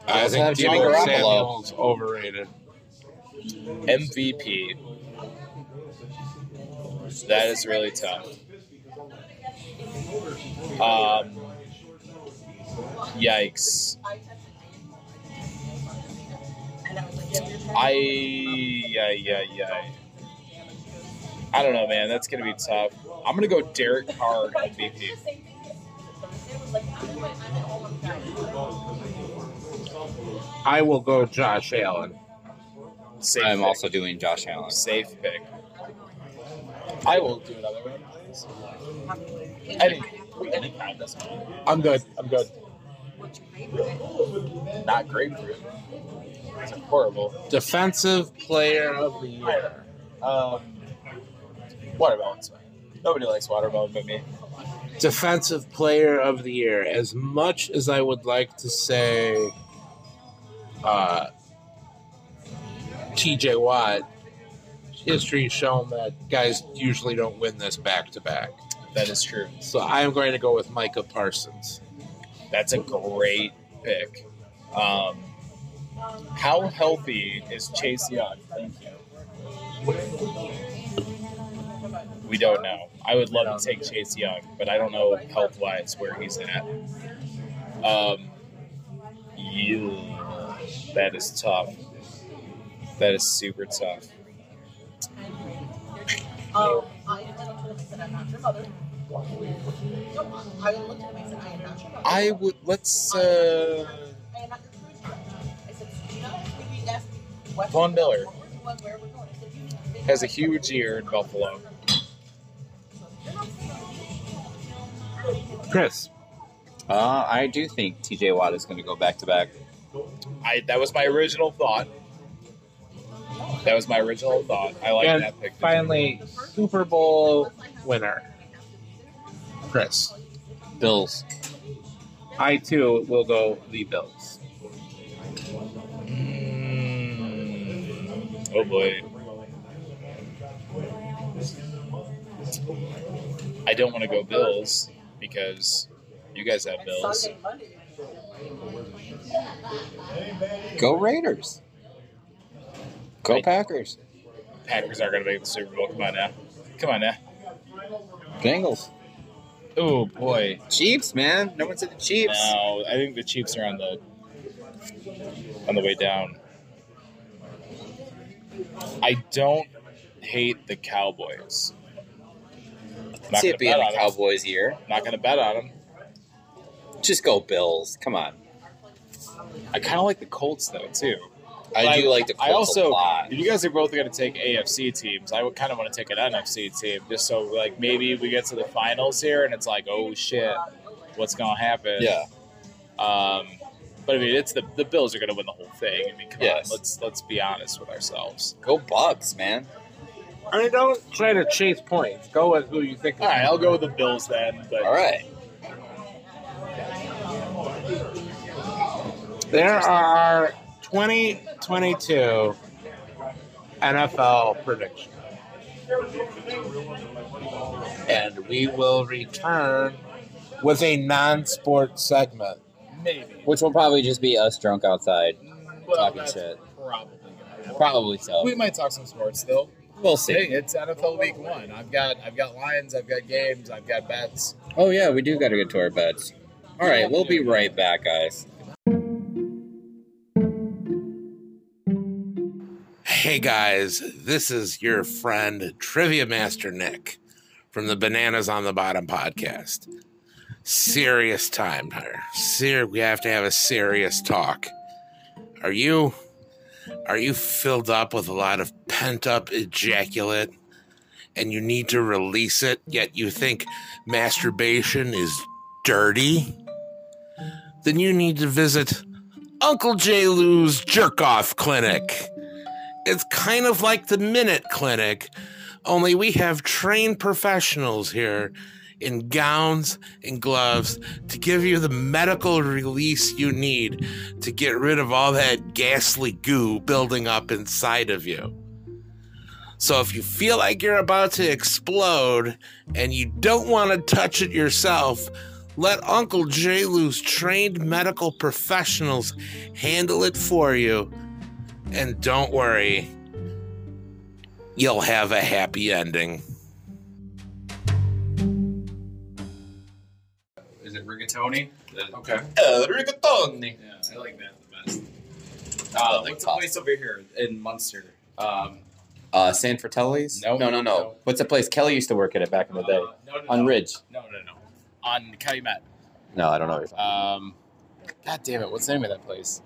Speaker 4: I
Speaker 3: have
Speaker 4: think
Speaker 3: Jimmy
Speaker 4: Debo
Speaker 3: Garoppolo.
Speaker 4: Samuel's overrated.
Speaker 2: MVP. That is really tough. Um, yikes. I yeah yeah yeah. I don't know, man. That's gonna be tough. I'm gonna go Derek Carr MVP.
Speaker 4: I will go Josh Allen.
Speaker 2: Safe
Speaker 3: I'm
Speaker 2: pick.
Speaker 3: also doing Josh Allen.
Speaker 2: safe pick. I will do another one. Any, any kind doesn't matter.
Speaker 4: I'm good. I'm good.
Speaker 2: Not grapefruit. It's horrible.
Speaker 4: Defensive player of the year.
Speaker 2: Um, watermelon's fine. Nobody likes watermelon but me.
Speaker 4: Defensive player of the year. As much as I would like to say uh, TJ Watt, history has shown that guys usually don't win this back to back.
Speaker 2: That is true.
Speaker 4: So I am going to go with Micah Parsons.
Speaker 2: That's a great pick. Um, how healthy is Chase Young? Thank you. We don't know. I would love to take Chase Young, but I don't know health wise where he's at. Um, you, that is tough. That is super tough.
Speaker 8: Oh, I am not sure. I am not your mother. No, I looked at him and said, I am not your mother.
Speaker 2: I would let's uh,
Speaker 8: I am not your cruise director. I said, you know, we asked what
Speaker 2: Von Miller
Speaker 8: where we're going. I said, you need to figure
Speaker 2: has a
Speaker 8: out
Speaker 2: huge year in Buffalo.
Speaker 4: Chris.
Speaker 3: Uh, I do think TJ Watt is going to go back to back.
Speaker 2: I that was my original thought. That was my original thought. I like
Speaker 12: And
Speaker 2: that pick.
Speaker 12: Finally, Super Bowl winner. Chris.
Speaker 3: Bills.
Speaker 12: I too will go the Bills.
Speaker 2: Oh boy. I don't want to go Bills because you guys have Bills.
Speaker 13: Sunday, Monday.
Speaker 3: Go Raiders. Go
Speaker 2: Right.
Speaker 3: Packers.
Speaker 2: Packers aren't going to make the Super Bowl. Come on now. Come on now.
Speaker 3: Bengals.
Speaker 2: Oh boy.
Speaker 3: Chiefs, man. No one said the Chiefs.
Speaker 2: No, I think the Chiefs are on the on the way down. I don't hate the Cowboys.
Speaker 3: I
Speaker 2: Not
Speaker 3: see
Speaker 2: gonna
Speaker 3: it being
Speaker 2: bet
Speaker 3: the
Speaker 2: on 'em.
Speaker 3: Cowboys year.
Speaker 2: Not going to bet on them.
Speaker 3: Just go Bills. Come on.
Speaker 2: I kind of like the Colts though too.
Speaker 3: I
Speaker 2: Like,
Speaker 3: do like the Colts
Speaker 2: I also,
Speaker 3: a lot.
Speaker 2: if you guys are both going to take AFC teams, I would kind of want to take an NFC team just so like maybe we get to the finals here and it's like, oh shit, what's going to happen?
Speaker 3: Yeah.
Speaker 2: Um, but I mean, it's the the Bills are going to win the whole thing. I mean, come
Speaker 3: Yes.
Speaker 2: on, let's let's be honest with ourselves.
Speaker 3: Go Bucks, man.
Speaker 12: I mean, don't try to chase points. Go with who you think.
Speaker 2: All right, I'll go with the Bills then. But
Speaker 3: All right.
Speaker 12: There are 2022 NFL predictions. And we will return with a non sports segment.
Speaker 2: maybe
Speaker 3: Which will probably just be us drunk outside
Speaker 2: well,
Speaker 3: talking
Speaker 2: that's
Speaker 3: shit.
Speaker 2: probably going to happen.
Speaker 3: Probably so.
Speaker 2: We might talk some sports though.
Speaker 3: We'll
Speaker 2: Hey,
Speaker 3: see.
Speaker 2: it's NFL Week One. I've got I've got lines. I've got games. I've got bets.
Speaker 3: Oh yeah, we do got to get to our beds. All right, we'll be right back, guys.
Speaker 4: Hey guys, this is your friend Trivia Master Nick from the Bananas on the Bottom podcast. Serious time here. Ser- we have to have a serious talk. Are you are you filled up with a lot of pent up ejaculate and you need to release it yet you think masturbation is dirty? Then you need to visit Uncle J Lou's Jerk Off Clinic. It's kind of like the Minute Clinic, only we have trained professionals here in gowns and gloves to give you the medical release you need to get rid of all that ghastly goo building up inside of you. So if you feel like you're about to explode and you don't want to touch it yourself, let Uncle J. Lou's trained medical professionals handle it for you and don't worry, you'll have a happy ending.
Speaker 2: Is it rigatoni? Okay.
Speaker 3: rigatoni.
Speaker 2: Yeah, I like that the best. Uh, like the place over here in Munster. Um,
Speaker 3: Uh, San Fratelli's?
Speaker 2: No,
Speaker 3: no, no,
Speaker 2: no.
Speaker 3: no. What's the place? Kelly used to work at it back in the
Speaker 2: uh,
Speaker 3: day
Speaker 2: no, no,
Speaker 3: on
Speaker 2: no.
Speaker 3: Ridge.
Speaker 2: No, no, no. On Calumet.
Speaker 3: No, I don't know. what you're talking
Speaker 2: Um, God damn it! What's the name of that place?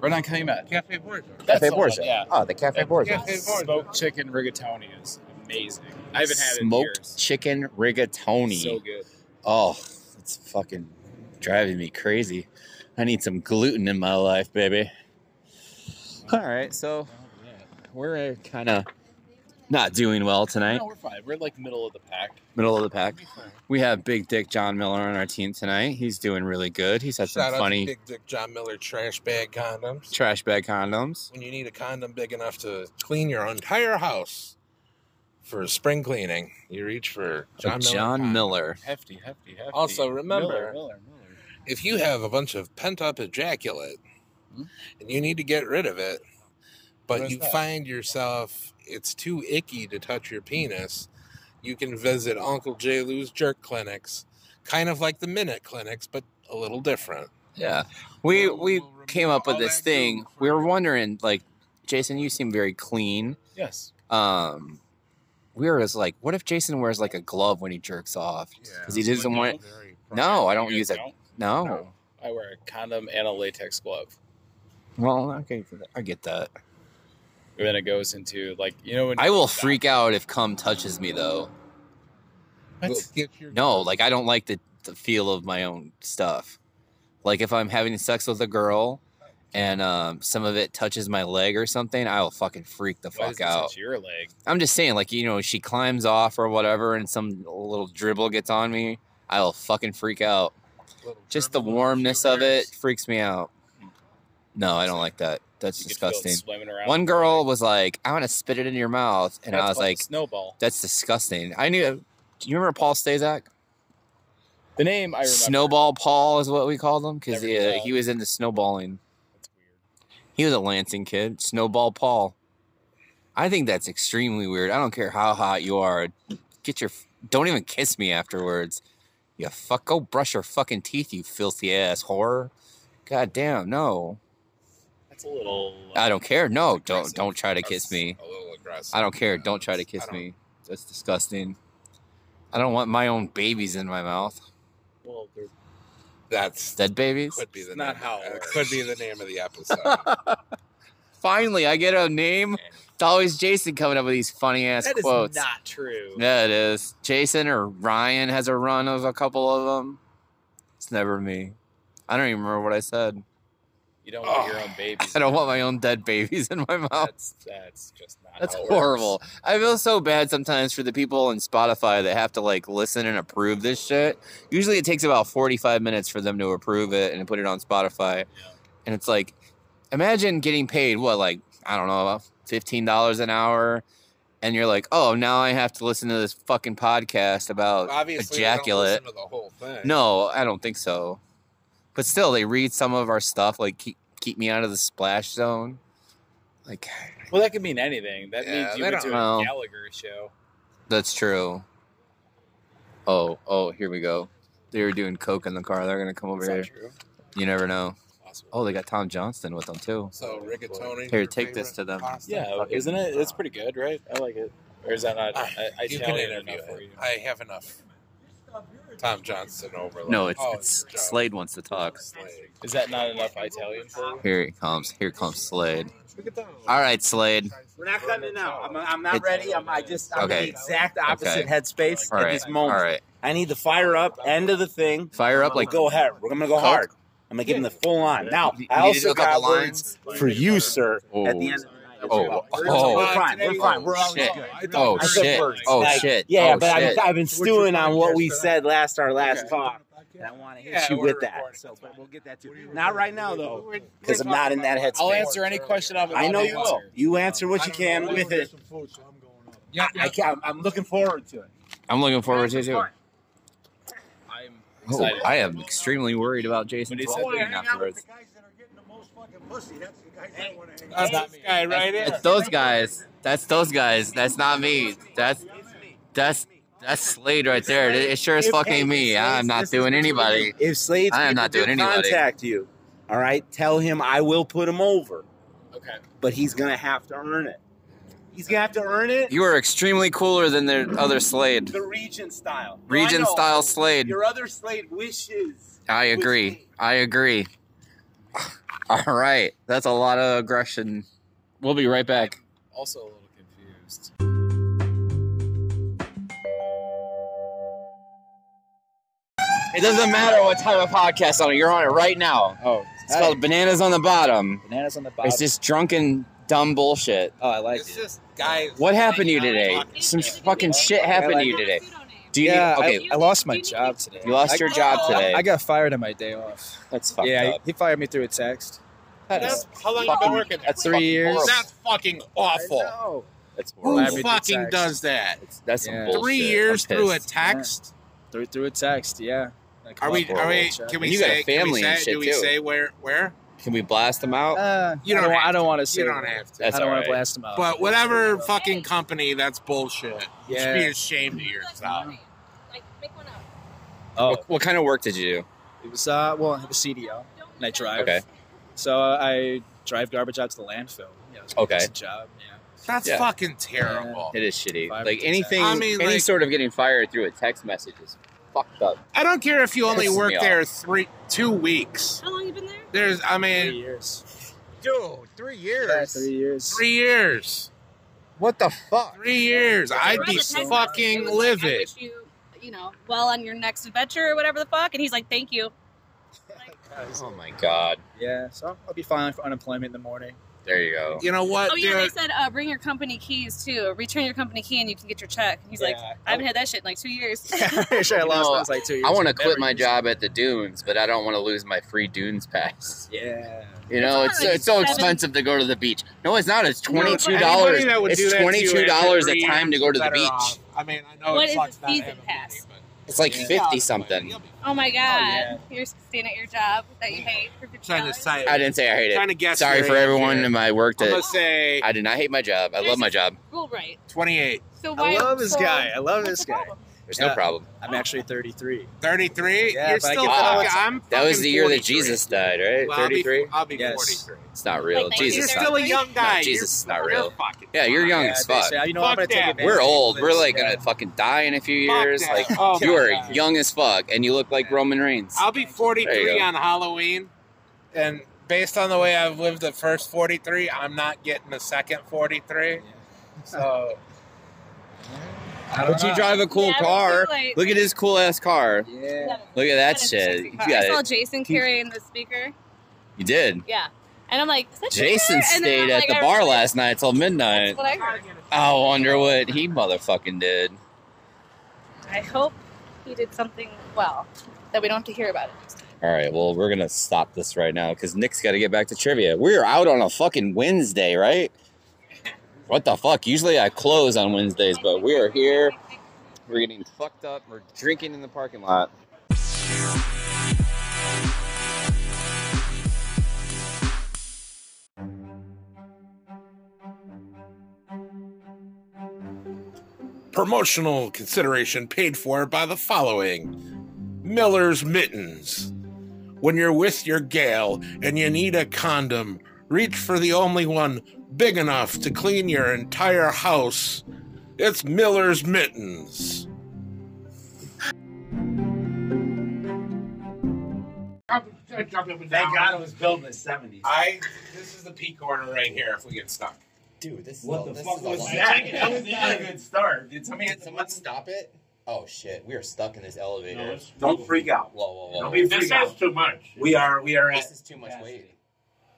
Speaker 2: Right on Calumet.
Speaker 12: Cafe Board.
Speaker 3: about.
Speaker 2: That's
Speaker 3: Cafe
Speaker 2: the
Speaker 3: Borgia.
Speaker 2: One, yeah.
Speaker 3: Oh, the Cafe Borgia.
Speaker 2: Smoked chicken rigatoni is amazing. I haven't had it in
Speaker 3: Smoked
Speaker 2: years.
Speaker 3: chicken rigatoni.
Speaker 2: So good.
Speaker 3: oh, it's fucking driving me crazy. I need some gluten in my life, baby. All right, so we're kind of not doing well tonight.
Speaker 2: No, we're fine. We're like middle of the pack.
Speaker 3: Middle of the pack. We have Big Dick John Miller on our team tonight. He's doing really good. He's had some
Speaker 4: Shout out to
Speaker 3: funny
Speaker 4: Big Dick John Miller trash bag condoms.
Speaker 3: trash bag condoms.
Speaker 4: When you need a condom big enough to clean your entire house for spring cleaning, you reach for John Miller.
Speaker 3: John
Speaker 4: condom.
Speaker 3: Miller.
Speaker 2: Hefty, hefty, hefty.
Speaker 4: Also, remember-
Speaker 2: Miller, Miller, Miller.
Speaker 4: If you have a bunch of pent up ejaculate
Speaker 3: Mm-hmm.
Speaker 4: and you need to get rid of it, but
Speaker 2: Where's
Speaker 4: you
Speaker 2: that?
Speaker 4: find yourself it's too icky to touch your penis, you can visit Uncle J. Lou's jerk clinics, kind of like the minute clinics, but a little different.
Speaker 3: Yeah. We
Speaker 4: We'll-
Speaker 3: we
Speaker 4: we'll remove
Speaker 3: came up with
Speaker 4: all
Speaker 3: this
Speaker 4: that
Speaker 3: thing.
Speaker 4: goo
Speaker 3: We were
Speaker 4: from-
Speaker 3: wondering, like, Jason, you seem very clean.
Speaker 2: Yes.
Speaker 3: Um we were just like, what if Jason wears like a glove when he jerks off? Because he doesn't want
Speaker 4: Very
Speaker 3: No, I don't
Speaker 2: You
Speaker 3: use
Speaker 2: guys
Speaker 3: it.
Speaker 2: don't?
Speaker 3: No.
Speaker 2: No. I wear a condom and a latex glove.
Speaker 3: Well, okay, I get that.
Speaker 2: And then it goes into like you know when
Speaker 3: I will freak out if cum touches me though.
Speaker 4: We'll get your-
Speaker 3: No, like I don't like the, the feel of my own stuff. Like if I'm having sex with a girl and um, some of it touches my leg or something, I will fucking freak the
Speaker 2: Why does
Speaker 3: fuck
Speaker 2: it touch
Speaker 3: out.
Speaker 2: your leg?
Speaker 3: I'm just saying, like you know, she climbs off or whatever, and some little dribble gets on me, I will fucking freak out.
Speaker 4: little
Speaker 3: Just the
Speaker 4: gerbil
Speaker 3: warmness of it
Speaker 4: shivers.
Speaker 3: freaks me out. No, I don't like that. That's
Speaker 2: You could feel it
Speaker 3: disgusting.
Speaker 2: Swimming around
Speaker 3: One
Speaker 2: in your
Speaker 3: girl
Speaker 2: leg.
Speaker 3: was like, "I want to spit it in your mouth," and
Speaker 2: That's
Speaker 3: I was
Speaker 2: called a
Speaker 3: like,
Speaker 2: "Snowball."
Speaker 3: "That's disgusting." I knew. Do you remember Paul Stazak?
Speaker 2: The name I remember.
Speaker 3: Snowball Paul is what we called him because
Speaker 2: Never
Speaker 3: he,
Speaker 2: knew
Speaker 3: uh,
Speaker 2: that.
Speaker 3: he was into snowballing.
Speaker 2: That's weird.
Speaker 3: He was a Lansing kid, Snowball Paul. I think that's extremely weird. I don't care how hot you are. Get your don't even kiss me afterwards. You fuck go brush your fucking teeth, you filthy ass horror. God damn, no.
Speaker 2: That's a little. uh,
Speaker 3: I don't care. No, don't
Speaker 4: Aggressive.
Speaker 3: don't try to
Speaker 4: That's
Speaker 3: kiss me.
Speaker 4: A little aggressive.
Speaker 3: I don't care. Don't try to
Speaker 4: I
Speaker 3: kiss
Speaker 4: don't-
Speaker 3: me. That's disgusting. I don't want my own babies in my mouth.
Speaker 2: Well, there's-
Speaker 4: That's
Speaker 3: Dead babies.
Speaker 4: could be the
Speaker 2: not
Speaker 4: name.
Speaker 2: how it
Speaker 4: uh,
Speaker 2: works.
Speaker 4: could be the name of the episode.
Speaker 3: Finally, I get a name. It's always Jason coming up with these funny ass
Speaker 2: that is
Speaker 3: quotes.
Speaker 2: not true.
Speaker 3: yeah, it is. Jason or Ryan has a run of a couple of them. It's never me. I don't even remember what I said.
Speaker 2: You don't want your own babies.
Speaker 3: I don't want my own dead babies in my mouth.
Speaker 2: That's that's just not.
Speaker 3: That's
Speaker 2: how it
Speaker 3: horrible.
Speaker 2: works.
Speaker 3: I feel so bad sometimes for the people on Spotify that have to like listen and approve this shit. Usually it takes about 45 minutes for them to approve it and put it on Spotify. And it's like, imagine getting paid what, like, I don't know, about $15 an hour. And you're like, oh, now I have to listen to this fucking podcast about
Speaker 4: Obviously,
Speaker 3: ejaculate.
Speaker 4: I don't listen to the whole thing.
Speaker 3: No, I don't think so. But still, they read some of our stuff, like, keep, keep me out of the splash zone. Like,
Speaker 2: Well, that could mean anything. That
Speaker 4: Yeah,
Speaker 2: means you
Speaker 4: they
Speaker 2: went to a
Speaker 3: don't know.
Speaker 2: Gallagher show.
Speaker 3: That's true. Oh, oh, here we go. They were doing coke in the car. They're gonna come over
Speaker 2: It's not
Speaker 3: here.
Speaker 2: true.
Speaker 3: You never know.
Speaker 2: Possible.
Speaker 3: Oh, they got Tom Johnston with them too.
Speaker 4: So rigatoni.
Speaker 3: Here,
Speaker 4: your
Speaker 3: take this
Speaker 4: favorite
Speaker 3: to them.
Speaker 4: pasta?
Speaker 2: Oh, Yeah,
Speaker 3: Fucking-
Speaker 2: isn't it? It's pretty good, right? I like it. Or is that not? I,
Speaker 4: I-
Speaker 2: I
Speaker 4: Ah, you can
Speaker 2: Italian
Speaker 4: interview
Speaker 2: enough for you.
Speaker 4: it. I have enough. Tom Johnston overload.
Speaker 3: No, it's,
Speaker 4: Oh,
Speaker 3: it's
Speaker 4: you're joking.
Speaker 3: Slade wants to talk.
Speaker 4: Slade.
Speaker 2: Is that not enough Italian for you?
Speaker 3: Here he comes. Here comes Slade. All right, Slade.
Speaker 10: We're not cutting it out. I'm, I'm not
Speaker 3: It's-
Speaker 10: ready. I'm I just I'm
Speaker 3: Okay.
Speaker 10: in the exact opposite
Speaker 3: Okay.
Speaker 10: headspace
Speaker 3: All
Speaker 10: at
Speaker 3: right.
Speaker 10: this
Speaker 3: All
Speaker 10: moment.
Speaker 3: right.
Speaker 10: I need to fire up, end of the thing.
Speaker 3: Fire up like.
Speaker 10: Go ahead. We're gonna go
Speaker 3: Coke?
Speaker 10: hard. I'm gonna give him the full on. Now
Speaker 3: You
Speaker 10: I
Speaker 3: need to do
Speaker 10: also
Speaker 3: a couple
Speaker 10: got words
Speaker 3: lines.
Speaker 10: for you, sir,
Speaker 3: Oh.
Speaker 10: at the end of the night. It's
Speaker 3: Oh,
Speaker 10: about-
Speaker 3: oh,
Speaker 10: We're fine. We're fine. We're all
Speaker 3: shit.
Speaker 10: good.
Speaker 3: Oh
Speaker 10: I said
Speaker 3: shit.
Speaker 10: words.
Speaker 3: Oh
Speaker 10: Like,
Speaker 3: shit.
Speaker 10: Yeah,
Speaker 3: Oh,
Speaker 10: but
Speaker 3: shit.
Speaker 10: I've, I've been stewing on what we said last our last talk, and I want to hit
Speaker 4: Yeah,
Speaker 10: you
Speaker 4: we're
Speaker 10: with that.
Speaker 4: recording.
Speaker 10: So, but we'll get that too. Not right now though,
Speaker 4: We're-
Speaker 10: because I'm not in that headspace.
Speaker 2: I'll answer any question I'm.
Speaker 10: I know you will. You answer what you can with it.
Speaker 4: Yep,
Speaker 10: I, I
Speaker 4: yep.
Speaker 10: can, I'm looking forward to it.
Speaker 3: I'm looking forward to it too.
Speaker 2: I'm
Speaker 3: Oh,
Speaker 2: excited.
Speaker 3: I am extremely worried about Jason.
Speaker 2: But he said
Speaker 3: afterwards.
Speaker 4: That's not me. guy right
Speaker 3: That's-
Speaker 4: there.
Speaker 3: That's those guys. That's those guys. That's not me. That's that's that's Slade right there. It, it sure is
Speaker 10: If- hey,
Speaker 3: fucking me.
Speaker 10: if
Speaker 3: I'm
Speaker 10: Slade's
Speaker 3: not
Speaker 10: listening
Speaker 3: doing
Speaker 10: to
Speaker 3: anybody.
Speaker 10: you, If Slade's
Speaker 3: I am
Speaker 10: people
Speaker 3: not doing
Speaker 10: do
Speaker 3: anybody.
Speaker 10: Contact you. All right, tell him I will put him over,
Speaker 2: Okay.
Speaker 10: but he's gonna have to earn it. He's gonna have to earn it.
Speaker 3: You are extremely cooler than their other Slade.
Speaker 10: the Regent style. No, I
Speaker 3: Regent
Speaker 10: know.
Speaker 3: style Slade.
Speaker 10: Your other Slade wishes.
Speaker 3: I agree. I agree. All right. That's a lot of aggression. We'll be right back.
Speaker 2: Also a little confused.
Speaker 3: It doesn't matter what type of podcast on it. You're on it right now.
Speaker 2: Oh,
Speaker 3: It's called Bananas on the Bottom.
Speaker 10: Bananas on the bottom.
Speaker 3: It's just drunken, dumb bullshit.
Speaker 10: oh, I like
Speaker 4: It's just guys.
Speaker 3: What happened to you today? Some fucking shit happened to you today. Do you
Speaker 10: Yeah,
Speaker 3: need, okay,
Speaker 10: I lost my job today.
Speaker 3: you lost your job today.
Speaker 10: got fired on my day off.
Speaker 3: That's fucked up.
Speaker 10: he fired me through a text.
Speaker 3: That
Speaker 4: That's,
Speaker 3: is
Speaker 4: how long have you been working?
Speaker 3: That's
Speaker 4: Fucking
Speaker 3: three years.
Speaker 4: horrible. That's fucking awful.
Speaker 10: No.
Speaker 3: that's horrible.
Speaker 4: Who
Speaker 10: Everything
Speaker 4: fucking
Speaker 10: sucks.
Speaker 4: does that?
Speaker 3: That's, that's some
Speaker 10: Yeah.
Speaker 3: bullshit.
Speaker 4: Three
Speaker 3: I'm
Speaker 4: years through a
Speaker 3: pissed.
Speaker 4: text.
Speaker 10: Through through a text, yeah.
Speaker 4: Are we? Are we? Can we
Speaker 3: And you got
Speaker 4: say?
Speaker 3: a
Speaker 4: can we
Speaker 3: family and
Speaker 4: say?
Speaker 3: shit,
Speaker 4: do we
Speaker 3: too.
Speaker 4: say where? Where?
Speaker 3: Can we blast them out?
Speaker 10: Uh,
Speaker 4: You don't. have
Speaker 10: want to
Speaker 4: to. You don't have to.
Speaker 3: that's all right.
Speaker 10: blast him out.
Speaker 4: But whatever fucking company, that's bullshit. You should be
Speaker 10: Yeah.
Speaker 4: ashamed of yourself.
Speaker 13: Like, make one up.
Speaker 10: Oh,
Speaker 3: What, what kind of work did you do?
Speaker 10: it was uh, well, I have a CDL and I drive.
Speaker 3: Okay.
Speaker 10: So uh, I drive garbage out to the landfill. Yeah, it was a
Speaker 3: Okay.
Speaker 10: decent job. Yeah.
Speaker 4: That's
Speaker 3: Yeah.
Speaker 4: fucking terrible.
Speaker 3: It is shitty.
Speaker 10: Five
Speaker 3: Like
Speaker 10: to
Speaker 3: anything,
Speaker 4: ten. I mean,
Speaker 3: any
Speaker 4: like-
Speaker 3: sort of getting fired through a text message is fucked up.
Speaker 4: I don't care if you only
Speaker 3: Pisses me
Speaker 4: work
Speaker 3: off.
Speaker 4: there three, two weeks.
Speaker 13: How long you been there?
Speaker 4: There's, I
Speaker 10: Three
Speaker 4: mean,
Speaker 10: years.
Speaker 4: dude, three years.
Speaker 10: Yeah, three years.
Speaker 4: Three years.
Speaker 3: What the fuck?
Speaker 4: Three years. I'd
Speaker 13: Around
Speaker 4: be
Speaker 13: the time-
Speaker 4: fucking
Speaker 13: it was like
Speaker 4: livid.
Speaker 13: after You, you know, well on your next adventure or whatever the fuck. And he's like, thank you.
Speaker 3: Oh my god.
Speaker 14: Yeah, so I'll be filing for unemployment in the morning.
Speaker 3: There you go.
Speaker 4: You know what?
Speaker 13: oh yeah,
Speaker 4: dude?
Speaker 13: they said uh, bring your company keys too. Return your company key and you can get your check. And he's like,
Speaker 14: Yeah.
Speaker 13: I haven't had that shit in like two years.
Speaker 14: Sure, I lost
Speaker 3: You know,
Speaker 14: that was like two years
Speaker 3: I want to
Speaker 14: ago.
Speaker 3: quit my job at the Dunes, but I don't want to lose my free Dunes pass.
Speaker 14: Yeah.
Speaker 3: You know, it's so,
Speaker 14: like
Speaker 3: it's so
Speaker 14: seven-
Speaker 3: expensive to go to the beach. No, it's not. It's twenty two dollars.
Speaker 14: anybody that would do
Speaker 3: It's
Speaker 14: that to you
Speaker 3: twenty two dollars a
Speaker 14: after
Speaker 3: time to go to the
Speaker 14: better
Speaker 3: beach.
Speaker 14: off.
Speaker 4: I mean, I know
Speaker 13: what
Speaker 4: it
Speaker 13: is
Speaker 4: sucks
Speaker 13: a
Speaker 4: not
Speaker 13: season pass?
Speaker 3: It's like
Speaker 4: Yeah.
Speaker 3: fifty something.
Speaker 13: Oh my god,
Speaker 4: yeah.
Speaker 13: you're staying at your job that you hate for fifty
Speaker 4: Trying to
Speaker 13: dollars.
Speaker 4: say
Speaker 3: I didn't say I hate it.
Speaker 4: Trying to guess
Speaker 3: Sorry
Speaker 4: your
Speaker 3: for
Speaker 4: age
Speaker 3: everyone
Speaker 4: here.
Speaker 3: in my work
Speaker 4: I'm
Speaker 3: that
Speaker 4: gonna say
Speaker 3: I did not hate my job. I love my job.
Speaker 13: Cool, right?
Speaker 4: twenty eight.
Speaker 13: So why?
Speaker 14: I love this
Speaker 13: so-
Speaker 14: guy. I love this guy.
Speaker 3: There's
Speaker 14: Yeah.
Speaker 3: no problem.
Speaker 14: I'm actually 33.
Speaker 4: 33?
Speaker 14: Yeah,
Speaker 4: You're
Speaker 14: but I
Speaker 4: still
Speaker 14: get that all the
Speaker 4: fucking-
Speaker 14: time.
Speaker 4: I'm
Speaker 3: That was
Speaker 4: fucking
Speaker 3: the year that
Speaker 4: 43.
Speaker 3: Jesus died, right?
Speaker 4: Well, I'll
Speaker 3: Thirty
Speaker 4: be-
Speaker 3: three.
Speaker 4: I'll be
Speaker 14: Yes.
Speaker 4: 43.
Speaker 3: It's not real.
Speaker 13: Like, thank
Speaker 3: Jesus,
Speaker 4: You're
Speaker 13: You're
Speaker 3: is not-
Speaker 4: still a young guy.
Speaker 3: No, Jesus is
Speaker 4: You're-
Speaker 3: not
Speaker 4: you're
Speaker 3: real.
Speaker 4: fucking
Speaker 3: Yeah, you're young
Speaker 14: Yeah,
Speaker 3: as fuck.
Speaker 14: basically, you know, I'm
Speaker 4: Fuck
Speaker 14: gonna take
Speaker 4: that.
Speaker 14: advantage
Speaker 3: We're
Speaker 14: of
Speaker 3: old.
Speaker 14: this.
Speaker 3: We're like
Speaker 14: Yeah.
Speaker 3: gonna fucking die in a few
Speaker 4: Fuck
Speaker 3: years.
Speaker 4: that.
Speaker 3: Like
Speaker 4: Oh,
Speaker 3: you
Speaker 4: my
Speaker 3: are
Speaker 4: God.
Speaker 3: young as fuck, and you look like Roman Reigns.
Speaker 4: I'll be 43
Speaker 3: go.
Speaker 4: on Halloween, and based on the way I've lived the first 43, I'm not getting the second 43. So, I
Speaker 3: But
Speaker 4: don't
Speaker 3: you
Speaker 4: know.
Speaker 3: drive a cool
Speaker 13: Yeah, I would
Speaker 3: car.
Speaker 13: say, like-
Speaker 3: Look at his cool ass car.
Speaker 14: Yeah.
Speaker 3: Look at that
Speaker 13: It's
Speaker 3: shit. You,
Speaker 13: sexy car. I saw
Speaker 3: got it.
Speaker 13: Jason carrying the speaker.
Speaker 3: you did.
Speaker 13: Yeah, and I'm like, is that your
Speaker 3: Jason
Speaker 13: car? And then
Speaker 3: stayed
Speaker 13: I'm
Speaker 3: at
Speaker 13: like,
Speaker 3: the
Speaker 13: I
Speaker 3: bar
Speaker 13: realized
Speaker 3: last night till midnight.
Speaker 13: that's what I heard.
Speaker 3: I wonder what he motherfucking did.
Speaker 13: I hope he did something well that we don't have to hear about it.
Speaker 3: All right, well, we're gonna stop this right now because Nick's got to get back to trivia. We're out on a fucking Wednesday, right? What the fuck? Usually I close on Wednesdays, but we are here. We're getting fucked up. We're drinking in the parking lot.
Speaker 4: Promotional consideration paid for by the following Miller's Mittens. When you're with your gal and you need a condom, reach for the only one big enough to clean your entire house. It's Miller's Mittens. Thank God it was built in the 70s. I, this is the peak order right here if we get stuck.
Speaker 3: Dude, this
Speaker 15: What the fuck was that? That was not a good start. Did somebody
Speaker 3: Did someone stop it? Oh shit, we are stuck in this elevator.
Speaker 15: Don't freak out.
Speaker 3: Whoa, whoa, whoa.
Speaker 15: Don't be freaked out.
Speaker 2: too much.
Speaker 15: We are we are at
Speaker 3: This is too much weight.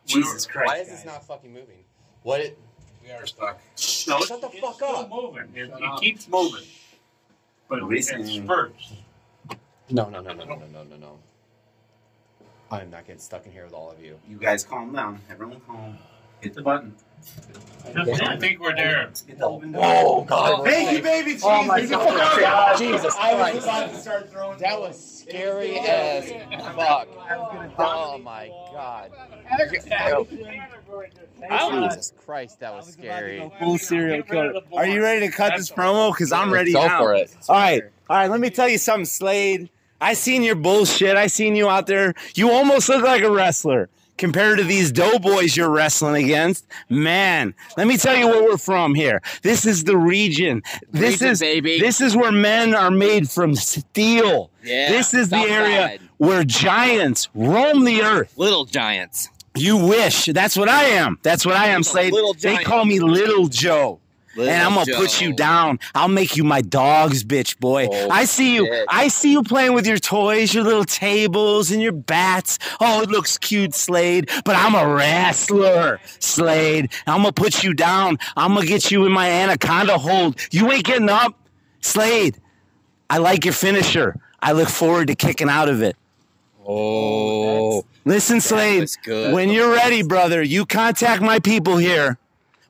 Speaker 15: Jesus Christ.
Speaker 3: Why is this not fucking moving? What? It,
Speaker 4: We are stuck.
Speaker 15: No,
Speaker 3: shut the
Speaker 15: it's
Speaker 3: fuck
Speaker 15: still
Speaker 3: up.
Speaker 15: Moving. It,
Speaker 4: Shut
Speaker 15: it
Speaker 4: up.
Speaker 15: keeps moving. But
Speaker 3: Listen.
Speaker 15: it spurts.
Speaker 3: No, no, no, no, no, no, no, no, no. I'm not getting stuck in here with all of you.
Speaker 15: You guys calm down. Everyone calm. Hit the button.
Speaker 2: I think we're there.
Speaker 15: Hit the open door.
Speaker 3: Oh god.
Speaker 15: Thank you, baby. Jesus.
Speaker 3: Oh, my God.
Speaker 15: Jesus.
Speaker 3: I was
Speaker 15: Christ.
Speaker 3: about
Speaker 15: to start throwing.
Speaker 3: That was scary as fuck. Oh my god. Jesus Christ, that was scary.
Speaker 10: Full serial killer. Are you ready to cut this promo? Because I'm ready
Speaker 3: Go
Speaker 10: now.
Speaker 3: for it.
Speaker 10: All right, all right. Let me tell you something, Slade. I seen your bullshit. I seen you out there. You almost look like a wrestler compared to these doughboys you're wrestling against. Man, let me tell you where we're from here. This is the region. This
Speaker 3: Region,
Speaker 10: is
Speaker 3: baby.
Speaker 10: This is where men are made from steel.
Speaker 3: Yeah,
Speaker 10: this is the
Speaker 3: South
Speaker 10: area
Speaker 3: Side.
Speaker 10: where giants roam the earth.
Speaker 3: Little giants.
Speaker 10: You wish. That's what I am. That's what I am, Slade.
Speaker 3: little
Speaker 10: They
Speaker 3: giant.
Speaker 10: call me Little Joe.
Speaker 3: Little
Speaker 10: and I'm gonna put
Speaker 3: Joe.
Speaker 10: you down. I'll make you my dog's bitch, boy.
Speaker 3: Oh,
Speaker 10: I see you.
Speaker 3: shit.
Speaker 10: I see you playing with your toys, your little tables, and your bats. Oh, it looks cute, Slade. But I'm a wrestler, Slade. I'm gonna put you down. I'm gonna get you in my anaconda hold. You ain't getting up, Slade. I like your finisher. I look forward to kicking out of it.
Speaker 3: Oh,
Speaker 10: Listen, Slade,
Speaker 3: was good.
Speaker 10: when you're ready, brother, you contact my people here.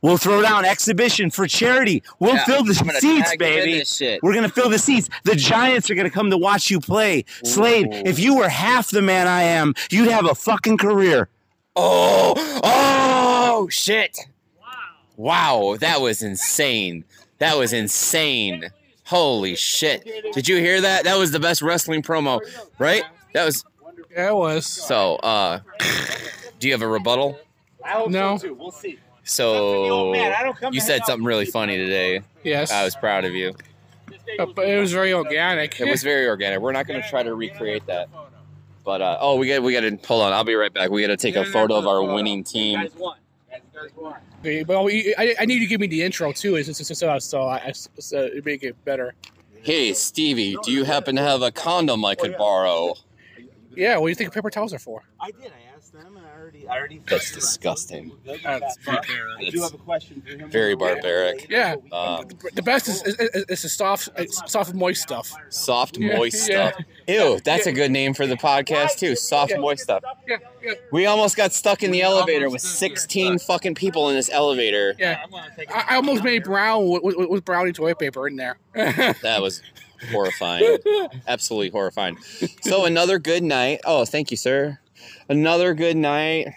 Speaker 10: We'll throw down exhibition for charity. We'll
Speaker 3: Yeah,
Speaker 10: fill the
Speaker 3: I'm gonna
Speaker 10: seats,
Speaker 3: tag you in
Speaker 10: baby.
Speaker 3: this shit.
Speaker 10: We're gonna fill the seats. The Giants are gonna come to watch you play. Slade, if you were half the man I am, you'd have a fucking career.
Speaker 3: oh, oh, shit. Wow. Wow, that was insane. That was insane. Holy shit. Did you hear that? That was the best wrestling promo, right? That was
Speaker 2: Yeah, it was.
Speaker 3: so uh do you have a rebuttal?
Speaker 14: I hope
Speaker 2: No.
Speaker 14: so too. We'll see.
Speaker 3: So
Speaker 14: don't come
Speaker 3: you said something really funny today.
Speaker 2: Yes.
Speaker 3: I was proud of you.
Speaker 2: Uh, but it was very organic.
Speaker 3: It was very organic. We're not going to try to recreate that. But uh, oh, we got we got to hold on. I'll be right back. We got to take a photo of our winning team.
Speaker 14: won.
Speaker 2: Well, we- I, I need you to give me the intro too, is- is- is- so so I so it'd make it better.
Speaker 3: Hey, Stevie, do you happen to have a condom I could borrow?
Speaker 10: Yeah, what do you think paper towels are for?
Speaker 2: I did. I asked them, and I already, I already.
Speaker 3: That's disgusting.
Speaker 10: That's barbaric.
Speaker 2: I do have a question for him.
Speaker 3: Very barbaric.
Speaker 10: Yeah.
Speaker 3: Um,
Speaker 10: The best is, is, is, is the soft, it's soft moist stuff.
Speaker 3: soft,
Speaker 10: Yeah,
Speaker 3: moist
Speaker 10: yeah.
Speaker 3: stuff. Ew, that's a good name for the podcast, too. Soft, moist stuff.
Speaker 10: Yeah, yeah,
Speaker 3: We almost got stuck in the elevator with 16 fucking people in this elevator.
Speaker 10: yeah. I, I almost made brown with, with, with brownie toilet paper in there.
Speaker 3: That was horrifying. Absolutely horrifying. So, another good night. Oh, thank you, sir. Another good night.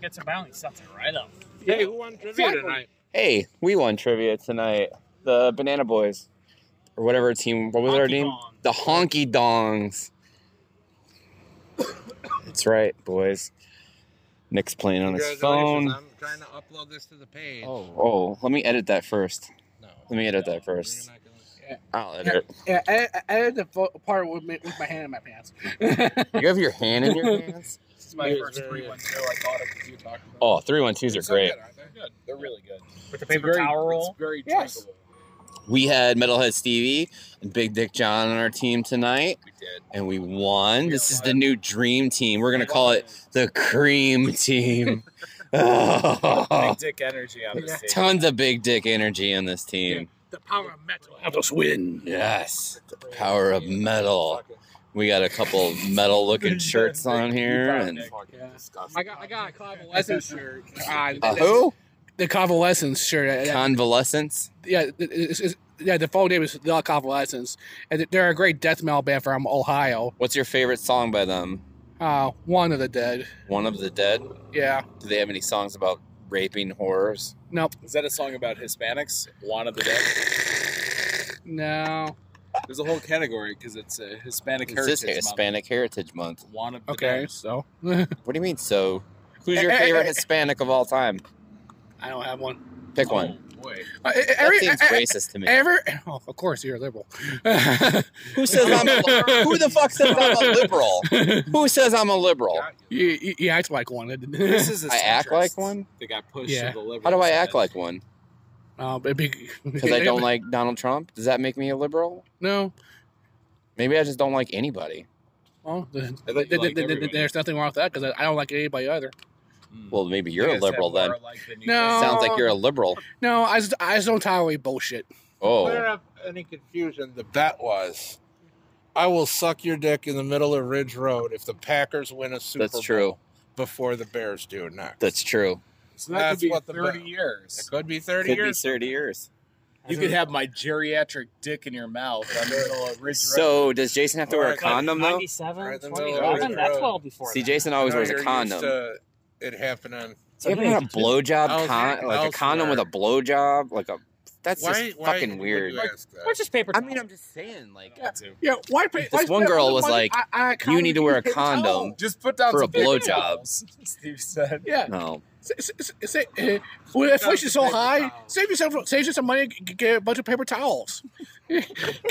Speaker 6: Get some bounty, something right up.
Speaker 4: Hey, who won trivia tonight?
Speaker 3: Hey, we won trivia tonight. The Banana Boys, or whatever team. What was our name? The Honky Dongs. That's right, boys. Nick's playing on his phone.
Speaker 4: Congratulations. I'm trying to upload this to the page.
Speaker 3: Oh, let me edit that first. Let me edit that first. I'll edit it.
Speaker 10: Yeah, I, I, I had the fo- part with, my, with my hand in my pants.
Speaker 3: You have your hand in your hand?
Speaker 10: pants?
Speaker 2: This is my first three one zero. I bought it because you talked about.
Speaker 3: Oh, 312s are great.
Speaker 2: They're good. They're really good.
Speaker 6: With
Speaker 2: It's
Speaker 6: the paper
Speaker 2: very-
Speaker 6: towel roll.
Speaker 2: It's very
Speaker 6: Yes.
Speaker 2: drinkable.
Speaker 3: We had Metalhead Stevie and Big Dick John on our team tonight. We
Speaker 2: did.
Speaker 3: And we won. This is the new dream team. We're going to call it the cream team. oh.
Speaker 16: Big dick energy on this team.
Speaker 3: Tons of big dick energy on this team.
Speaker 10: The power of metal.
Speaker 3: Help us win. Yes. The power of metal. We got a couple metal looking shirts on here. And
Speaker 10: I got, I got a convalescence shirt. Uh,
Speaker 3: uh, who?
Speaker 10: The convalescence shirt.
Speaker 3: Convalescence.
Speaker 10: yeah, it- it's, it's, yeah. The full name is The Convalescence, and they're a great death metal band from Ohio.
Speaker 3: What's your favorite song by them?
Speaker 10: Uh, one of the dead.
Speaker 3: One of the Dead?
Speaker 10: Yeah.
Speaker 3: Do they have any songs about raping horrors?
Speaker 10: Nope.
Speaker 2: Is that a song about Hispanics? One of the dead.
Speaker 10: No.
Speaker 2: There's a whole category because it's a Hispanic
Speaker 3: It's
Speaker 2: heritage.
Speaker 3: just Hispanic Heritage Month.
Speaker 2: Month. One of the
Speaker 10: Okay,
Speaker 2: dead.
Speaker 10: so
Speaker 3: What do you mean? So, who's your favorite Hispanic of all time?
Speaker 10: I don't have one.
Speaker 3: Pick one.
Speaker 2: Oh, Boy.
Speaker 10: Uh,
Speaker 3: That
Speaker 10: every-
Speaker 3: seems
Speaker 10: uh,
Speaker 3: racist to me.
Speaker 10: Ever? Oh, of course, you're a liberal.
Speaker 3: Who says I'm a, who the fuck says I'm a liberal? Who says I'm a liberal?
Speaker 10: You, you, you act like one.
Speaker 3: I act like one.
Speaker 2: They got pushed
Speaker 10: Yeah.
Speaker 2: to the liberals.
Speaker 3: How do I act like one?
Speaker 10: Um, it'd be-
Speaker 3: Because I don't like Donald Trump. Does that make me a liberal?
Speaker 10: No.
Speaker 3: Maybe I just don't like anybody.
Speaker 10: Well, the,
Speaker 2: I thought you
Speaker 10: the-
Speaker 2: liked
Speaker 10: the- the-
Speaker 2: everybody.
Speaker 10: there's nothing wrong with that because I, I don't like anybody either.
Speaker 3: Well, maybe you're a liberal then.
Speaker 10: No.
Speaker 3: Sounds like you're a liberal.
Speaker 10: No, I just, I just don't tolerate bullshit.
Speaker 3: Oh,
Speaker 4: Clear up any confusion. The bet was, I will suck your dick in the middle of Ridge Road if the Packers win a Super
Speaker 3: That's
Speaker 4: Bowl
Speaker 3: true.
Speaker 4: before the Bears do next.
Speaker 3: that's true.
Speaker 2: So that
Speaker 4: That's
Speaker 2: could be
Speaker 4: what the
Speaker 2: 30
Speaker 4: bet-
Speaker 2: years.
Speaker 4: It could be thirty
Speaker 3: Could be
Speaker 4: years.
Speaker 3: 30 years.
Speaker 2: You could have my geriatric dick in your mouth. I'm in the middle of Ridge
Speaker 3: So, does Jason have to wear a condom though?
Speaker 6: 97,
Speaker 4: Right in the
Speaker 6: 20.
Speaker 4: middle
Speaker 6: I've
Speaker 4: of
Speaker 6: done
Speaker 4: Ridge
Speaker 6: that
Speaker 4: Road.
Speaker 6: well before.
Speaker 3: See, Jason always
Speaker 4: No,
Speaker 3: weys a
Speaker 4: you're used
Speaker 3: condom.
Speaker 4: to It happening.
Speaker 3: Do you ever had a blowjob
Speaker 4: Else-
Speaker 3: con- like a condom with a blowjob? Like a that's
Speaker 4: Why-
Speaker 3: just
Speaker 4: why
Speaker 3: fucking
Speaker 4: would
Speaker 3: weird.
Speaker 4: you ask that?
Speaker 6: What's just paper?
Speaker 3: I mean, I'm just saying, like,
Speaker 10: Yeah, why? This
Speaker 3: This one girl was like, "You need to wear a
Speaker 10: Oh,
Speaker 3: condom
Speaker 2: Just put down
Speaker 3: for a
Speaker 2: some paper
Speaker 3: blowjob."
Speaker 2: towels, Steve said.
Speaker 10: Yeah.
Speaker 3: No,
Speaker 10: Say, say, say, uh, when inflation's so high, save yourself, save you some money, g- get a bunch of paper towels. get,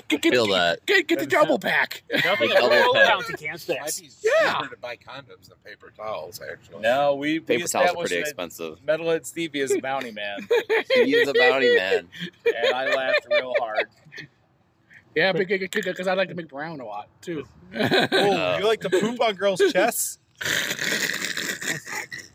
Speaker 10: get,
Speaker 3: feel that.
Speaker 10: get, get the double pack.
Speaker 6: Nothing
Speaker 3: Double
Speaker 6: double
Speaker 3: pack.
Speaker 6: bounty can't fix.
Speaker 10: Yeah.
Speaker 4: cheaper to buy condoms than paper towels, actually.
Speaker 2: No, we we
Speaker 3: Paper towels are
Speaker 2: established
Speaker 3: pretty
Speaker 2: that
Speaker 3: expensive.
Speaker 2: Metalhead Stevie is a bounty man,
Speaker 3: He's a bounty man.
Speaker 2: and I laughed real hard.
Speaker 10: Yeah, because I like to make brown a lot too.
Speaker 2: Oh, you like to poop on girls' chests?
Speaker 4: Definitely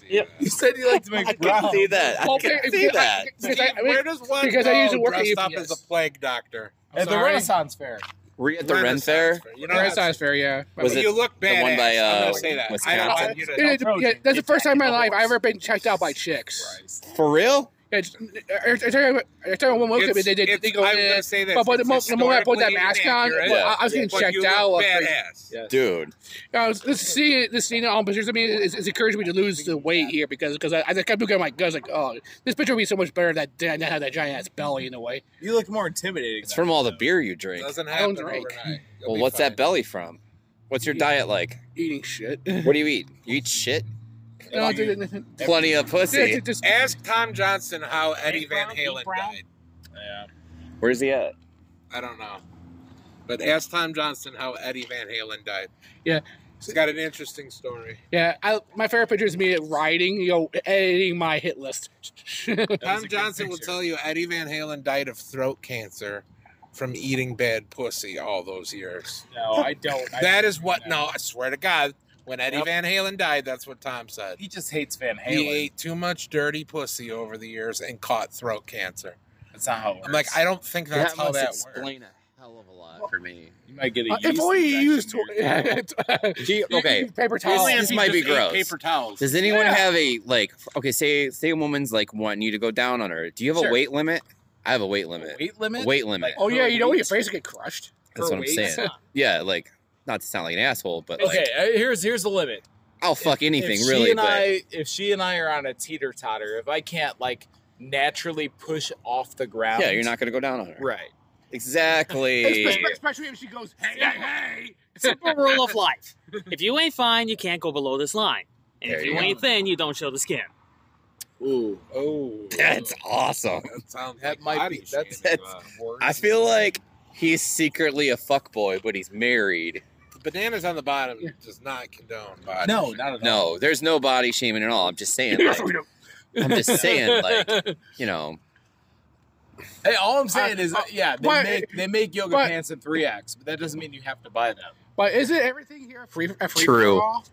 Speaker 4: see
Speaker 6: Yep.
Speaker 4: that.
Speaker 2: You said you like to
Speaker 3: I
Speaker 2: make
Speaker 3: can
Speaker 2: brown.
Speaker 3: see that. I
Speaker 10: Well,
Speaker 3: can
Speaker 10: if-
Speaker 3: see
Speaker 10: if-
Speaker 3: that.
Speaker 10: Because I- I mean,
Speaker 4: Where does one
Speaker 10: because I used to
Speaker 4: go
Speaker 10: work at
Speaker 4: dressed up
Speaker 10: UPS.
Speaker 4: as a plague doctor?
Speaker 10: I'm
Speaker 2: At the
Speaker 10: sorry.
Speaker 2: Renaissance Fair.
Speaker 3: Were you at the Ren Fair?
Speaker 4: You know,
Speaker 10: Red size fair, yeah.
Speaker 3: Was
Speaker 4: you
Speaker 3: it
Speaker 4: look
Speaker 3: the
Speaker 4: badass.
Speaker 3: one by,
Speaker 4: I'm
Speaker 3: uh,
Speaker 4: gonna say that. I don't want you to.
Speaker 10: Yeah, yeah, yeah, that's the first time in my life I've ever been checked out by chicks.
Speaker 3: for real?
Speaker 10: Yeah, it's- I- I- I tell you- I tell you, one look at me, they, they, they go,
Speaker 4: I'm
Speaker 10: eh.
Speaker 4: gonna say this.
Speaker 10: But, but the,
Speaker 4: it's
Speaker 10: mo- the moment I put that
Speaker 4: historically
Speaker 10: mask on,
Speaker 4: inaccurate,
Speaker 10: well, I, I was
Speaker 4: but
Speaker 10: getting
Speaker 4: you
Speaker 10: checked
Speaker 4: look
Speaker 10: out. I was like,
Speaker 4: Badass.
Speaker 3: Dude,
Speaker 10: I was just seeing this scene on pictures. I mean, it's, it's encouraged me to lose the weight here because because I, I kept looking at my guns like, oh, this picture would be so much better that than that had that giant ass belly in a way.
Speaker 2: You look more intimidating.
Speaker 3: it's from all the beer you drink.
Speaker 4: Doesn't
Speaker 10: I don't
Speaker 4: happen
Speaker 10: drink.
Speaker 4: overnight. You'll
Speaker 3: Well,
Speaker 4: be
Speaker 3: what's
Speaker 4: fine.
Speaker 3: that belly from? What's your diet like?
Speaker 10: Eating shit.
Speaker 3: What do you eat? You eat shit?
Speaker 4: Oh,
Speaker 10: No, dude, no, no.
Speaker 3: Plenty of
Speaker 10: Yeah,
Speaker 3: pussy.
Speaker 10: just-
Speaker 4: Ask Tom Johnson how Eddie Van
Speaker 6: Brown, Pete
Speaker 4: Halen
Speaker 6: Brown.
Speaker 4: died.
Speaker 2: Yeah.
Speaker 3: Where's he at?
Speaker 4: I don't know, but ask Tom Johnson how Eddie Van Halen died.
Speaker 10: Yeah.
Speaker 4: He's got an interesting story.
Speaker 10: yeah, I, my favorite picture is me writing, you know, editing my hit list.
Speaker 4: Tom Johnson will tell you Eddie Van Halen died of throat cancer from eating bad pussy all those years.
Speaker 17: No, I don't. I-
Speaker 4: that is what. No, I swear to God, when Eddie
Speaker 17: Yep.
Speaker 4: Van Halen died, that's what Tom said. He
Speaker 17: just hates Van
Speaker 4: He
Speaker 17: Halen.
Speaker 4: ate too much dirty pussy over the years and caught throat cancer.
Speaker 17: That's not how it
Speaker 4: I'm like, I don't think that's
Speaker 3: That
Speaker 4: how
Speaker 3: must
Speaker 4: that
Speaker 3: explain
Speaker 4: works.
Speaker 3: a hell of a lot for me.
Speaker 18: You might get
Speaker 10: Uh, if only you used to,
Speaker 3: Do you- okay.
Speaker 10: paper
Speaker 3: This-
Speaker 10: towels.
Speaker 3: This, might be gross.
Speaker 17: towels.
Speaker 3: Does anyone have a like? Okay, say say a woman's like wanting you to go down on her. Do you have
Speaker 10: Sure.
Speaker 3: a weight limit? I have a weight limit.
Speaker 17: weight limit?
Speaker 3: A weight limit.
Speaker 10: oh yeah, you know when your face get crushed.
Speaker 3: That's what I'm saying. yeah, like not to sound like an asshole, but like,
Speaker 2: Okay, uh, here's here's the limit.
Speaker 3: I'll fuck anything
Speaker 2: if
Speaker 3: really.
Speaker 2: She and
Speaker 3: But
Speaker 2: I, if she and I are on a teeter totter, if I can't like naturally push off the ground,
Speaker 3: yeah, you're not gonna go down on her.
Speaker 2: right.
Speaker 3: Exactly.
Speaker 10: Espe- Especially if she goes, hey, hey, hey.
Speaker 6: Simple rule of life. If you ain't fine, you can't go below this line. And
Speaker 3: There
Speaker 6: if you,
Speaker 3: you go.
Speaker 6: ain't thin, you don't show the skin.
Speaker 17: Ooh, oh,
Speaker 3: That's awesome.
Speaker 17: that might be. That's,
Speaker 4: uh,
Speaker 3: I feel like he's secretly a fuckboy, but he's married.
Speaker 4: Bananas on the bottom does not condone body.
Speaker 3: No,
Speaker 4: not at
Speaker 3: No, there's no body shaming at all. I'm just saying. Like, I'm just saying, like, you know,
Speaker 2: Hey, all I'm saying
Speaker 4: oh,
Speaker 2: is, yeah, they
Speaker 10: but-
Speaker 2: make they make yoga
Speaker 10: but-
Speaker 2: pants in three X, but that doesn't mean you have to buy them.
Speaker 10: But isn't everything here free? A free
Speaker 3: True.
Speaker 10: For all?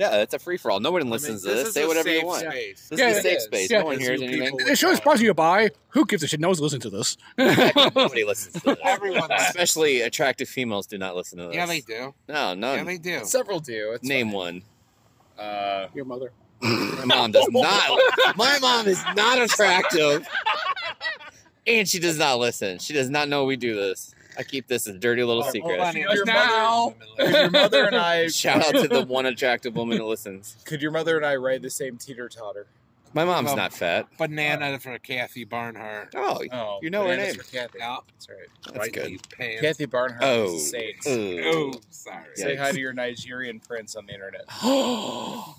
Speaker 3: yeah, that's a free for all. No one listens
Speaker 4: this
Speaker 3: to this.
Speaker 4: is
Speaker 3: Say
Speaker 4: a
Speaker 3: whatever
Speaker 4: safe
Speaker 3: you want.
Speaker 4: space.
Speaker 3: This
Speaker 10: Yeah,
Speaker 3: is a
Speaker 10: it
Speaker 3: safe
Speaker 10: is.
Speaker 3: space.
Speaker 10: Yeah.
Speaker 3: no one hears anything.
Speaker 10: The show is sponsored by. Who gives a shit? No one's listening to this.
Speaker 3: Nobody listens to this. Everyone, especially attractive females, do not listen to this.
Speaker 4: Yeah, they do.
Speaker 3: No, no.
Speaker 4: Yeah, they do.
Speaker 2: Several do. It's
Speaker 3: Name one.
Speaker 2: Uh,
Speaker 10: Your mother.
Speaker 3: My mom does not. My mom is not attractive, and she does not listen. She does not know we do this. I keep this a dirty little secret.
Speaker 2: Your mother- your mother and I-
Speaker 3: Shout out to the one attractive woman that listens.
Speaker 2: Could your mother and I ride the same teeter totter?
Speaker 3: My mom's
Speaker 4: Well,
Speaker 3: not fat.
Speaker 4: Banana for Kathy Barnhart.
Speaker 3: Oh, you know her
Speaker 2: bananas
Speaker 3: name.
Speaker 2: for Kathy.
Speaker 4: Yeah.
Speaker 2: That's right.
Speaker 3: That's good.
Speaker 4: Pants.
Speaker 2: Kathy Barnhart
Speaker 3: Oh.
Speaker 2: is a saint.
Speaker 3: Oh.
Speaker 4: sorry.
Speaker 2: Say hi
Speaker 4: Yikes.
Speaker 2: to your Nigerian prince on the internet.
Speaker 3: Ah,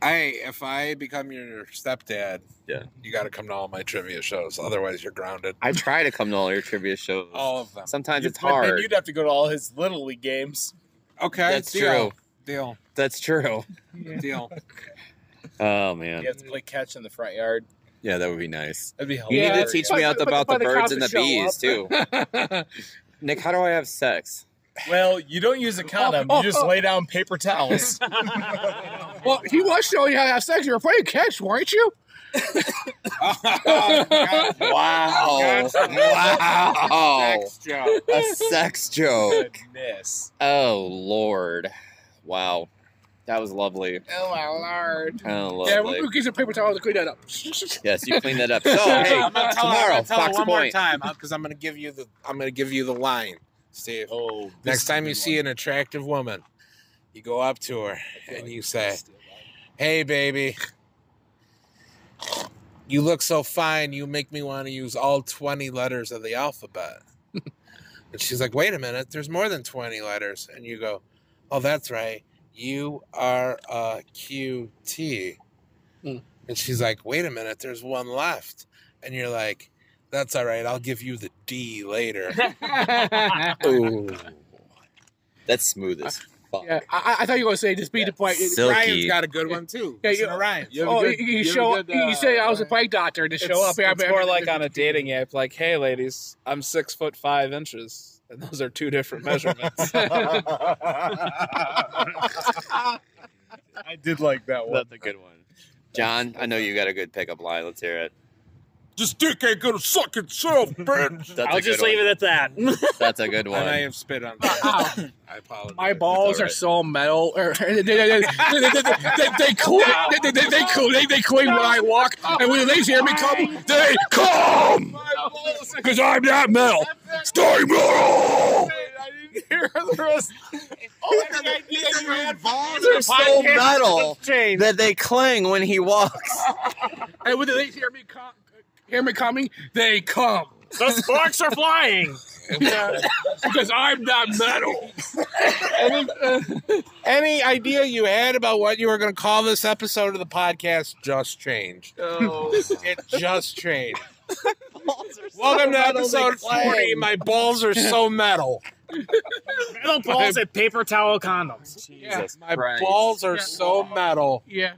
Speaker 4: Hey, if I become your stepdad,
Speaker 3: Yeah.
Speaker 4: you got to come to all my trivia shows. Otherwise, you're grounded.
Speaker 3: I try to come to all your trivia shows.
Speaker 4: All of them.
Speaker 3: Sometimes it's
Speaker 2: But then
Speaker 3: hard.
Speaker 2: you'd have to go to all his little league games.
Speaker 4: Okay,
Speaker 3: That's
Speaker 4: deal.
Speaker 3: true.
Speaker 4: Deal,
Speaker 3: That's true.
Speaker 4: deal.
Speaker 3: Oh
Speaker 2: You
Speaker 3: man.
Speaker 2: have to
Speaker 4: Mm-hmm.
Speaker 2: play catch in the front yard.
Speaker 3: Yeah, that would be nice.
Speaker 2: That'd be
Speaker 3: You
Speaker 2: hilarious.
Speaker 3: need to teach me out about the birds and the bees too. Nick, how do I have sex?
Speaker 2: Well, you don't use a condom. You just lay down paper towels.
Speaker 3: Oh,
Speaker 10: Well, he was showing you how to have sex. You were playing catch, weren't you?
Speaker 3: Wow. wow.
Speaker 4: Sex joke.
Speaker 3: A sex joke.
Speaker 2: Goodness.
Speaker 3: Oh Lord. Wow. That was lovely.
Speaker 10: Oh my lord.
Speaker 3: Oh lovely.
Speaker 10: Yeah, we'll get some paper towels to clean that up.
Speaker 3: Yes, you cleaned that up. So hey,
Speaker 4: I'm gonna tell her- I'm
Speaker 3: tomorrow,
Speaker 4: gonna tell her
Speaker 3: Fox
Speaker 4: one more
Speaker 3: Point.
Speaker 4: time because I'm gonna give you the I'm gonna give you the line, Steve.
Speaker 2: Oh,
Speaker 4: next time you see an attractive woman, you go up to her and you say, "Hey, baby, you look so fine. You make me want to use all 20 letters of the alphabet." and she's like, "Wait a minute, there's more than 20 letters." And you go, "Oh, that's right. You are a QT." And she's like, wait a minute, there's one left. And you're like, that's all right, I'll give you the D later.
Speaker 3: Ooh. That's smooth as fuck.
Speaker 10: Yeah, I, I- I thought you were going to say just be the point.
Speaker 3: Silky.
Speaker 4: Ryan's got a good one too.
Speaker 10: Yeah,
Speaker 4: Listen
Speaker 10: you-
Speaker 4: to Ryan.
Speaker 2: You have a
Speaker 10: oh,
Speaker 2: good-
Speaker 10: you,
Speaker 2: you
Speaker 10: you
Speaker 2: have a
Speaker 10: show.
Speaker 2: good,
Speaker 10: you
Speaker 2: uh,
Speaker 10: say I was a bike doctor to show
Speaker 2: it's,
Speaker 10: up. here.
Speaker 2: it's more like on a dating app, like, hey, ladies, I'm six foot five inches. And those are two different measurements. I did like that one.
Speaker 3: That's a good one. John, I know you got a good pickup line. Let's hear it.
Speaker 4: This dick ain't gonna suck itself, bitch.
Speaker 3: That's
Speaker 6: I'll
Speaker 3: a good
Speaker 6: just leave
Speaker 3: one.
Speaker 6: it at that.
Speaker 3: That's a good
Speaker 4: I may
Speaker 3: one.
Speaker 4: have spit on that. I apologize.
Speaker 10: My balls are so metal. or- they, they, they, they, they, they, they cling. They, they, they, cling- they, they cling when I walk, and when the ladies hear me come, they come. Cause I'm that metal. Stay metal.
Speaker 2: Here are the rest.
Speaker 4: Oh, and the idea that you had balls
Speaker 3: They're so metal that they cling when he walks.
Speaker 10: And when the ladies hear me come, hear me coming, they come.
Speaker 6: the sparks are flying.
Speaker 10: Because I'm not metal.
Speaker 4: Any idea you had about what you were gonna call this episode of the podcast just changed. Oh. It just changed. Welcome to episode 40. My balls are so metal.
Speaker 6: Metal balls and paper towel condoms.
Speaker 4: Yeah, my balls are so metal.
Speaker 10: Yeah.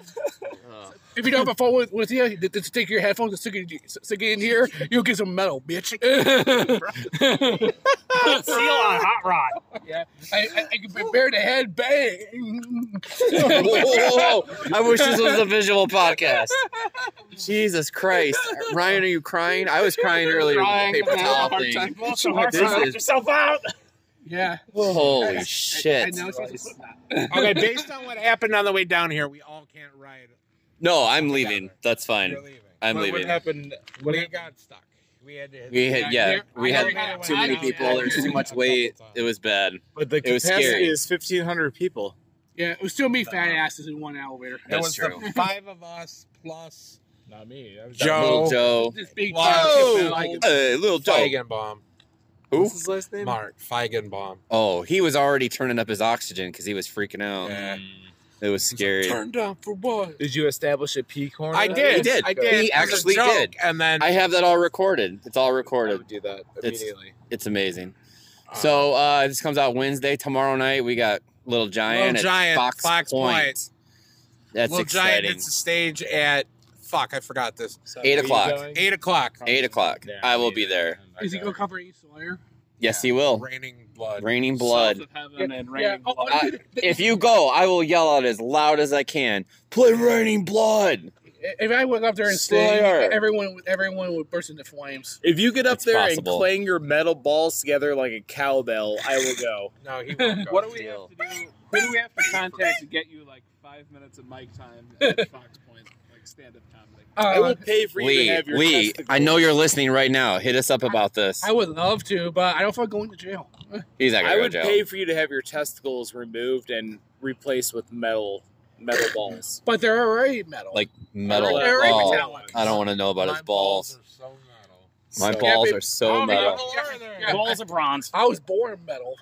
Speaker 10: If you don't have a phone with, with you, just stick your headphones and stick it, stick it in here. You'll get some metal, bitch.
Speaker 6: Seal on hot rod.
Speaker 10: Yeah, I, I, I can prepare the head bang.
Speaker 3: whoa, whoa, whoa. I wish this was a visual podcast. Jesus Christ. Ryan, are you crying? I was crying earlier
Speaker 10: Crying.
Speaker 3: with the paper towel
Speaker 10: Hard
Speaker 3: thing.
Speaker 10: time. Also hard time. Knock
Speaker 6: yourself out.
Speaker 10: Yeah.
Speaker 3: Holy
Speaker 10: I- I-
Speaker 3: shit.
Speaker 10: I know it's supposed to put that.
Speaker 2: okay, based on what happened on the way down here, we all can't ride.
Speaker 3: No, I'm leaving. That's fine. I'm
Speaker 2: What-
Speaker 3: leaving.
Speaker 2: What happened? What
Speaker 3: We
Speaker 2: we got stuck. We had to.
Speaker 3: We had yeah, we had too many people. There was too much weight. It was bad.
Speaker 2: But the
Speaker 3: it was
Speaker 2: capacity
Speaker 3: scary.
Speaker 2: is fifteen hundred people.
Speaker 10: Yeah, it was still me fat asses in one elevator.
Speaker 2: That That's was the true.
Speaker 10: five of us plus
Speaker 2: Not me. That was
Speaker 3: Joe. Little Joe.
Speaker 10: This big
Speaker 3: Whoa. Hey, little Joe.
Speaker 4: Feigenbaum.
Speaker 3: Who?
Speaker 4: his last name? Mark Feigenbaum.
Speaker 3: Oh, he was already turning up his oxygen because he was freaking out. It was scary.
Speaker 4: down for what?
Speaker 2: Did you establish a P corner?
Speaker 4: I did.
Speaker 3: He did.
Speaker 4: I did.
Speaker 3: He
Speaker 4: As a
Speaker 3: actually
Speaker 4: joke,
Speaker 3: did.
Speaker 4: And then
Speaker 3: I have that all recorded. It's all recorded.
Speaker 2: do that
Speaker 3: It's- It's amazing. So uh, this comes out Wednesday tomorrow night. We got Little Giant.
Speaker 2: Little Giant,
Speaker 3: at Fox,
Speaker 2: Fox
Speaker 3: Point.
Speaker 2: Point.
Speaker 3: That's
Speaker 2: Little Giant,
Speaker 3: exciting.
Speaker 2: it's
Speaker 4: it's a stage at fuck. I forgot this.
Speaker 3: Eight o'clock.
Speaker 4: Eight o'clock.
Speaker 3: Eight o'clock. I will be there.
Speaker 10: Is he gonna cover East Slayer?
Speaker 3: Yes, he will.
Speaker 4: Raining blood.
Speaker 3: Raining blood.
Speaker 10: Heaven and yeah. Oh,
Speaker 3: I- if you go, I will yell out as loud as I can. Play Raining Blood.
Speaker 10: if I went up there and stayed,
Speaker 3: Slayer.
Speaker 10: everyone would everyone would burst into flames.
Speaker 2: If you get up
Speaker 3: It's
Speaker 2: there
Speaker 3: possible.
Speaker 2: and clang your metal balls together like a cowbell, I will go.
Speaker 4: No, he won't go.
Speaker 19: What do we have to do? Who do we have to contact to get you like five minutes of mic time at Fox Point, like stand-up comedy?
Speaker 10: I will
Speaker 2: pay for
Speaker 3: Lee, Lee, Uh, I know you're listening right now. Hit us up about this.
Speaker 10: I would love to, but I don't feel like going to jail.
Speaker 3: He's not gonna
Speaker 2: I
Speaker 3: go
Speaker 2: would
Speaker 3: to jail.
Speaker 2: pay for you to have your testicles removed and replaced with metal metal balls.
Speaker 10: But they're already metal.
Speaker 3: like metal.
Speaker 10: They're already
Speaker 3: ball.
Speaker 10: metallic.
Speaker 3: I don't want to know about his balls. My
Speaker 2: So-
Speaker 3: balls
Speaker 10: Yeah, oh,
Speaker 3: are so metal.
Speaker 6: Balls of bronze.
Speaker 10: I was born metal.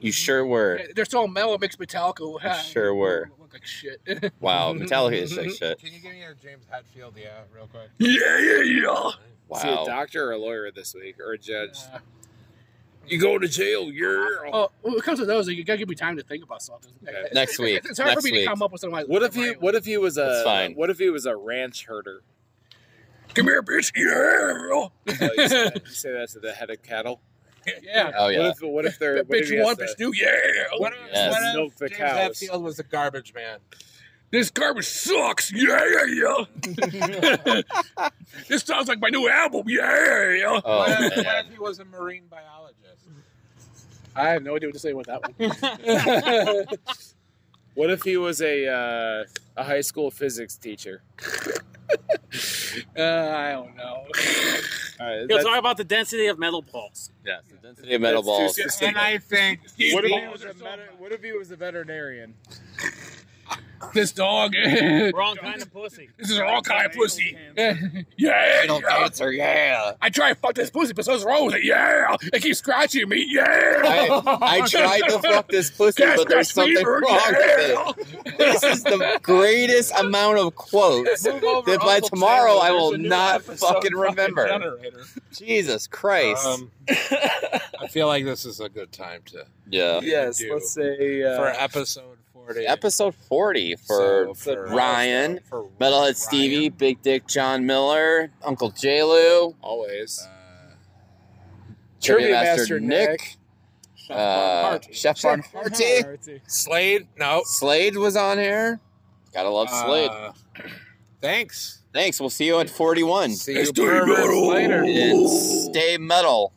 Speaker 3: You sure were.
Speaker 10: They're so metal, it makes Metallica
Speaker 3: You sure were.
Speaker 10: look like shit.
Speaker 3: Wow, Metallica is like shit.
Speaker 4: Can you give me a James Hetfield? Yeah, real quick.
Speaker 10: Yeah, yeah, yeah.
Speaker 2: Is he a
Speaker 3: Wow.
Speaker 2: doctor or a lawyer this week or a judge?
Speaker 4: You go to jail. You're.
Speaker 10: Oh, when it comes to those, you gotta give me time to think about something.
Speaker 3: Next week.
Speaker 10: It's hard
Speaker 3: Next
Speaker 10: for me
Speaker 3: week.
Speaker 10: to come up with something like
Speaker 2: What if he what if he was a
Speaker 3: It's fine.
Speaker 2: what if he was a ranch herder?
Speaker 10: Come here, bitch. Yeah.
Speaker 2: Oh, you, say that, you say that to the head of cattle.
Speaker 10: Yeah.
Speaker 3: Oh
Speaker 2: What
Speaker 3: yeah.
Speaker 2: if what if they're
Speaker 10: That
Speaker 2: what if
Speaker 10: bitch
Speaker 2: he
Speaker 10: you
Speaker 2: has
Speaker 10: want,
Speaker 2: to-
Speaker 10: bitch do. Yeah.
Speaker 4: What if,
Speaker 3: Oh, Yes.
Speaker 4: what if
Speaker 2: Milk the
Speaker 4: James
Speaker 2: cows.
Speaker 4: Hetfield was a garbage man?
Speaker 10: This garbage sucks. Yeah, yeah, yeah. this sounds like my new album. Yeah, yeah.
Speaker 3: Oh,
Speaker 4: what, if,
Speaker 3: man.
Speaker 4: what if he was a marine biologist?
Speaker 10: I have no idea what to say with that one.
Speaker 2: What if he was a uh, a high school physics teacher?
Speaker 10: Uh, I don't know.
Speaker 2: All right,
Speaker 6: He'll
Speaker 2: that's-
Speaker 6: talk about the density of metal balls.
Speaker 3: Yes, the density of metal
Speaker 2: That's too
Speaker 3: balls.
Speaker 2: soon.
Speaker 4: And I think
Speaker 2: what, if he
Speaker 4: balls
Speaker 2: was
Speaker 4: are
Speaker 2: a
Speaker 4: so
Speaker 2: meta- what if he was a veterinarian?
Speaker 10: This dog. this
Speaker 6: Wrong kind of pussy.
Speaker 10: is all kind of pussy. Yeah. yeah.
Speaker 3: cancer, yeah.
Speaker 10: I try to fuck this pussy, but something's wrong with it. Yeah. It keeps scratching me. Yeah.
Speaker 3: I, I tried to fuck this pussy,
Speaker 10: Gas
Speaker 3: but there's
Speaker 10: scratch
Speaker 3: something
Speaker 10: fever,
Speaker 3: wrong
Speaker 10: yeah.
Speaker 3: with it. This is the greatest amount of quotes
Speaker 4: Move over,
Speaker 3: that by
Speaker 4: Uncle
Speaker 3: tomorrow
Speaker 4: Chandler.
Speaker 3: I
Speaker 4: There's
Speaker 3: will
Speaker 4: a new
Speaker 3: not
Speaker 4: episode
Speaker 3: fucking
Speaker 4: of
Speaker 3: remember.
Speaker 4: Generator.
Speaker 3: Jesus Christ.
Speaker 4: Um, I feel like this is a good time to
Speaker 3: yeah.
Speaker 2: Yes,
Speaker 4: do.
Speaker 2: let's say
Speaker 4: for
Speaker 2: uh,
Speaker 4: episode forty.
Speaker 3: Episode 40 for
Speaker 4: So, for
Speaker 3: Ryan,
Speaker 4: for
Speaker 3: Metalhead Stevie, Big Dick John Miller, Uncle Jalu,
Speaker 4: Uh,
Speaker 2: always.
Speaker 3: Trivia
Speaker 2: Trivia Master
Speaker 3: Master, Nick, uh, Chef Von Harty,
Speaker 4: Slade. No,
Speaker 3: Slade was on here. Gotta love Slade.
Speaker 4: Uh, thanks.
Speaker 3: Thanks. We'll see you at 41.
Speaker 4: See you perverts later.
Speaker 3: And stay metal.